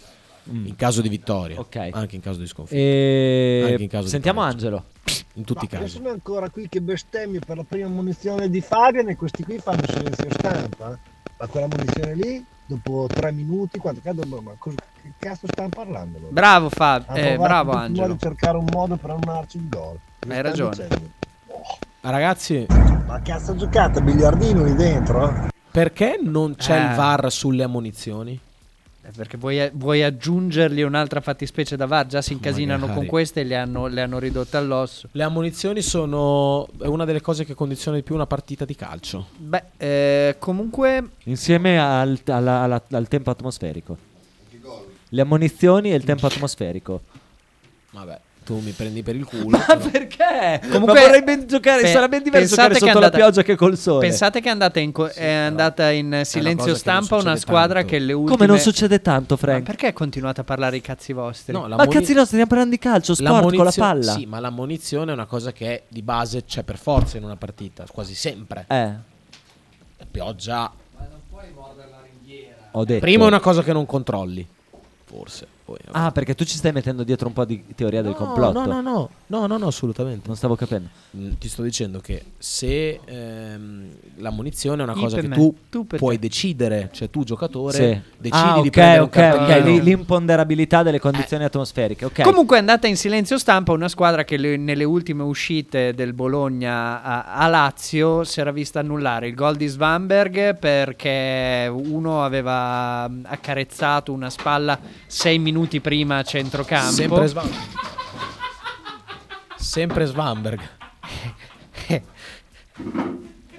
In caso di vittoria, Ok. anche in caso di sconfitta, E- Anche in caso di Eh, Sentiamo pareggio. Angelo. in tutti i Ma io casi. sono ancora qui che bestemmio per la prima munizione di Fabian e questi qui fanno silenzio stampa. eh. Ma quella munizione lì, dopo tre minuti, quanto cazzo, ma ma cos- che cazzo stanno parlando? loro? Bravo Fab, Hanno eh, provato bravo in tutti i modi Angelo. a cercare un modo per annullarci il gol. Cosa Hai stanno ragione. dicendo? Ragazzi, Ma cazzo giocata, biliardino lì dentro? eh?" perché non c'è Eh. il VAR sulle ammonizioni? Eh, Perché vuoi, vuoi aggiungergli un'altra fattispecie da VAR? Già si incasinano magari. con queste e le hanno, le hanno ridotte all'osso. Le ammonizioni sono è una delle cose che condiziona di più una partita di calcio. Beh, eh, comunque, Insieme al, alla- alla- al tempo atmosferico. Le ammonizioni e il tempo atmosferico. Vabbè, tu mi prendi per il culo. Ma perché? Comunque- Ma vorrei ben giocare, pe- sarà ben diverso pensate giocare che è sotto la andata- pioggia eh, che col sole. pensate che è andata in, co- è andata in eh, silenzio cosa che non stampa una succede squadra tanto. che le ultime... Come non succede tanto, Ma Frank? perché continuate a parlare i cazzi vostri? No, la Ma moni- cazzi no, stiamo parlando di calcio, sport con la l'ammonizio- palla. Sì, ma l'ammonizione è una cosa che di base c'è per forza in una partita, quasi sempre. Eh, La Pioggia. ho detto. Prima è una cosa che non controlli. Forse. poi- Ah, perché tu ci stai mettendo dietro un po' di teoria del No, complotto. No, no, no, no, no, no, assolutamente. Non stavo capendo. Mm, Ti sto dicendo che se ehm, la munizione è una I cosa per che me, tu, tu per puoi te. decidere, cioè tu giocatore Sì. decidi ah, ok, di ok, prendere un ok. cartellino. Eh. lì- L'imponderabilità delle condizioni atmosferiche. Ok. Comunque è andata in silenzio stampa una squadra che le- nelle ultime uscite del Bologna a, a Lazio si era vista annullare il gol di Svanberg perché uno aveva mh, accarezzato una spalla sei minuti prima a centrocampo. Sempre Svanberg. Sempre Svanberg.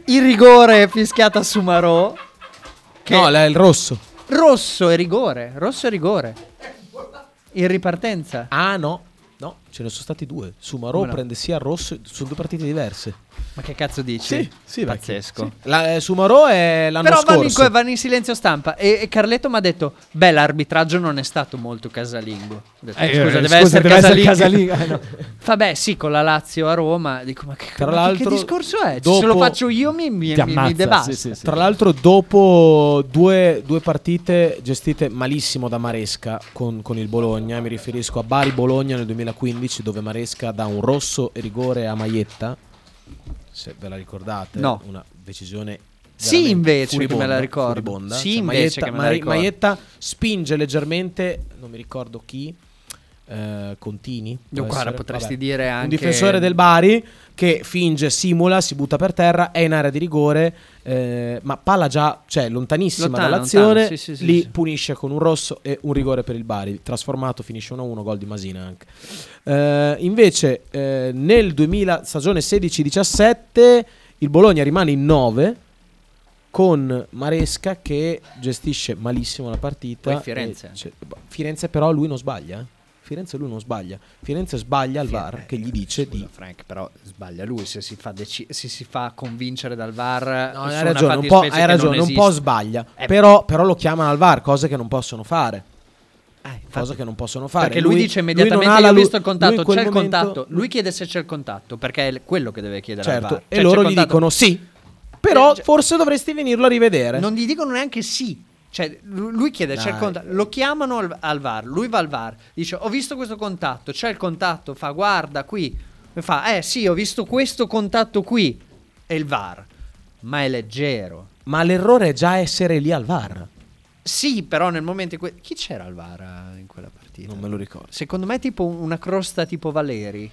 il rigore fischiata su Marò. Che No, là è il rosso. rosso e rigore, rosso e rigore. In ripartenza. Ah, no. No, Ce ne sono stati due. Sumarò Come no? prende sia rosso. Sono due partite diverse. Ma che cazzo dici? vecchio. pazzesco. Sì. La- eh, Sumarò è l'anno Però vanno in, scorso. vanno in silenzio stampa e, e Carletto mi ha detto, beh l'arbitraggio non è stato molto casalingo. Ho detto, Eh, scusa, eh, deve scusa, essere deve essere casalingo. casalingo. Eh, no. Vabbè sì, con la Lazio a Roma, dico ma che, Tra ma che- l'altro, che discorso è? dopo- Se lo faccio io mi, mi, Ti mi- mi ammazza, devasta. sì, sì, sì. Tra l'altro, dopo due, due partite gestite malissimo da Maresca con, con il Bologna, mi riferisco a Bari-Bologna nel 2015, dove Maresca dà un rosso rigore a Maietta. Se ve la ricordate, No. una decisione. Sì, veramente invece che me furibonda, la ricordo. furibonda. Sì, Cioè, invece Maietta, che me la Mari- ricordo. Maietta spinge leggermente, non mi ricordo chi. eh, Contini, può Io guarda, essere? potresti Vabbè. dire anche... Un difensore del Bari che finge, simula, si butta per terra, è in area di rigore, eh, ma palla già, cioè lontanissima Lontano, dall'azione, lontano, sì, sì, sì, li sì. punisce con un rosso e un rigore per il Bari. Trasformato finisce 1-1, gol di Masina anche. Eh, invece eh, nel 2000, stagione 16-17, il Bologna rimane in 9 con Maresca che gestisce malissimo la partita. Poi Firenze. E c'è- boh, Firenze però lui non sbaglia. eh. Firenze lui non sbaglia. Firenze sbaglia al VAR che gli dice Scusa, di... Frank, però sbaglia lui se si fa, deci- se si fa convincere dal VAR. No, su hai una ragione, un po', fattispecie hai che ragione, un po' esiste. sbaglia. Eh, Però, però lo chiamano al VAR, cose che non possono fare. Eh, infatti. Cosa che non possono fare. Perché lui, dice non ha immediatamente: la Io ho lu- visto il lui in contatto, quel c'è il momento- contatto. Lui chiede se c'è il contatto, perché è l- quello che deve chiedere al Certo, VAR. e Cioè, loro c'è gli il contatto. dicono sì, però Eh, cioè- forse dovresti venirlo a rivedere. Non gli dicono neanche sì. Cioè, lu- lui chiede, c'è il Dai. contatto. Lo chiamano al, al VAR. Lui va al VAR. Dice: Ho visto questo contatto. C'è il contatto. Fa, guarda qui. E fa, eh sì, ho visto questo contatto qui. E il VAR. Ma è leggero. Ma l'errore è già essere lì al VAR. Sì, però nel momento in cui. Chi c'era al VAR eh, in quella partita? Non me lo ricordo. Secondo me, tipo un- una crosta tipo Valeri.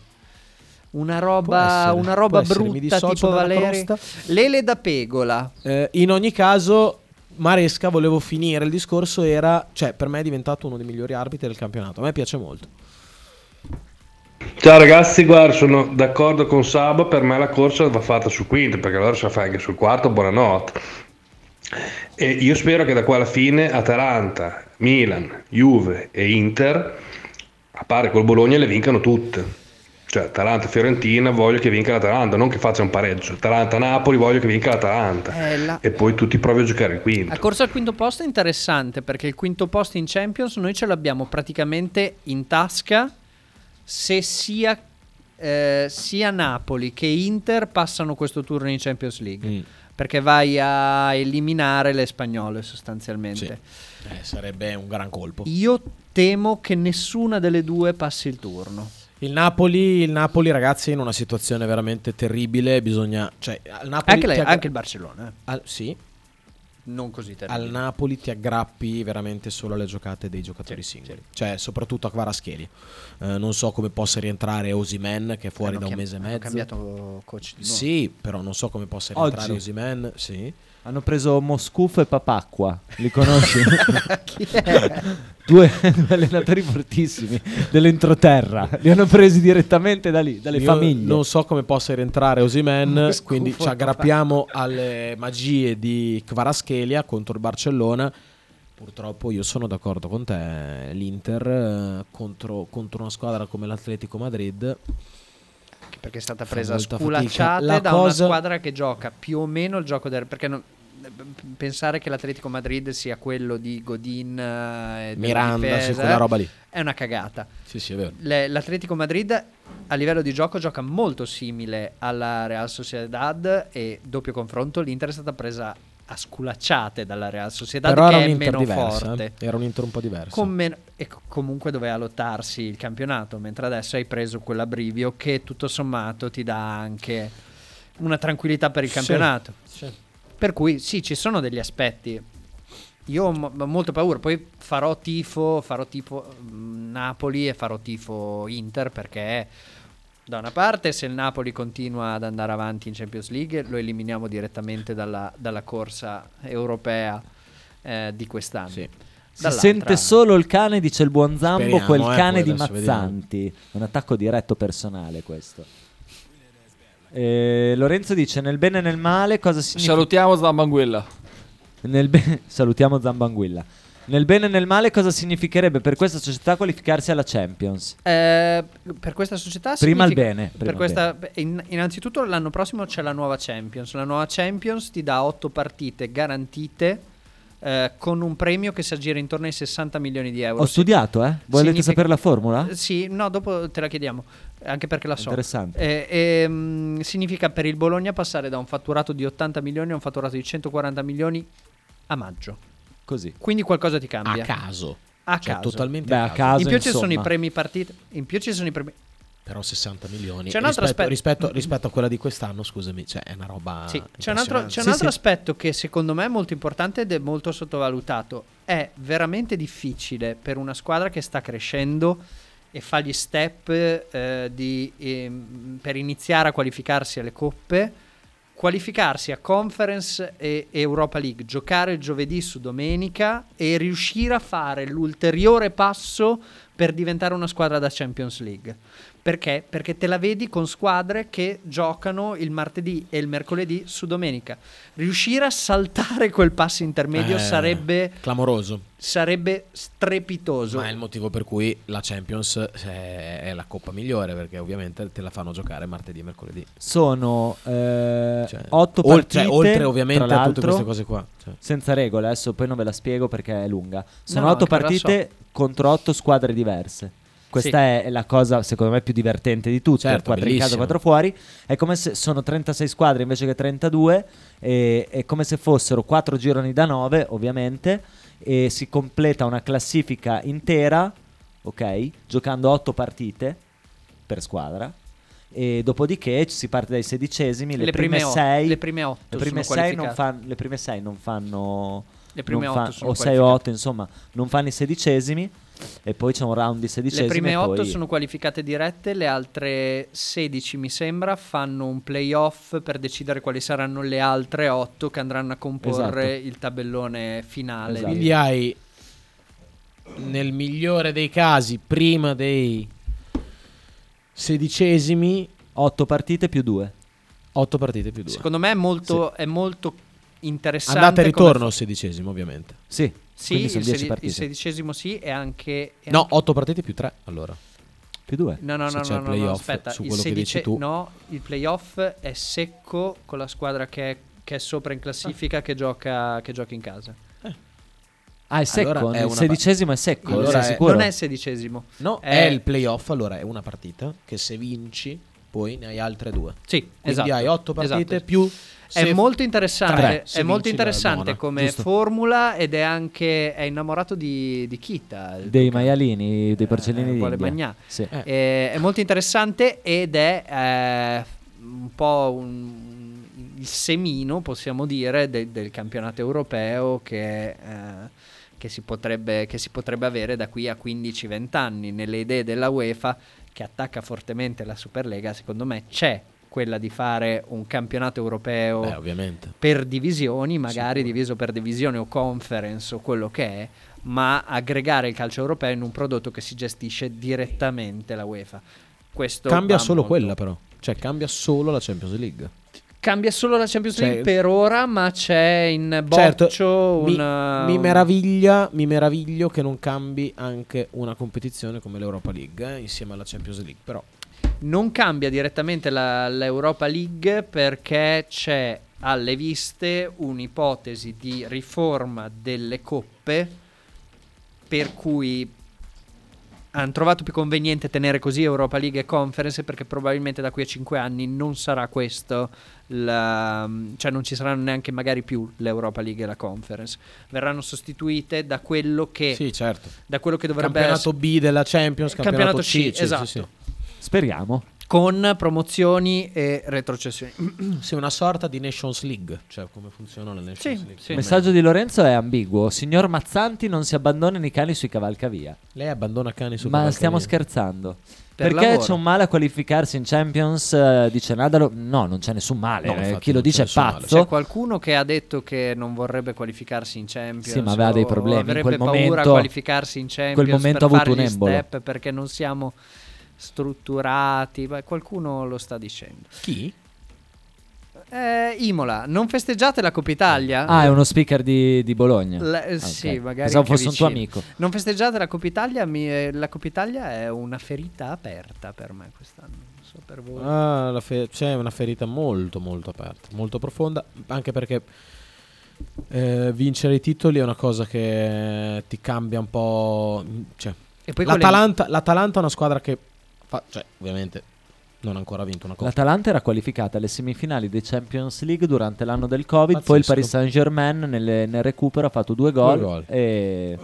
Una Può roba, essere, una roba può essere, mi brutta dissocio tipo dalla Valeri. crosta. Lele da Pegola. Eh, in ogni caso, Maresca, volevo finire il discorso, era, cioè per me è diventato uno dei migliori arbitri del campionato. A me piace molto. Ciao ragazzi, guarda, sono d'accordo con Sabo, per me la corsa va fatta sul quinto, perché allora se la fai anche sul quarto, buonanotte. E io spero che da qua alla fine Atalanta, Milan, Juve e Inter, a pari col Bologna, le vincano tutte. Cioè Atalanta, Fiorentina, voglio che vinca l'Atalanta, non che faccia un pareggio. Atalanta, Napoli, voglio che vinca l'Atalanta. Eh, la- E poi tutti provi a giocare il La quinto. corsa al quinto posto è interessante perché il quinto posto in Champions noi ce l'abbiamo praticamente in tasca se sia, eh, sia Napoli che Inter passano questo turno in Champions League. Mm. Perché vai a eliminare le spagnole sostanzialmente. Eh, sarebbe un gran colpo. Io temo che nessuna delle due passi il turno. Il Napoli, il Napoli, ragazzi, è in una situazione veramente terribile. Bisogna. Cioè, al Napoli Anche, lei- ti aggra- anche il Barcellona, eh. al- sì, non così terribile. al Napoli ti aggrappi veramente solo alle giocate dei giocatori singoli. Cioè, soprattutto a Kvaratskhelia. Eh, non so come possa rientrare Osimen, che è fuori Eh, Hanno da un chiam- mese e hanno mezzo. cambiato coach di nuovo. Sì, però non so come possa rientrare Oggi. Osimen. Sì. Hanno preso Moscufo e Papacqua, li conosci? due, due allenatori fortissimi dell'entroterra, li hanno presi direttamente da lì, dalle Io famiglie. Non so come possa rientrare Osimen, Scufo, quindi ci papà. aggrappiamo alle magie di Kvaraschelia contro il Barcellona. Purtroppo io sono d'accordo con te, l'Inter eh, contro, contro una squadra come l'Atletico Madrid. perché è stata Fa presa molta sculacciata fatica. La da una cosa- squadra che gioca più o meno il gioco del perché non- pensare che l'Atletico Madrid sia quello di Godin eh, e della Miranda, sì, difesa, quella roba lì. è una cagata. Sì, sì, è vero. Le- L'Atletico Madrid a livello di gioco gioca molto simile alla Real Sociedad e doppio confronto l'Inter è stata presa a sculacciate dalla Real Sociedad Però era che è un Inter meno diverso. forte. eh. Era un Inter un po' diverso. Con men- e co- comunque doveva lottarsi il campionato, mentre adesso hai preso quell'abbrivio che tutto sommato ti dà anche una tranquillità per il Sì, campionato. sì. Per cui sì, ci sono degli aspetti. Io ho mo- ho molto paura, poi farò tifo, farò tifo mm, Napoli e farò tifo Inter perché da una parte se il Napoli continua ad andare avanti in Champions League lo eliminiamo direttamente dalla, dalla corsa europea eh, di quest'anno. Sì. Si Dall'altra- sente solo il cane, dice il buon Zambo, Speriamo, quel eh, cane poi di adesso Mazzanti. Un attacco diretto personale questo. Eh, Lorenzo dice nel bene e nel male cosa significa? Salutiamo Zambanguilla. Nel be- Salutiamo Zambanguilla. Nel bene e nel male cosa significherebbe per questa società qualificarsi alla Champions? Eh, per questa società Prima il significa- bene, prima per il questa- in- innanzitutto l'anno prossimo c'è la nuova Champions. La nuova Champions ti dà 8 partite garantite eh, con un premio che si aggira intorno ai 60 milioni di euro. Ho studiato, eh? Volete Significa- sapere la formula? Eh, Sì, no, dopo te la chiediamo, anche perché la so. Interessante. Eh, ehm, significa per il Bologna passare da un fatturato di 80 milioni a un fatturato di 140 milioni a maggio. Così. Quindi qualcosa ti a cambia. caso. A Cioè, caso. totalmente Beh, a caso, In più ci sono i insomma. premi partite. In più ci sono i premi. Però 60 milioni. C'è un altro aspetto- rispetto, rispetto, rispetto a quella di quest'anno, scusami, cioè è una roba. Sì, c'è un altro, c'è un impressionante. altro aspetto che secondo me è molto importante ed è molto sottovalutato. È veramente difficile per una squadra che sta crescendo e fa gli step eh, di, ehm, per iniziare a qualificarsi alle coppe, qualificarsi a Conference e Europa League, giocare giovedì su domenica e riuscire a fare l'ulteriore passo per diventare una squadra da Champions League. Perché? Perché te la vedi con squadre che giocano il martedì e il mercoledì su domenica. Riuscire a saltare quel passo intermedio Eh, sarebbe, Clamoroso. sarebbe strepitoso. Ma è il motivo per cui la Champions è è la coppa migliore, perché ovviamente te la fanno giocare martedì e mercoledì. Sono eh, Cioè, otto ol- partite cioè, oltre tra ovviamente a tutte l'altro, Esatto. queste cose qua. Cioè, Senza regole, adesso poi non ve la spiego perché è lunga. Sono no, otto anche la partite contro otto squadre diverse. Questa Sì. è la cosa secondo me più divertente di tutte, Certo, 4 in casa, bellissimo. 4 fuori. È come se sono 36 squadre invece che 32 e è come se fossero 4 gironi da 9, ovviamente, e si completa una classifica intera, ok, giocando 8 partite per squadra e dopodiché ci si parte dai sedicesimi, le, Le prime o- 6 le prime otto le prime sono 6 non qualificate. fanno le prime 6 non fanno Le prime non fa- otto sono o 6 o qualificate. 8, insomma, non fanno i sedicesimi e poi c'è un round di Le sedicesimi prime e poi... 8 sono qualificate dirette, le altre 16 mi sembra fanno un playoff per decidere quali saranno le altre 8 che andranno a comporre il tabellone finale. Esatto. Quindi hai nel migliore dei casi, prima dei sedicesimi, 8 partite più 2. 8 partite più 2. Secondo me è molto, è molto interessante. Andata e come- ritorno al sedicesimo, ovviamente. Sì, Sì, quindi il, sono 10 sedi- il partite. sedicesimo sì e anche... Eh. e No, anche- 8 partite più 3, allora. Più 2. No, no, se no, c'è no, il no, no, playoff, aspetta. su il quello che dici sedice- tu. No, il playoff è secco con la squadra che è, che è sopra in classifica che, gioca, che gioca in casa. Ah, è secco, Allora è il una- sedicesimo è secco, Allora sei è- sicuro? Non è il sedicesimo. No, è- è... eh. il playoff, allora è una partita che se vinci poi ne hai altre due. Sì, Quindi esatto. hai 8 partite Esatto. più... È se- molto interessante, tre, se è molto vinci la interessante nona, come giusto? formula ed è anche è innamorato di, di Kita. il Dei Duca. maialini, dei porcellini Eh, di vuole bagnà. Sì. Eh. Eh, è molto interessante ed è eh, un po' un- il semino, possiamo dire, de- del campionato europeo che, eh, che si potrebbe, che si potrebbe avere da qui a 15-20 anni. Nelle idee della UEFA, che attacca fortemente la Superlega, secondo me c'è quella di fare un campionato europeo Beh, Eh, ovviamente. per divisioni, magari diviso per divisione o conference o quello che è, ma aggregare il calcio europeo in un prodotto che si gestisce direttamente la UEFA. Questo Cambia va solo molto- quella però. Cioè cambia solo la Champions League. Cambia solo la Champions Cioè- League per ora, ma c'è in boccio certo, mi, una- mi un- um, meraviglia, mi meraviglio che non cambi anche una competizione come l'Europa League eh, insieme alla Champions League, però Non cambia direttamente la- l'Europa League perché c'è alle viste un'ipotesi di riforma delle coppe per cui hanno trovato più conveniente tenere così Europa League e Conference perché probabilmente da qui a 5 anni non sarà questo, la- cioè non ci saranno neanche magari più l'Europa League e la Conference, verranno sostituite da quello che, sì, certo. da quello che dovrebbe Campionato essere B della Champions, campionato, Campionato C, C, sì, sì, esatto. sì. Speriamo. con promozioni e retrocessioni. Mm. Sì, una sorta di Nations League, cioè come funziona la Nations Sì, League. sì. Il messaggio di Lorenzo è ambiguo. Signor Mazzanti, non si abbandonano i cani sui cavalcavia. Lei abbandona cani su Ma cavalcavia. stiamo scherzando. Per Perché lavoro. c'è un male a qualificarsi in Champions? eh, dice Nadalo. No, non c'è nessun male. No, eh, infatti, Chi lo non dice c'è è nessun male. pazzo. C'è qualcuno che ha detto che non vorrebbe qualificarsi in Champions. Sì, ma aveva dei o- problemi. o In Avrebbe quel paura a momento- qualificarsi in Champions. quel momento per ha avuto fare un gli embolo. step perché non siamo strutturati. Ma qualcuno lo sta dicendo. Chi? Eh, Imola, non festeggiate la Coppa Italia? Ah, è uno speaker di, di Bologna. La- eh, Ah, ok. Sì, magari. Pensavo anche fosse un tuo vicino. amico. Non festeggiate la Coppa Italia? mi- eh, la Coppa Italia è una ferita aperta per me quest'anno. Non so per voi. Ah, la fe- c'è una ferita molto molto aperta, molto profonda, anche perché eh, vincere i titoli è una cosa che ti cambia un po'... Cioè, E poi quelle- L'Atalanta, l'Atalanta è una squadra che fa- cioè, ovviamente non ha ancora vinto una cosa. L'Atalanta era qualificata alle semifinali dei Champions League durante l'anno del Covid, poi il Pazzesco. Paris Saint-Germain nel, nel recupero ha fatto due Due gol, gol. e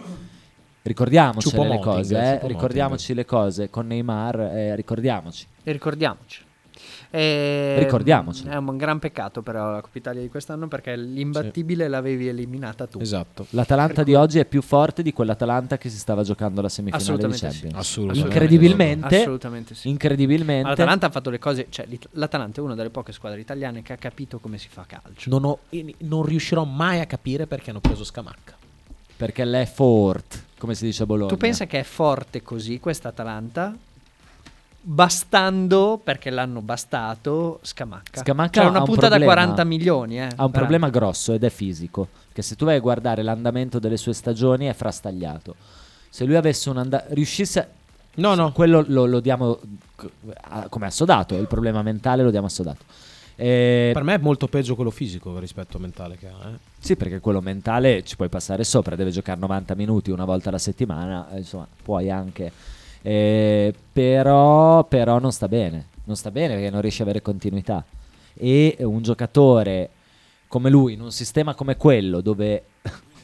ricordiamoci le Choupo-Moting, cose, eh, Choupo-Moting. ricordiamoci le cose con Neymar, eh, ricordiamoci. E ricordiamoci. E- Ricordiamocelo. Eh, È un gran peccato però la Coppa Italia di quest'anno perché l'imbattibile l'avevi eliminata tu. Esatto, L'Atalanta di oggi è più forte di quell'Atalanta che si stava giocando alla semifinale di Assolutamente sì. Champions. assolutamente. Incredibilmente, Assolutamente sì. incredibilmente L'Atalanta ha fatto le cose, cioè l'It- l'Atalanta è una delle poche squadre italiane che ha capito come si fa calcio. Non, ho- non riuscirò mai a capire perché hanno preso Scamacca. perché l'è fort, come si dice a Bologna. Tu pensa che è forte così questa Atalanta? Bastando, perché l'hanno bastato, Scamacca. Scamacca cioè ha una un punta da problema. 40 milioni. Eh, ha un veramente. problema grosso ed è fisico, che se tu vai a guardare l'andamento delle sue stagioni è frastagliato. Se lui avesse un anda- riuscisse No, no. quello lo, lo diamo c- a- come assodato, il problema mentale lo diamo assodato. Eh, Per me è molto peggio quello fisico rispetto al mentale che ha. eh. sì, perché quello mentale ci puoi passare sopra, deve giocare 90 minuti una volta alla settimana, eh, insomma, puoi anche Eh, però, però non sta bene, non sta bene perché non riesce ad avere continuità. E un giocatore come lui, in un sistema come quello, dove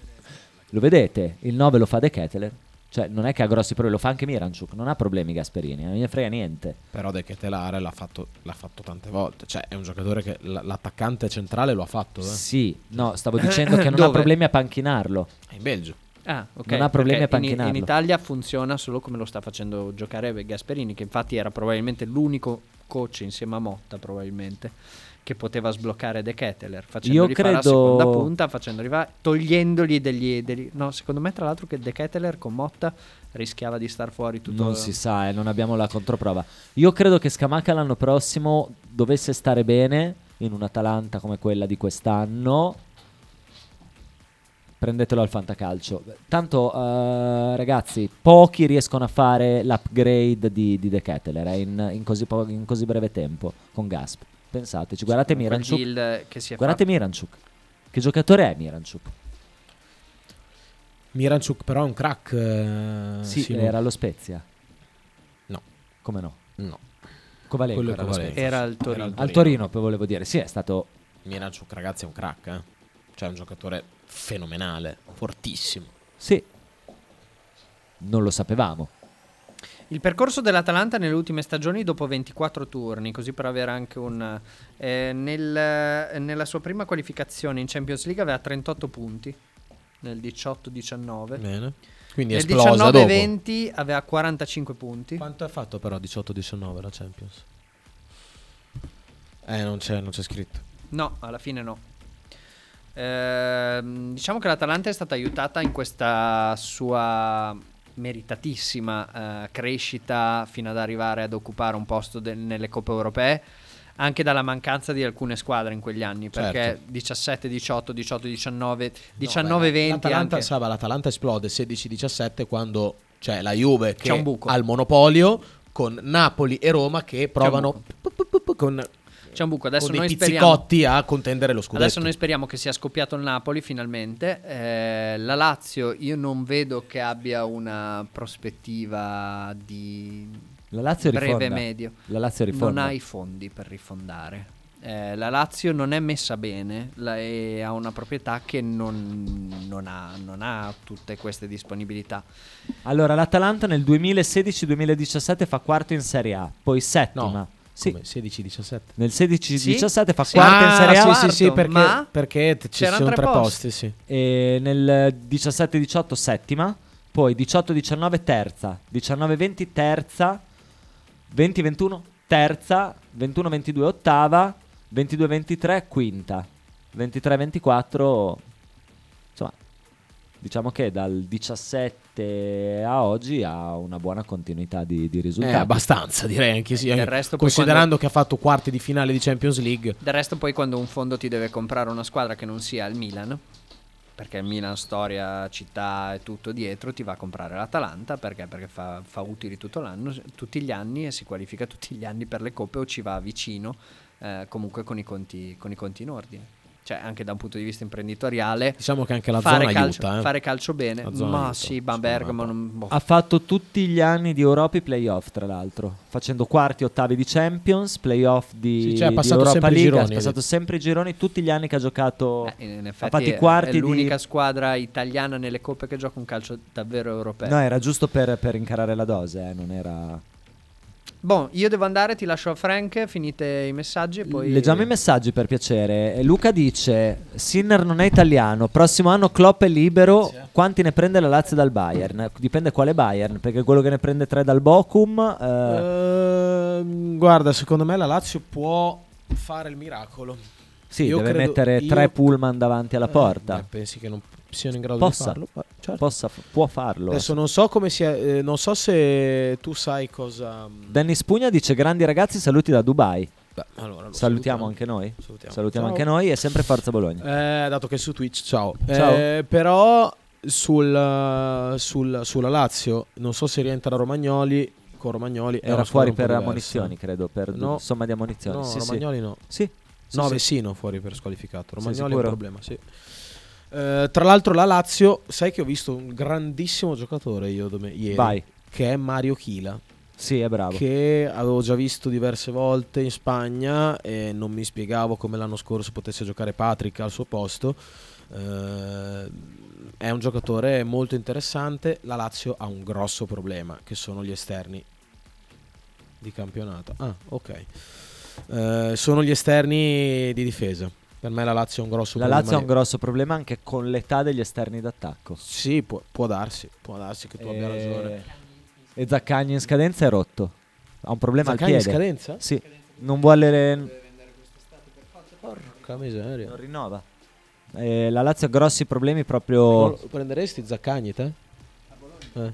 lo vedete, il 9 lo fa De Keteler, cioè non è che ha grossi problemi, lo fa anche Miranchuk, non ha problemi Gasperini, eh, non gliene frega niente. Però De Ketelare l'ha fatto, l'ha fatto tante volte. Cioè, è un giocatore che l- l'attaccante centrale lo ha fatto. eh. Sì, no, stavo dicendo che non ha Dove? problemi a panchinarlo. È in Belgio. Ah, ok, Non ha problemi perché a in- In, panchinarlo. Italia funziona solo come lo sta facendo giocare Gasperini, che infatti era probabilmente l'unico coach insieme a Motta, probabilmente, che poteva sbloccare De Ketteler, facendogli Io fare la credo- seconda punta, facendogli va- togliendogli degli, degli- No, secondo me tra l'altro che De Ketteler con Motta rischiava di star fuori tutto... Non si sa, eh, non abbiamo la controprova. Io credo che Scamacca l'anno prossimo dovesse stare bene in un'Atalanta come quella di quest'anno. Prendetelo al fantacalcio. Tanto, eh, ragazzi, pochi riescono a fare l'upgrade di, di De Ketteler eh, in, in così po- in così breve tempo con Gasp. Pensateci, guardate Comunque il Miranchuk. deal che si è Guardate fatto- Miranchuk. Che giocatore è Miranchuk? Miranchuk però è un crack. eh, Sì, Simo. era allo Spezia. No. Come no? No. Covalenco Quello era è allo Covalenco. Spezia. Era il Torino. Era il Al Torino, poi volevo dire. Sì, è stato Miranchuk, ragazzi, è un crack. eh. Cioè, è un giocatore fenomenale, fortissimo. Sì. Non lo sapevamo. Il percorso dell'Atalanta nelle ultime stagioni dopo 24 turni, così per avere anche un... eh, nel- eh, nella sua prima qualificazione in Champions League aveva 38 punti, nel 18-19. Bene. Quindi è Nel esplosa dopo. 19-20 aveva 45 punti. Quanto ha fatto però 18-19 la Champions? Eh, non c'è, non c'è scritto. No, alla fine no. Ehm, diciamo che l'Atalanta è stata aiutata in questa sua meritatissima eh, crescita fino ad arrivare ad occupare un posto de- nelle coppe europee anche dalla mancanza di alcune squadre in quegli anni perché Certo. 17 18 18 19 No, beh, 19 20 l'Atalanta, anche sa, ma l'Atalanta esplode 16-17 quando c'è la Juve che C'è un buco. ha il monopolio con Napoli e Roma che provano pu- pu- pu- pu- con, c'è un buco adesso con dei noi speriamo pizzicotti a contendere lo scudetto. Adesso noi speriamo che sia scoppiato il Napoli finalmente. Eh, la Lazio io non vedo che abbia una prospettiva di La Lazio rifonda. breve medio. La Lazio rifonda. Non ha i fondi per rifondare. Eh, la Lazio non è messa bene la- e ha una proprietà che non, non ha, non ha tutte queste disponibilità. Allora, l'Atalanta nel 2016-2017 fa quarto in Serie A, poi settima. No, Sì. come 16-17. nel 16-17 fa Sì. quarta in Ah, Serie A sì, sì, sì, sì, quarto, perché, ma perché t- ci c'erano sono tre tre posti. posti, sì. e nel 17-18 settima, poi 18-19 terza, 19-20 terza, 20-21 terza, 21-22 ottava, 22-23 quinta, 23-24 insomma diciamo che dal 17 a oggi ha una buona continuità di, di Eh, risultati. abbastanza direi Eh, anche sì. Del anche- resto poi considerando quando- che ha fatto quarti di finale di Champions League. Del resto, poi, quando un fondo ti deve comprare una squadra che non sia il Milan, perché il Milan, storia, città e tutto dietro, ti va a comprare l'Atalanta perché, perché fa, fa utili tutto l'anno, tutti gli anni e si qualifica tutti gli anni per le coppe o ci va vicino, eh, comunque con i, conti, con i conti in ordine. Cioè, anche da un punto di vista imprenditoriale, Diciamo che anche la fare, zona calcio, aiuta. eh. fare calcio bene. La zona Ma aiuta, sì, secondo Bamberg, me, ma però. non. boh. Ha fatto tutti gli anni di Europa i playoff, tra l'altro, facendo quarti, ottavi di Champions, playoff di, Sì, cioè, ha di passato Europa sempre i League, gironi, ha passato sempre i gironi tutti gli anni che ha giocato. Eh, in ha effetti fatto è- i quarti è di- l'unica squadra italiana nelle coppe che gioca un calcio davvero europeo. No, era giusto per, per incarare la dose, eh, non era... Bon, Boh, io devo andare, ti lascio a Frank, finite i messaggi e poi... Leggiamo i messaggi per piacere. Eh, Luca dice: Sinner non è italiano. Prossimo anno Klopp è libero. eh. Quanti ne prende la Lazio dal Bayern? Dipende quale Bayern, perché quello che ne prende tre dal Bochum. eh, Ehm, guarda, secondo me la Lazio può fare il miracolo. sì, io deve credo- mettere io- tre pullman davanti alla Eh, porta. eh, pensi che non siano in grado Possa. di farlo? Ma- certo. Possa- può farlo. Adesso non so come sia. eh, non so se tu sai cosa. mm, Dennis Pugna dice: Grandi ragazzi, saluti da Dubai. Beh, allora, lo Salutiamo anche noi. Salutiamo, Salutiamo Ciao. anche noi e sempre Forza Bologna. Eh, dato che è su Twitch, ciao. Ciao. Eh, però sul, sul- sulla Lazio, non so se rientra Romagnoli. Con Romagnoli è Era una fuori squadra un po' per Eh, diversa. ammonizioni, credo. Per No. somma di ammonizioni. No, sì, sì. Romagnoli no. Sì, sì, no, sì. Vessino fuori per squalificato. Romagnoli è un sicuro? problema, sì. Eh, tra l'altro la Lazio, sai che ho visto un grandissimo giocatore io dome- ieri, Vai. che è Mario Chila, Sì, è bravo. che avevo già visto diverse volte in Spagna e non mi spiegavo come l'anno scorso potesse giocare Patrick al suo posto. Eh, è un giocatore molto interessante, la Lazio ha un grosso problema, che sono gli esterni di campionato. Ah, ok. Eh, sono gli esterni di difesa. Per me la Lazio ha un grosso La problema. Lazio ha un lì. grosso problema anche con l'età degli esterni d'attacco. Sì, può, può darsi, può darsi che tu abbia E- ragione. E Zaccagni in scadenza è rotto. Ha un problema Zaccagni in al piede. scadenza? Sì, non vuole le- Porca miseria. non rinnova. Eh, la Lazio ha grossi problemi proprio Lo prenderesti Zaccagni te? Eh.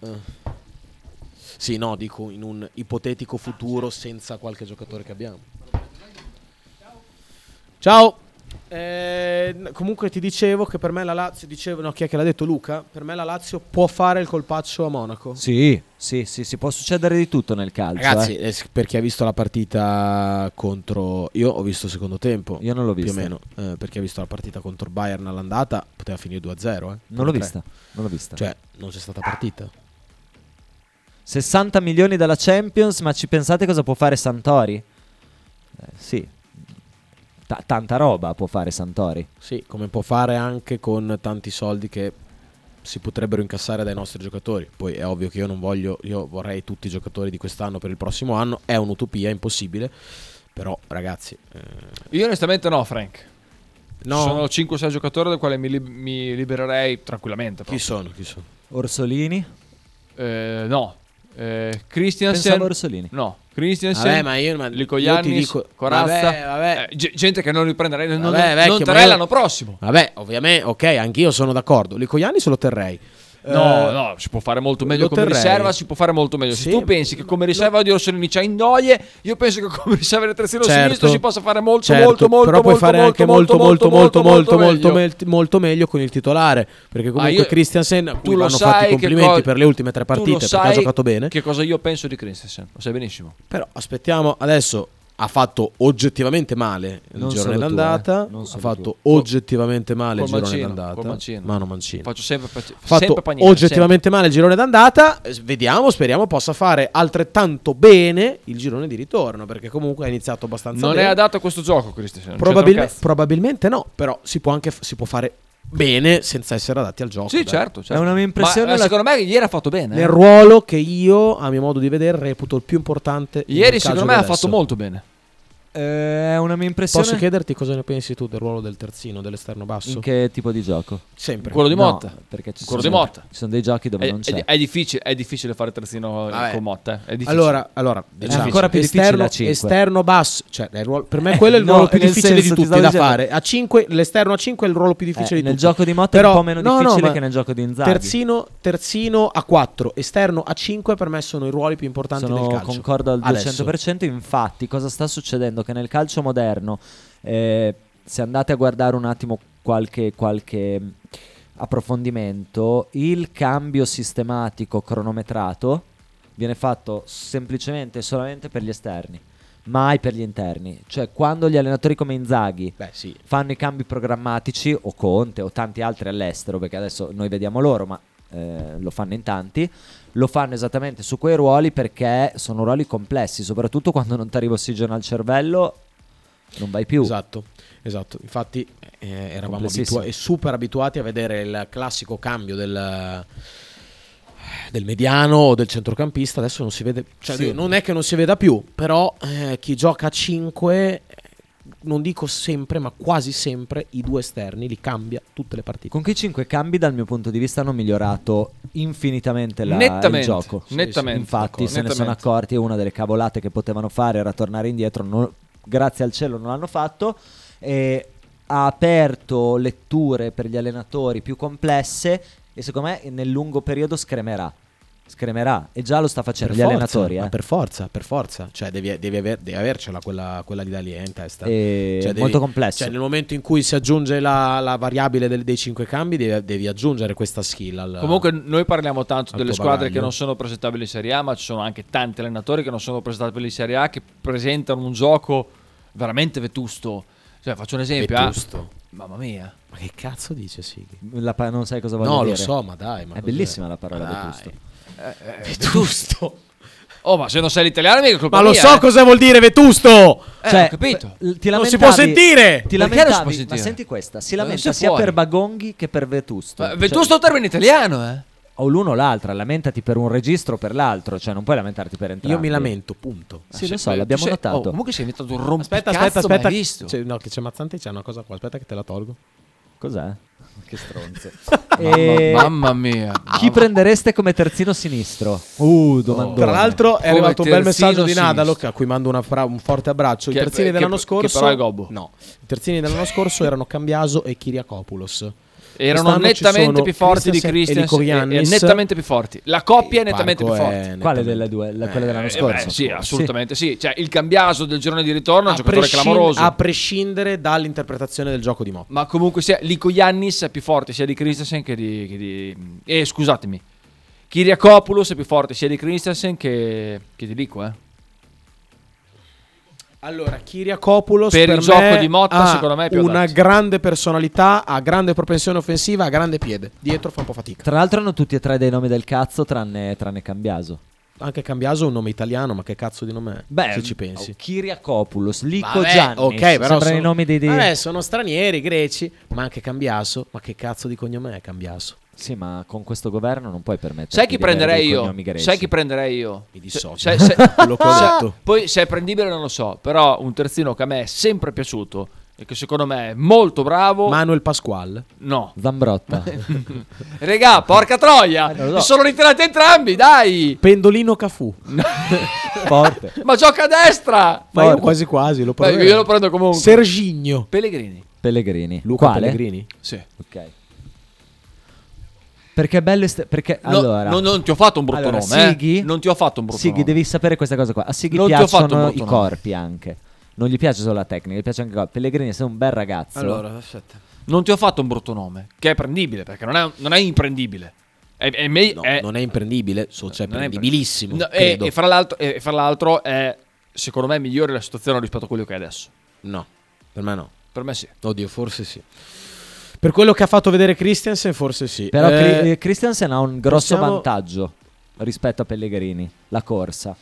Eh. Sì, no, dico in un ipotetico futuro senza qualche giocatore che abbiamo. Ciao. Eh, n- comunque ti dicevo che per me la Lazio, dicevo, no, chi è che l'ha detto Luca? Per me la Lazio può fare il colpaccio a Monaco. Sì, sì, sì, sì, può succedere di tutto nel calcio, Ragazzi, eh. eh, s- per chi ha visto la partita contro. Io ho visto il secondo tempo. Io non l'ho Più o vista. meno. eh, per chi ha visto la partita contro Bayern all'andata, poteva finire 2-0. Eh, Non l'ho 3. vista, non l'ho vista. Cioè, non c'è stata partita. 60 milioni dalla Champions, ma ci pensate cosa può fare Santori? Eh, sì. Ta- tanta roba può fare Santori. Sì, come può fare anche con tanti soldi che si potrebbero incassare dai nostri giocatori. Poi è ovvio che io non voglio, io vorrei tutti i giocatori di quest'anno per il prossimo anno. È un'utopia, è impossibile. Però, ragazzi, eh, Io onestamente no, Frank. No? Ci Sono 5-6 giocatori dal quale mi, li- mi libererei tranquillamente. chi proprio. sono? Chi sono? Orsolini? Eh, no. Eh, Pensavo Christiansen. Orsolini. No. Christiansen. Vabbè, ma io, ma io ti Licoiannis, dico, Eh, Corazza. vabbè, vabbè. Eh, ge- gente che non riprenderei. Non, non- Vabbè, non vecchio, ma terrei io- l'anno prossimo. Vabbè, ovviamente, ok, anch'io sono d'accordo. Licoiani se lo terrei. No, Eh, no, si può fare molto meglio lo come terrei. riserva, si può fare molto meglio. Sì, Se tu pensi che come riserva di Orsolini c'è Indoie, io penso che come riserva di terzino certo, sinistro si possa fare molto, certo, molto, molto, Però puoi molto, fare anche molto, molto, molto, molto, molto, mel- molto meglio con il titolare. Perché comunque Ah, io- Christiansen, a Tu cui lo vanno sai fatti i che complimenti co- per le ultime tre tu lo partite perché ha sai giocato bene. Che cosa io penso di Christensen? Lo sai benissimo. Però aspettiamo, adesso ha fatto oggettivamente male il Non girone solo tu, d'andata. eh, non ha solo fatto oggettivamente male il Col girone mancino, d'andata. col mancino. Mano mancino. Faccio sempre, pac- fatto sempre pagnino, oggettivamente male il girone d'andata. eh, Vediamo, speriamo possa fare altrettanto bene il girone di ritorno. Perché comunque ha iniziato sempre. abbastanza Non è bene. adatto a questo gioco Christensen. non Probabil- c'entra un cazzo. probabilmente no, però si può anche f- si può fare bene senza essere adatti al gioco. Sì, dai. certo, certo. È una mia impressione Ma, eh, la- secondo me ieri ha fatto bene. eh. Nel ruolo che io, a mio modo di vedere, reputo il più importante. Ieri nel calcio secondo me ha di adesso. fatto molto bene. Eh, è una mia impressione. Posso chiederti cosa ne pensi tu del ruolo del terzino, dell'esterno basso? in che tipo di gioco? Sempre. Quello di No, Motta. perché ci Quello sono, di Motta. Ci sono dei giochi dove È, non c'è. è- è difficile, è difficile fare terzino eh, Vabbè. con Motta. eh. È difficile. Allora, allora diciamo, ancora più difficile esterno, a cinque. esterno basso, cioè, è il ruolo- per me Eh, quello è il no, ruolo più nel difficile senso, ti di tutti stavo da dicendo- fare. A 5, l'esterno a 5 è il ruolo più difficile Eh, di nel tutti. gioco di Motta è Però- un po' meno no, no, difficile ma che nel gioco di Inzaghi. Terzino, terzino a 4, esterno a 5 per me sono i ruoli più importanti Sono del calcio. concordo al Adesso. 200%. Infatti, cosa sta succedendo? Che nel calcio moderno, eh, se andate a guardare un attimo qualche, qualche mh, approfondimento, il cambio sistematico cronometrato viene fatto semplicemente e solamente per gli esterni, mai per gli interni. Cioè, quando gli allenatori come Inzaghi Beh, sì. fanno i cambi programmatici o Conte o tanti altri all'estero, perché adesso noi vediamo loro, ma eh, lo fanno in tanti, lo fanno esattamente su quei ruoli perché sono ruoli complessi, soprattutto quando non ti arriva ossigeno al cervello, non vai più. Esatto, esatto. Infatti eh, eravamo Complessissimo. abitua- eh, super abituati a vedere il classico cambio del, del mediano o del centrocampista, adesso non si vede, cioè, Sì. non è che non si veda più, però eh, chi gioca a 5, non dico sempre, ma quasi sempre i due esterni li cambia tutte le partite. Con quei cinque cambi, dal mio punto di vista, hanno migliorato infinitamente la, il Nettamente, gioco. sì, nettamente, Infatti, d'accordo, se ne sono nettamente. accorti. e Una delle cavolate che potevano fare era tornare indietro. non- grazie al cielo, non l'hanno fatto. E ha aperto letture per gli allenatori più complesse. E secondo me, nel lungo periodo, scremerà. Scremerà. E già lo sta facendo gli forza, allenatori. ma eh. per forza, per forza, cioè devi, devi aver- devi avercela quella, quella di lì eh, in testa. E Cioè, devi- molto complesso. Cioè, nel momento in cui si aggiunge la, la variabile del- dei cinque cambi, devi, devi aggiungere questa skill. al- Comunque noi parliamo tanto al delle tuo squadre bagaglio. che non sono presentabili in Serie A, ma ci sono anche tanti allenatori che non sono presentabili in Serie A che presentano un gioco veramente vetusto. Cioè, faccio un esempio, ah, Vetusto. mamma mia. Ma che cazzo dice Sighi? La pa- non sai cosa voglio No, dire. lo so, ma dai. Ma È cos'è? bellissima la parola Ma dai. vetusto. Eh, Vetusto. Oh, ma se non sei l'italiano mica è colpa Ma lo mia, so cioè, eh. cosa vuol dire vetusto. Eh, ho capito. Cioè, l- ti Non si lamentavi- può sentire! Ti Perché non si lamentavi, può ma sentire? senti questa, si Non lamenta si sia può. per Bagonghi che per Vetusto. Ma Vetusto è un termine italiano, eh. Cioè, o l'uno o l'altra, lamentati per un registro o per l'altro, cioè non puoi lamentarti per entrambi. Ah, Io mi lamento, punto. Sì, Se- lo so, l'abbiamo cioè, notato. oh, comunque si è inventato un rompicazzo Aspetta, aspetta, mai aspetta. Cioè, visto. C'è- no, che c'è Mazzante, c'è una cosa qua. Aspetta, che te la tolgo. Cos'è? Che stronzo. Mamma- eh, E Mamma mia. chi prendereste come terzino sinistro? Uh, domandone. Oh. Tra l'altro, è Come arrivato un bel terzino messaggio di sinistro. Nadaloc a cui mando una fra- un forte abbraccio. Che- I terzini che- dell'anno che scorso. però è gobbo. No, i terzini dell'anno scorso erano Cambiaso e Kiriakopoulos. Erano Quest'anno ci nettamente sono più forti di Christensen e Christian e, Licoviannis. nettamente più forti. La coppia è Il nettamente più Parco forte. è Quale nettamente- delle due? La- quella Eh, dell'anno beh, scorso? sì, assolutamente sì. Cioè, il cambiaso del girone di ritorno è A, un giocatore prescin- clamoroso. a prescindere dall'interpretazione del gioco di Motta. Ma comunque sia, Lico Iannis è più forte sia di Christensen che di... Che di- eh, scusatemi. Kiriakopoulos è più forte sia di Christensen che, che di Lico, eh. Allora, Kiriakopoulos Per il me gioco di Motta, ha secondo me, è più una adatto. grande personalità, ha grande propensione offensiva, ha grande piede. Dietro fa un po' fatica. Tra l'altro hanno tutti e tre dei nomi del cazzo tranne, tranne Cambiaso. Anche Cambiaso è un nome italiano, ma che cazzo di nome è? se ci pensi. Kiriakopoulos, Lico oh, Vabbè, Giannis, ok, però sembrano sono- i nomi dei... dei- Vabbè, sono stranieri, greci, ma anche Cambiaso, ma che cazzo di cognome è Cambiaso? Sì, ma con questo governo non puoi permetterti Sai chi di avere prenderei dei io? cognomi greci. Sai chi prenderei io? Mi Se- dissocio. se- se- Quello che ho detto. Poi se è prendibile non lo so, però un terzino che a me è sempre piaciuto e che secondo me è molto bravo. Manuel Pasquale. No. Zambrotta. Regà, porca troia! lo so. Mi sono ritirati entrambi, dai! Pendolino Cafù. Forte. Ma gioca a destra! Ma io Forte. quasi quasi lo Beh, prendo. io lo prendo comunque. Serginho. Pellegrini. Pellegrini. Luca Quale? Pellegrini. Sì. Ok. Perché è bello est- perché No, allora no, non ti ho fatto un brutto Allora, nome, eh. Sighi- Non ti ho fatto un brutto Sighi nome. devi sapere questa cosa qua. A Sighi Non ti ho fatto un piacciono brutto i nome. corpi anche. Non gli piace solo la tecnica, gli piace anche il corpo. Pellegrini sei un bel ragazzo. aspetta. Non ti ho fatto un brutto nome, che è prendibile, perché non è, non è imprendibile. È, è me- No, è- non è imprendibilissimo so, cioè, non è prendibilissimo. No, e, credo. e fra l'altro, e fra l'altro è, secondo me, migliore la situazione rispetto a quello che è adesso. No, per me no. Per me sì. Oddio, forse sì. Per quello che ha fatto vedere Christensen, forse sì. Però Eh, Cri- eh, Christensen ha un grosso possiamo- vantaggio rispetto a Pellegrini, la corsa.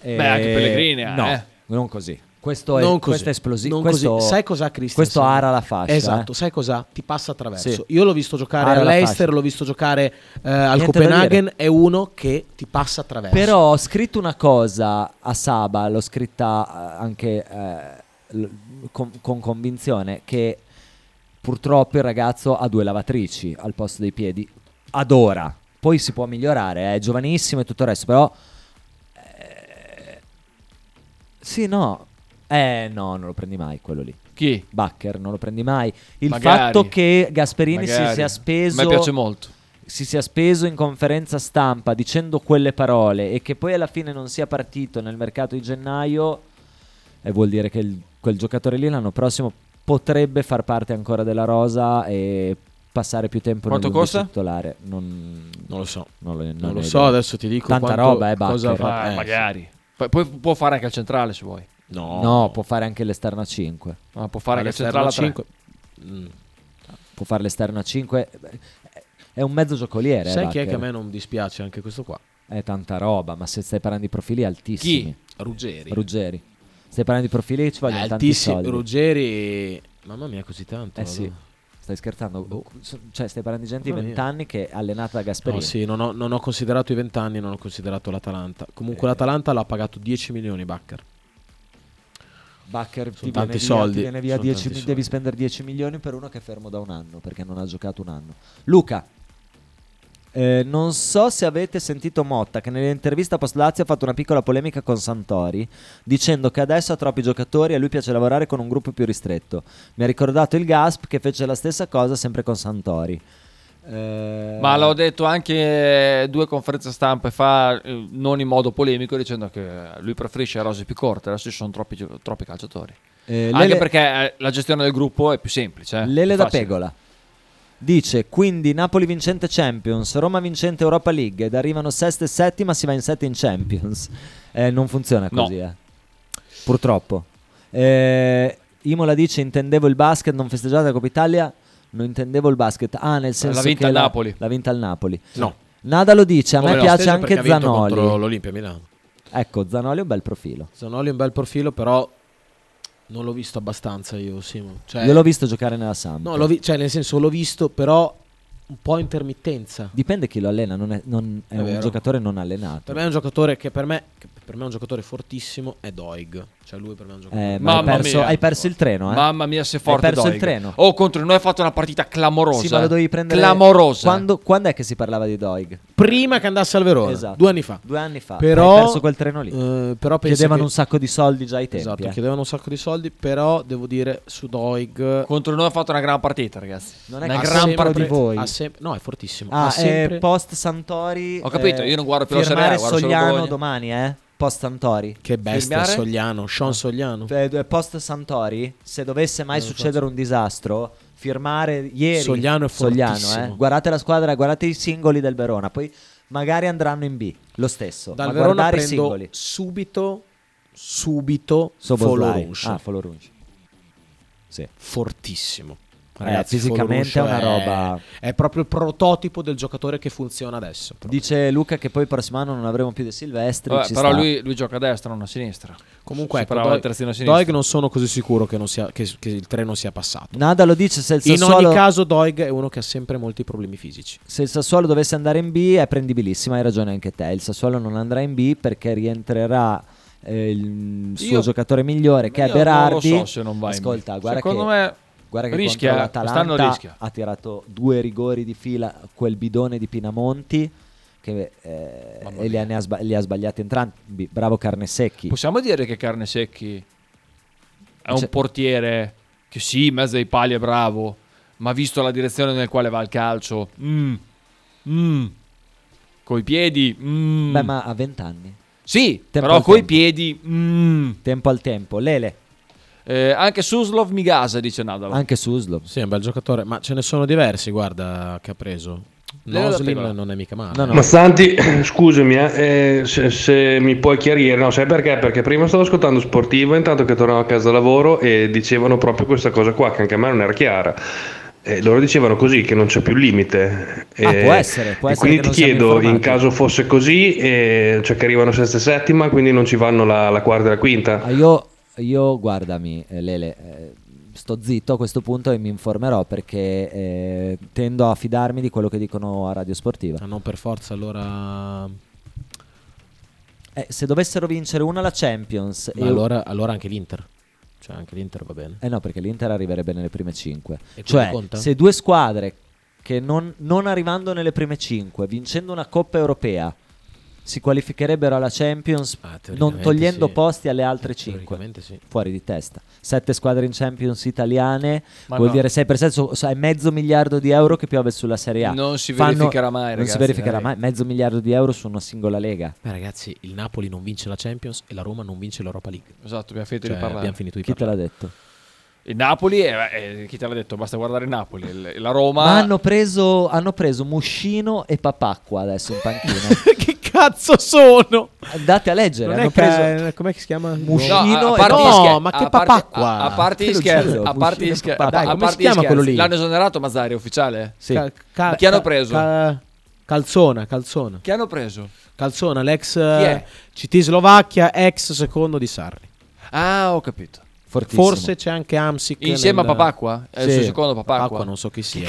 Beh, anche Pellegrini ha, No, eh. non così. Questo è, Non così, questo è esplosivo. non Questo, così. Sai cos'ha Christensen? Questo ara la fascia. Esatto, eh. sai cos'ha? Ti passa attraverso. Sì. Io l'ho visto giocare Ara la all'Eister, fascia. l'ho visto giocare eh, al Niente da Copenaghen. dire. È uno che ti passa attraverso. Però ho scritto una cosa a Saba, l'ho scritta eh, anche eh, l- con, con convinzione, che purtroppo il ragazzo ha due lavatrici al posto dei piedi, ad ora. Poi si può migliorare, è giovanissimo e tutto il resto, però... eh, sì, no. Eh no, non lo prendi mai quello lì. Chi? Bacher, non lo prendi mai. Il Magari. fatto che Gasperini si Magari. sia A speso me piace molto. si sia speso in conferenza stampa dicendo quelle parole e che poi alla fine non sia partito nel mercato di gennaio, eh, vuol dire che il- quel giocatore lì l'anno prossimo potrebbe far parte ancora della rosa e passare più tempo Quanto nell'undici costa? titolare. Non, Non lo so. non lo, non Non ne lo ho so, idea. adesso ti dico Tanta quanto- roba, eh, cosa Bacher. fa. Ah, Eh, magari. Poi, poi può fare anche al centrale se vuoi. No, No, può fare anche l'esterno a 5. Ma può fare anche al All'esterno centrale a tre. 5. Mm. Può fare l'esterno a 5. È un mezzo giocoliere. eh, Sai chi è Bacher. che a me non dispiace anche questo qua? È tanta roba, ma se stai parlando di profili altissimi. Ruggeri. Ruggeri. Stai parlando di profili ci vogliono tanti Altissimo. soldi. Ruggeri. Mamma mia, così tanto. Eh sì. allora. Stai scherzando? Boh. So- Cioè, stai parlando di gente di Mamma mia. 20 anni che è allenata da Gasperini. No, sì, non ho, non ho considerato i vent'anni, non ho considerato l'Atalanta. Eh. Comunque l'Atalanta l'ha pagato 10 milioni, Bakker. Bacher ti Sono viene tanti via, soldi, ti viene via sono 10 tanti mi- soldi. devi spendere 10 milioni per uno che è fermo da un anno perché non ha giocato un anno. Luca, eh, non so se avete sentito Motta che nell'intervista post Lazio ha fatto una piccola polemica con Santori dicendo che adesso ha troppi giocatori e a lui piace lavorare con un gruppo più ristretto. Mi ha ricordato il Gasp che fece la stessa cosa sempre con Santori. Eh, Ma l'ho detto anche eh, due conferenze stampe fa, eh, non in modo polemico, dicendo che lui preferisce rose più corte. Adesso ci sono troppi, gio- troppi calciatori. eh, anche Lele- perché eh, la gestione del gruppo è più semplice. eh, Lele più da facile. Pegola dice quindi Napoli vincente Champions, Roma vincente Europa League ed arrivano sesta e settima, si va in sette in Champions. Eh, non funziona No. così, eh. purtroppo. Eh, Imola dice intendevo il basket, non festeggiate la Coppa Italia, non intendevo il basket. Ah, nel senso L'ha vinta che il la- Napoli. L'ha vinta il Napoli. No. Nada lo dice, a me Come no, piace steso anche perché ha vinto Zanoli. contro l'Olimpia Milano. Ecco, Zanoli è un bel profilo. Zanoli è un bel profilo, però non l'ho visto abbastanza io, Simo. Cioè, Io l'ho visto giocare nella Samp. no, l'ho vi- cioè, nel senso, l'ho visto, però un po' a intermittenza. Dipende chi lo allena, non è, non- è È un vero. giocatore non allenato. Per me è un giocatore che per me, che per me è un giocatore fortissimo, è Doig. Cioè, lui per me è un giocatore. Eh, ma hai Mamma perso, mia. hai perso il treno, eh? Mamma mia, se forte. Hai perso Doig. il treno. Oh, contro di noi ha fatto una partita clamorosa. Sì, ma lo dovevi prendere. Clamorosa. Quando, quando è che si parlava di Doig? Prima che andasse al Verona, Esatto. due anni fa. Due anni fa. Però, Hai perso quel treno lì. eh, però penso Chiedevano che- un sacco di soldi già ai tempi. Esatto, eh. chiedevano un sacco di soldi, però devo dire su Doig Contro di noi ha fatto una gran partita, ragazzi. Non è Una che gran gran sempre- pro di voi. ha sempre- no, è fortissimo. Ah, ha eh, sempre- post Santori. eh, Ho capito, io non guardo più la Serie A, firmare guardo solo Sogliano Bologna. domani, eh? Post Santori. che bestia Firmare? Sogliano, Sean Sogliano. Eh, d- Post Santori, se dovesse mai succedere un disastro, firmare ieri Sogliano è Sogliano, fortissimo. eh. Guardate la squadra, guardate i singoli del Verona, poi magari andranno in B, lo stesso, Dal ma Verona guardare i prendo singoli. subito subito Soboslai. Folorunsh. Ah, Folorunsh. Sì. fortissimo. Eh, fisicamente Folorunsh è una roba- È proprio il prototipo del giocatore che funziona adesso. proprio. Dice Luca che poi prossimo anno non avremo più De Silvestri. Vabbè, ci però sta. lui, lui gioca a destra, non a sinistra. Comunque, ecco, Superava il Doig, terzino sinistro. Doig non sono così sicuro che, non sia- che- che il treno sia passato. Nada lo dice se il, In Sassuolo, ogni caso, Doig è uno che ha sempre molti problemi fisici. se il Sassuolo dovesse andare in B è prendibilissima, hai ragione anche te. Il Sassuolo non andrà in B perché rientrerà eh, il suo Io- giocatore migliore che è Io non lo Berardi. so se non va in B. Ascolta, guarda Secondo che, me guarda che rischia, contro l'Atalanta quest'anno rischia. ha tirato due rigori di fila quel bidone di Pinamonti che, eh, e li ha, ne ha sba- li ha sbagliati entrambi. Bravo Carnesecchi. Possiamo dire che Carne Secchi è Cioè- un portiere che sì, in mezzo ai pali è bravo, ma visto la direzione nel quale va il calcio, mm, mm, coi piedi, mm, Beh, ma a 20 anni. sì, tempo però al coi tempo. piedi, mm. Tempo al tempo. Lele, Eh, anche Suslov Migasa dice Nadal. anche Suslov. Sì, è un bel giocatore, ma ce ne sono diversi, guarda, che ha preso. Leo da Noslim Pegola. non è mica male. No, no. eh. Ma Santi, scusami, eh, eh, se, se mi puoi chiarire, no, sai perché? Perché prima stavo ascoltando Sportivo intanto che tornavo a casa da lavoro e dicevano proprio questa cosa qua, che anche a me non era chiara. E loro dicevano così, che non c'è più limite. Ah, E- può essere, può e essere Quindi che ti non siamo chiedo, in informati. caso fosse così, eh, cioè che arrivano sesta e settima, quindi non ci vanno la, la quarta e la quinta. Ah, io Io, guardami, eh, Lele, eh, sto zitto a questo punto e mi informerò perché eh, tendo a fidarmi di quello che dicono a Radio Sportiva. Ma non per forza allora... Eh, se dovessero vincere una la Champions, Ma e- allora, allora anche l'Inter. Cioè anche l'Inter va bene. eh no, perché l'Inter arriverebbe nelle prime 5. E Cioè, quello conta? se due squadre che non, non arrivando nelle prime 5, vincendo una Coppa Europea, si qualificherebbero alla Champions, Ah, non teoricamente togliendo sì. posti alle altre 5. Teoricamente sì. Fuori di testa, sette squadre in Champions italiane Ma vuol no. dire 6 per 7, so- so- è mezzo miliardo di euro che piove sulla Serie A. Non si Fanno- verificherà mai, non si ragazzi, verificherà dai. mai. Mezzo miliardo di euro su una singola lega. Beh ragazzi, il Napoli non vince la Champions e la Roma non vince l'Europa League. Esatto, abbiamo finito Cioè, di parlare. abbiamo finito di Chi te parlare. l'ha detto? Il Napoli, eh, eh, chi te l'ha detto? Basta guardare il Napoli. Il- la Roma. Ma, hanno, preso, hanno preso Muscino e Papacqua adesso in panchina. che cazzo sono? Andate a leggere. Non hanno è preso che, com'è che si chiama? Muscino No, e a Papacqua. parte gli No, scher- ma che a parte- papacqua! A, a parte gli Te lo scherzi, giuro, a parte gli Muscino scherzi, e Papacqua. a- Dai, a come parte si chiama gli scherzi. quello lì? L'hanno esonerato Mazzari, è ufficiale? Sì. Cal- cal- Chi hanno cal- preso? cal- calzona, calzona. Chi hanno preso? Calzona, l'ex è? eh, CT Slovacchia, ex secondo di Sarri. Ah, ho capito. Fortissimo. Forse c'è anche Amsic. Insieme nel- a Papacqua? È il suo secondo Papacqua? non so chi sia.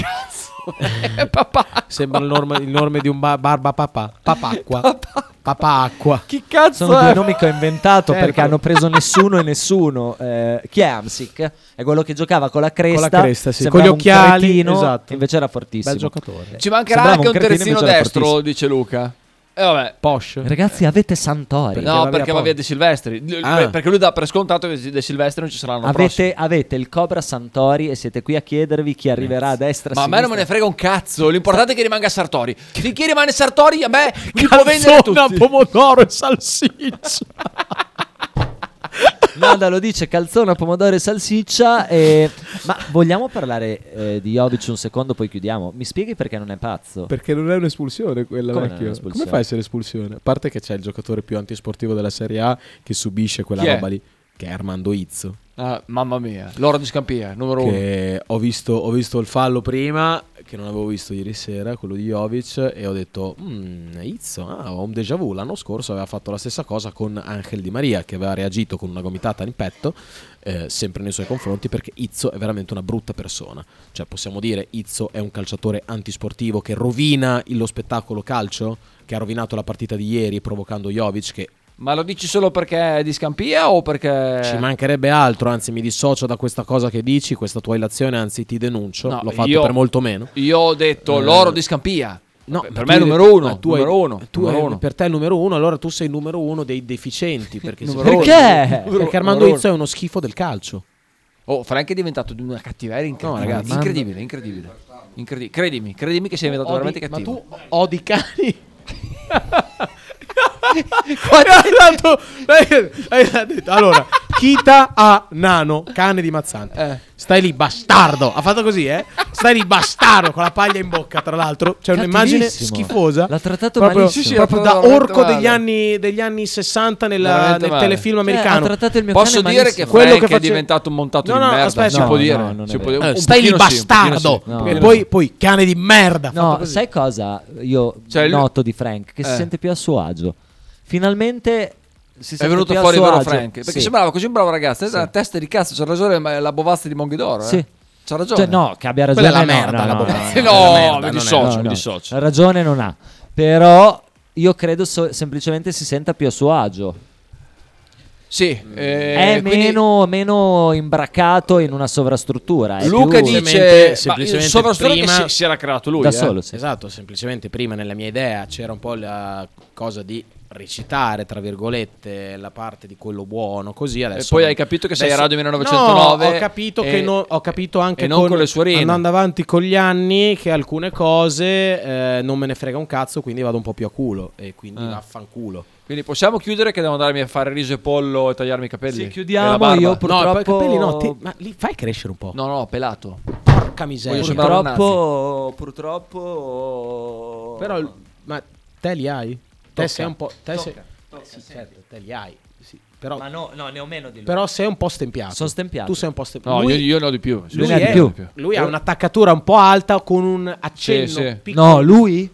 Eh, Papà. Sembra il nome, il nome di un ba- barba papà. Papacqua. Papacqua. Chi cazzo Sono è? due nomi che ho inventato Eh, perché ma- hanno preso nessuno e nessuno. Eh, chi è Amsic? È quello che giocava con la cresta, cresta, sì. sembrava Con gli un occhiali, cretino, esatto. Invece era fortissimo. Bel giocatore. Ci mancherà Sembrava anche Cioè, un cretino, terzino invece era destro, dice Luca. E vabbè. Posh. Ragazzi, avete Santori. Perché va No, via perché va poi. via De Silvestri. L- Ah. Perché lui dà per scontato che De Silvestri non ci saranno prossimi. Avete, avete il Cobra Santori e siete qui a chiedervi chi arriverà a destra. Ma a me non me ne sinistra. frega un cazzo. L'importante è che rimanga Sartori. Finché rimane Sartori, a me mi può vendere tutti. pomodoro e salsiccia. Nada lo dice calzona, pomodoro e salsiccia. e- Ma vogliamo parlare eh, di Jovic un secondo, poi chiudiamo. Mi spieghi perché non è pazzo? Perché non è un'espulsione quella Come non è vecchio. un'espulsione? Come fa a essere espulsione? A parte che c'è il giocatore più antisportivo della Serie A che subisce quella Chi è? roba lì, che è Armando Izzo. Ah, mamma mia, l'oro di Scampia, numero uno. Che ho visto, ho visto il fallo prima, che non avevo visto ieri sera, quello di Jovic, e ho detto, "Mm, Izzo, ah, ho un déjà vu. L'anno scorso aveva fatto la stessa cosa con Angel Di Maria, che aveva reagito con una gomitata in petto, eh, sempre nei suoi confronti, perché Izzo è veramente una brutta persona. Cioè, possiamo dire, Izzo è un calciatore antisportivo che rovina il- lo spettacolo calcio, che ha rovinato la partita di ieri provocando Jovic, che Ma lo dici solo perché è di Scampia o perché... ci mancherebbe altro, anzi mi dissocio da questa cosa che dici, questa tua illazione, anzi ti denuncio, No, l'ho fatto io- per molto meno. Eh, Io ho detto l'oro di Scampia. No, per, ma me è tu hai numero detto- uno. ma Tu hai- numero uno. tu numero hai- uno. Per te è il numero uno, allora tu sei il numero uno dei deficienti. Perché, se- Numero uno. Perché? Numero- perché Armando numero Izzo è uno schifo del calcio. Oh, Frank è diventato di una cattiveria incredibile. No, ragazzi. incredibile, incredibile. Incredi- credimi, credimi che sei diventato veramente ma cattivo. tu odi cani. allora, Kita a Nano, cane di Mazzante. Stai lì, bastardo. Ha fatto così, eh? Stai lì, bastardo, con la paglia in bocca, tra l'altro. C'è un'immagine Cattivissimo. schifosa. L'ha trattato proprio, malissimo. Sì, sì, proprio l'ha da trattato orco veramente degli male. anni, degli anni 60 nella- Veramente nel male. telefilm Cioè, americano. ha trattato il mio Posso cane dire malissimo. che Quello Frank che è face- diventato un montato No, di no, merda. aspetta. si No, può no, dire. non è si può vero. dire. Un Eh, stai lì, pochino sì, un pochino bastardo. sì. un e pochino poi, poi, cane di merda. ha fatto No, così. sai cosa io Cioè, lui- noto di Frank? Che si Eh. sente più a suo agio. Finalmente si sente È venuto più a fuori il suo vero agio. Frank. Perché Sì. sembrava così un bravo ragazzo. Era una testa di cazzo. C'ha ragione ma è la bovazza di Monghidoro. Eh? Sì. C'ha ragione. Cioè, no, che abbia ragione. Quella è la no, merda, no, la no, bocca. no, Eh è una no, merda, non mi è- dissocio, no, mi no. dissocio. Ragione non ha. Però io credo so- semplicemente si senta più a suo agio. Sì, eh, Mm. è quindi meno, meno imbracato in una sovrastruttura. è Luca Eh, più- dice Semplicemente- ma il semplicemente sovrastruttura prima- che si, si era creato lui. da eh. solo. sì. Esatto, semplicemente prima nella mia idea c'era un po' la cosa di recitare, tra virgolette, la parte di quello buono, così adesso... poi hai capito che sei adesso- a Radio 1909 No, ho capito, e- che no- ho capito anche e non con le suorine. andando avanti con gli anni che alcune cose eh, non me ne frega un cazzo, quindi vado un po' più a culo e quindi Ah. vaffanculo. Quindi possiamo chiudere che devo andarmi a fare riso e pollo e tagliarmi i capelli. Sì, E la chiudiamo. Io barba. No, e poi i purtroppo. capelli no, te- ma li fai crescere un po'. No, no, pelato. Porca miseria. Voglio sembrare- Purtroppo, purtroppo. Però, ma te li hai? Te sei un po'... Te sei- Sì, certo, te li hai. Sì, però Ma no, no, ne ho meno di lui. Però sei un po' stempiato. Sono stempiato. Tu sei un po' stempiato. No, lui, io, io ne ho di più. sì, lui sì, ne ha è- ne di ho più. lui ha un'attaccatura un po' alta con un accenno Sì, sì. piccolo. No, lui?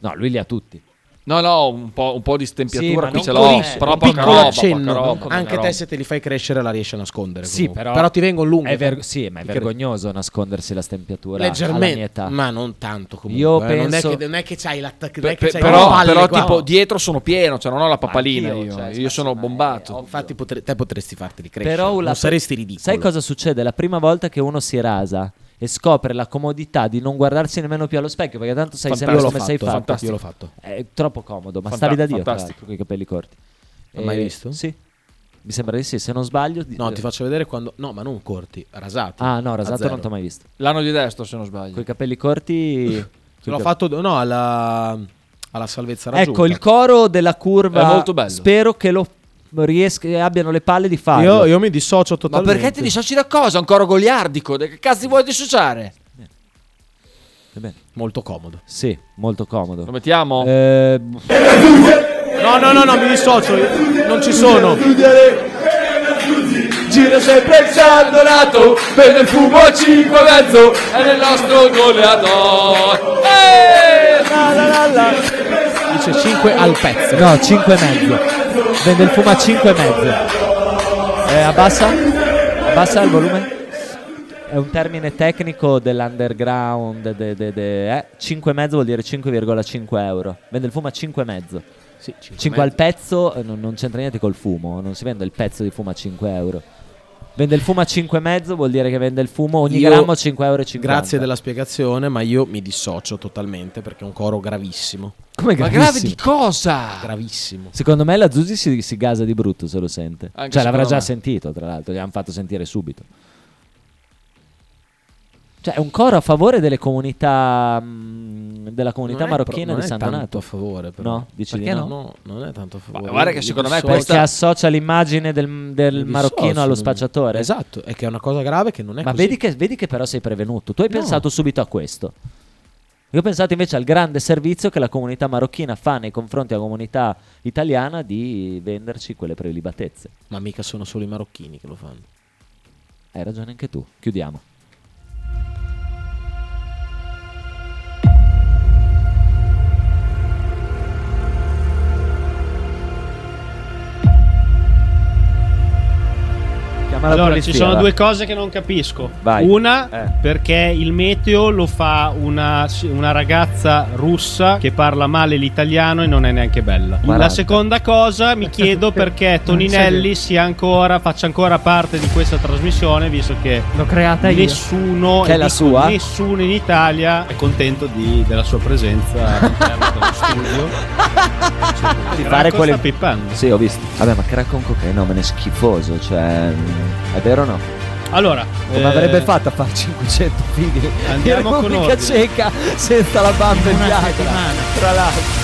No, lui li ha tutti. No, no, un po', un po' di stempiatura Sì, qui ma ce non l'ho, corrisce, però un poca piccolo roba, poca accenno. roba. come Anche roba. te se te li fai crescere la riesci a nascondere. Sì, comunque. però, ti vengono eh. lunghi. È verg- sì, ma è vergognoso nascondersi la stempiatura alla mia Leggermente, età. ma non tanto comunque. Io eh, non, è penso- che, non è che c'hai l'attacco. Pe- pe- però però tipo dietro sono pieno, cioè non ho la papalina Anch'io, io, cioè, io sono ma- bombato. eh, Infatti, potre- te potresti farteli crescere. Però la- non saresti ridicolo. Sai cosa succede? La prima volta che uno si rasa e scopre la comodità di non guardarsi nemmeno più allo specchio, perché tanto sai Fantastico, sempre l'ho come fatto, sei fatto. fantastico, l'ho fatto. È troppo comodo, ma Fanta- stavi da Dio tra fantastico. l'altro, con i capelli corti. Eh, L'hai mai visto? Sì. Mi sembra di sì, se non sbaglio. di- No, ti faccio vedere quando. No, ma non corti, rasati. Ah, no, A rasato zero. non ti ho mai visto. Mm. L'anno di destro se non sbaglio. Con i capelli corti. L'ho fatto, no, alla, alla salvezza raggiunta. Ecco, il coro della curva. È molto bello. Spero che lo riesca, abbiano le palle di farlo. Io, io mi dissocio Ma totalmente. perché ti dissoci da cosa? Ancora goliardico? Da Che cazzo vuoi dissociare? Va bene. Molto comodo. Sì, molto comodo. Lo mettiamo? Eh, No, no, no, no, mi dissocio. io- Non ci sono. Gira sempre il sardonato, vede il fumo a 5 e mezzo, è nel nostro goleador. Eh! Dice 5 al pezzo. no, 5 e mezzo. Vende il fumo a 5 e mezzo. Eh, abbassa. Abbassa il volume. È un termine tecnico dell'underground. 5 eh, e mezzo vuol dire 5,5 euro. Vende il fumo a 5 e mezzo. Sì, cinque 5 al pezzo eh, non, non c'entra niente col fumo, non si vende il pezzo di fumo a 5 euro. Vende il fumo a 5 e mezzo vuol dire che vende il fumo ogni Io- grammo 5 euro e 50. Grazie della spiegazione, ma io mi dissocio totalmente perché è un coro gravissimo. Come Ma grave di Ah. cosa? Gravissimo. Secondo me la Zuzi si, si gasa di brutto se lo sente. Anche cioè l'avrà secondo già me. sentito, tra l'altro, gli hanno fatto sentire subito. Cioè è un coro a favore delle comunità mh, della comunità Non è marocchina pro- non di è San tanto Donato. a favore, però. No? Dici di Perché no? Non è tanto a favore. Ma guarda Io che mi secondo me dissocio- Perché questa- associa l'immagine del, del mi dissocio, marocchino allo non- spacciatore. Esatto, è che è una cosa grave che non è Ma così. vedi che, vedi che però sei prevenuto. Tu hai No. pensato subito a questo. Io ho pensato invece al grande servizio che la comunità marocchina fa nei confronti della comunità italiana di venderci quelle prelibatezze. Ma mica sono solo i marocchini che lo fanno. Hai ragione anche tu. Chiudiamo. Chiama la Allora, polizia, ci sono va. due cose che non capisco. Vai. Una, Eh. perché il meteo lo fa una, una ragazza russa che parla male l'italiano e non è neanche bella. Guarda. La seconda cosa, mi chiedo perché Toninelli sia ancora, faccia ancora parte di questa trasmissione, visto che L'ho creata io. nessuno, Che è la dico sua? nessuno in Italia è contento di- della sua presenza all'interno dello studio. Di fare Racco quelle- Cioè, sta pippando. Sì, ho visto. Vabbè, ma crack con cocaina, no, me ne schifoso, cioè... mm, È vero o no? Allora, Come eh, avrebbe fatto a fare 500 figli Andiamo in con Repubblica ordine. Ceca senza la bamba in Una Viagra, settimana. tra l'altro.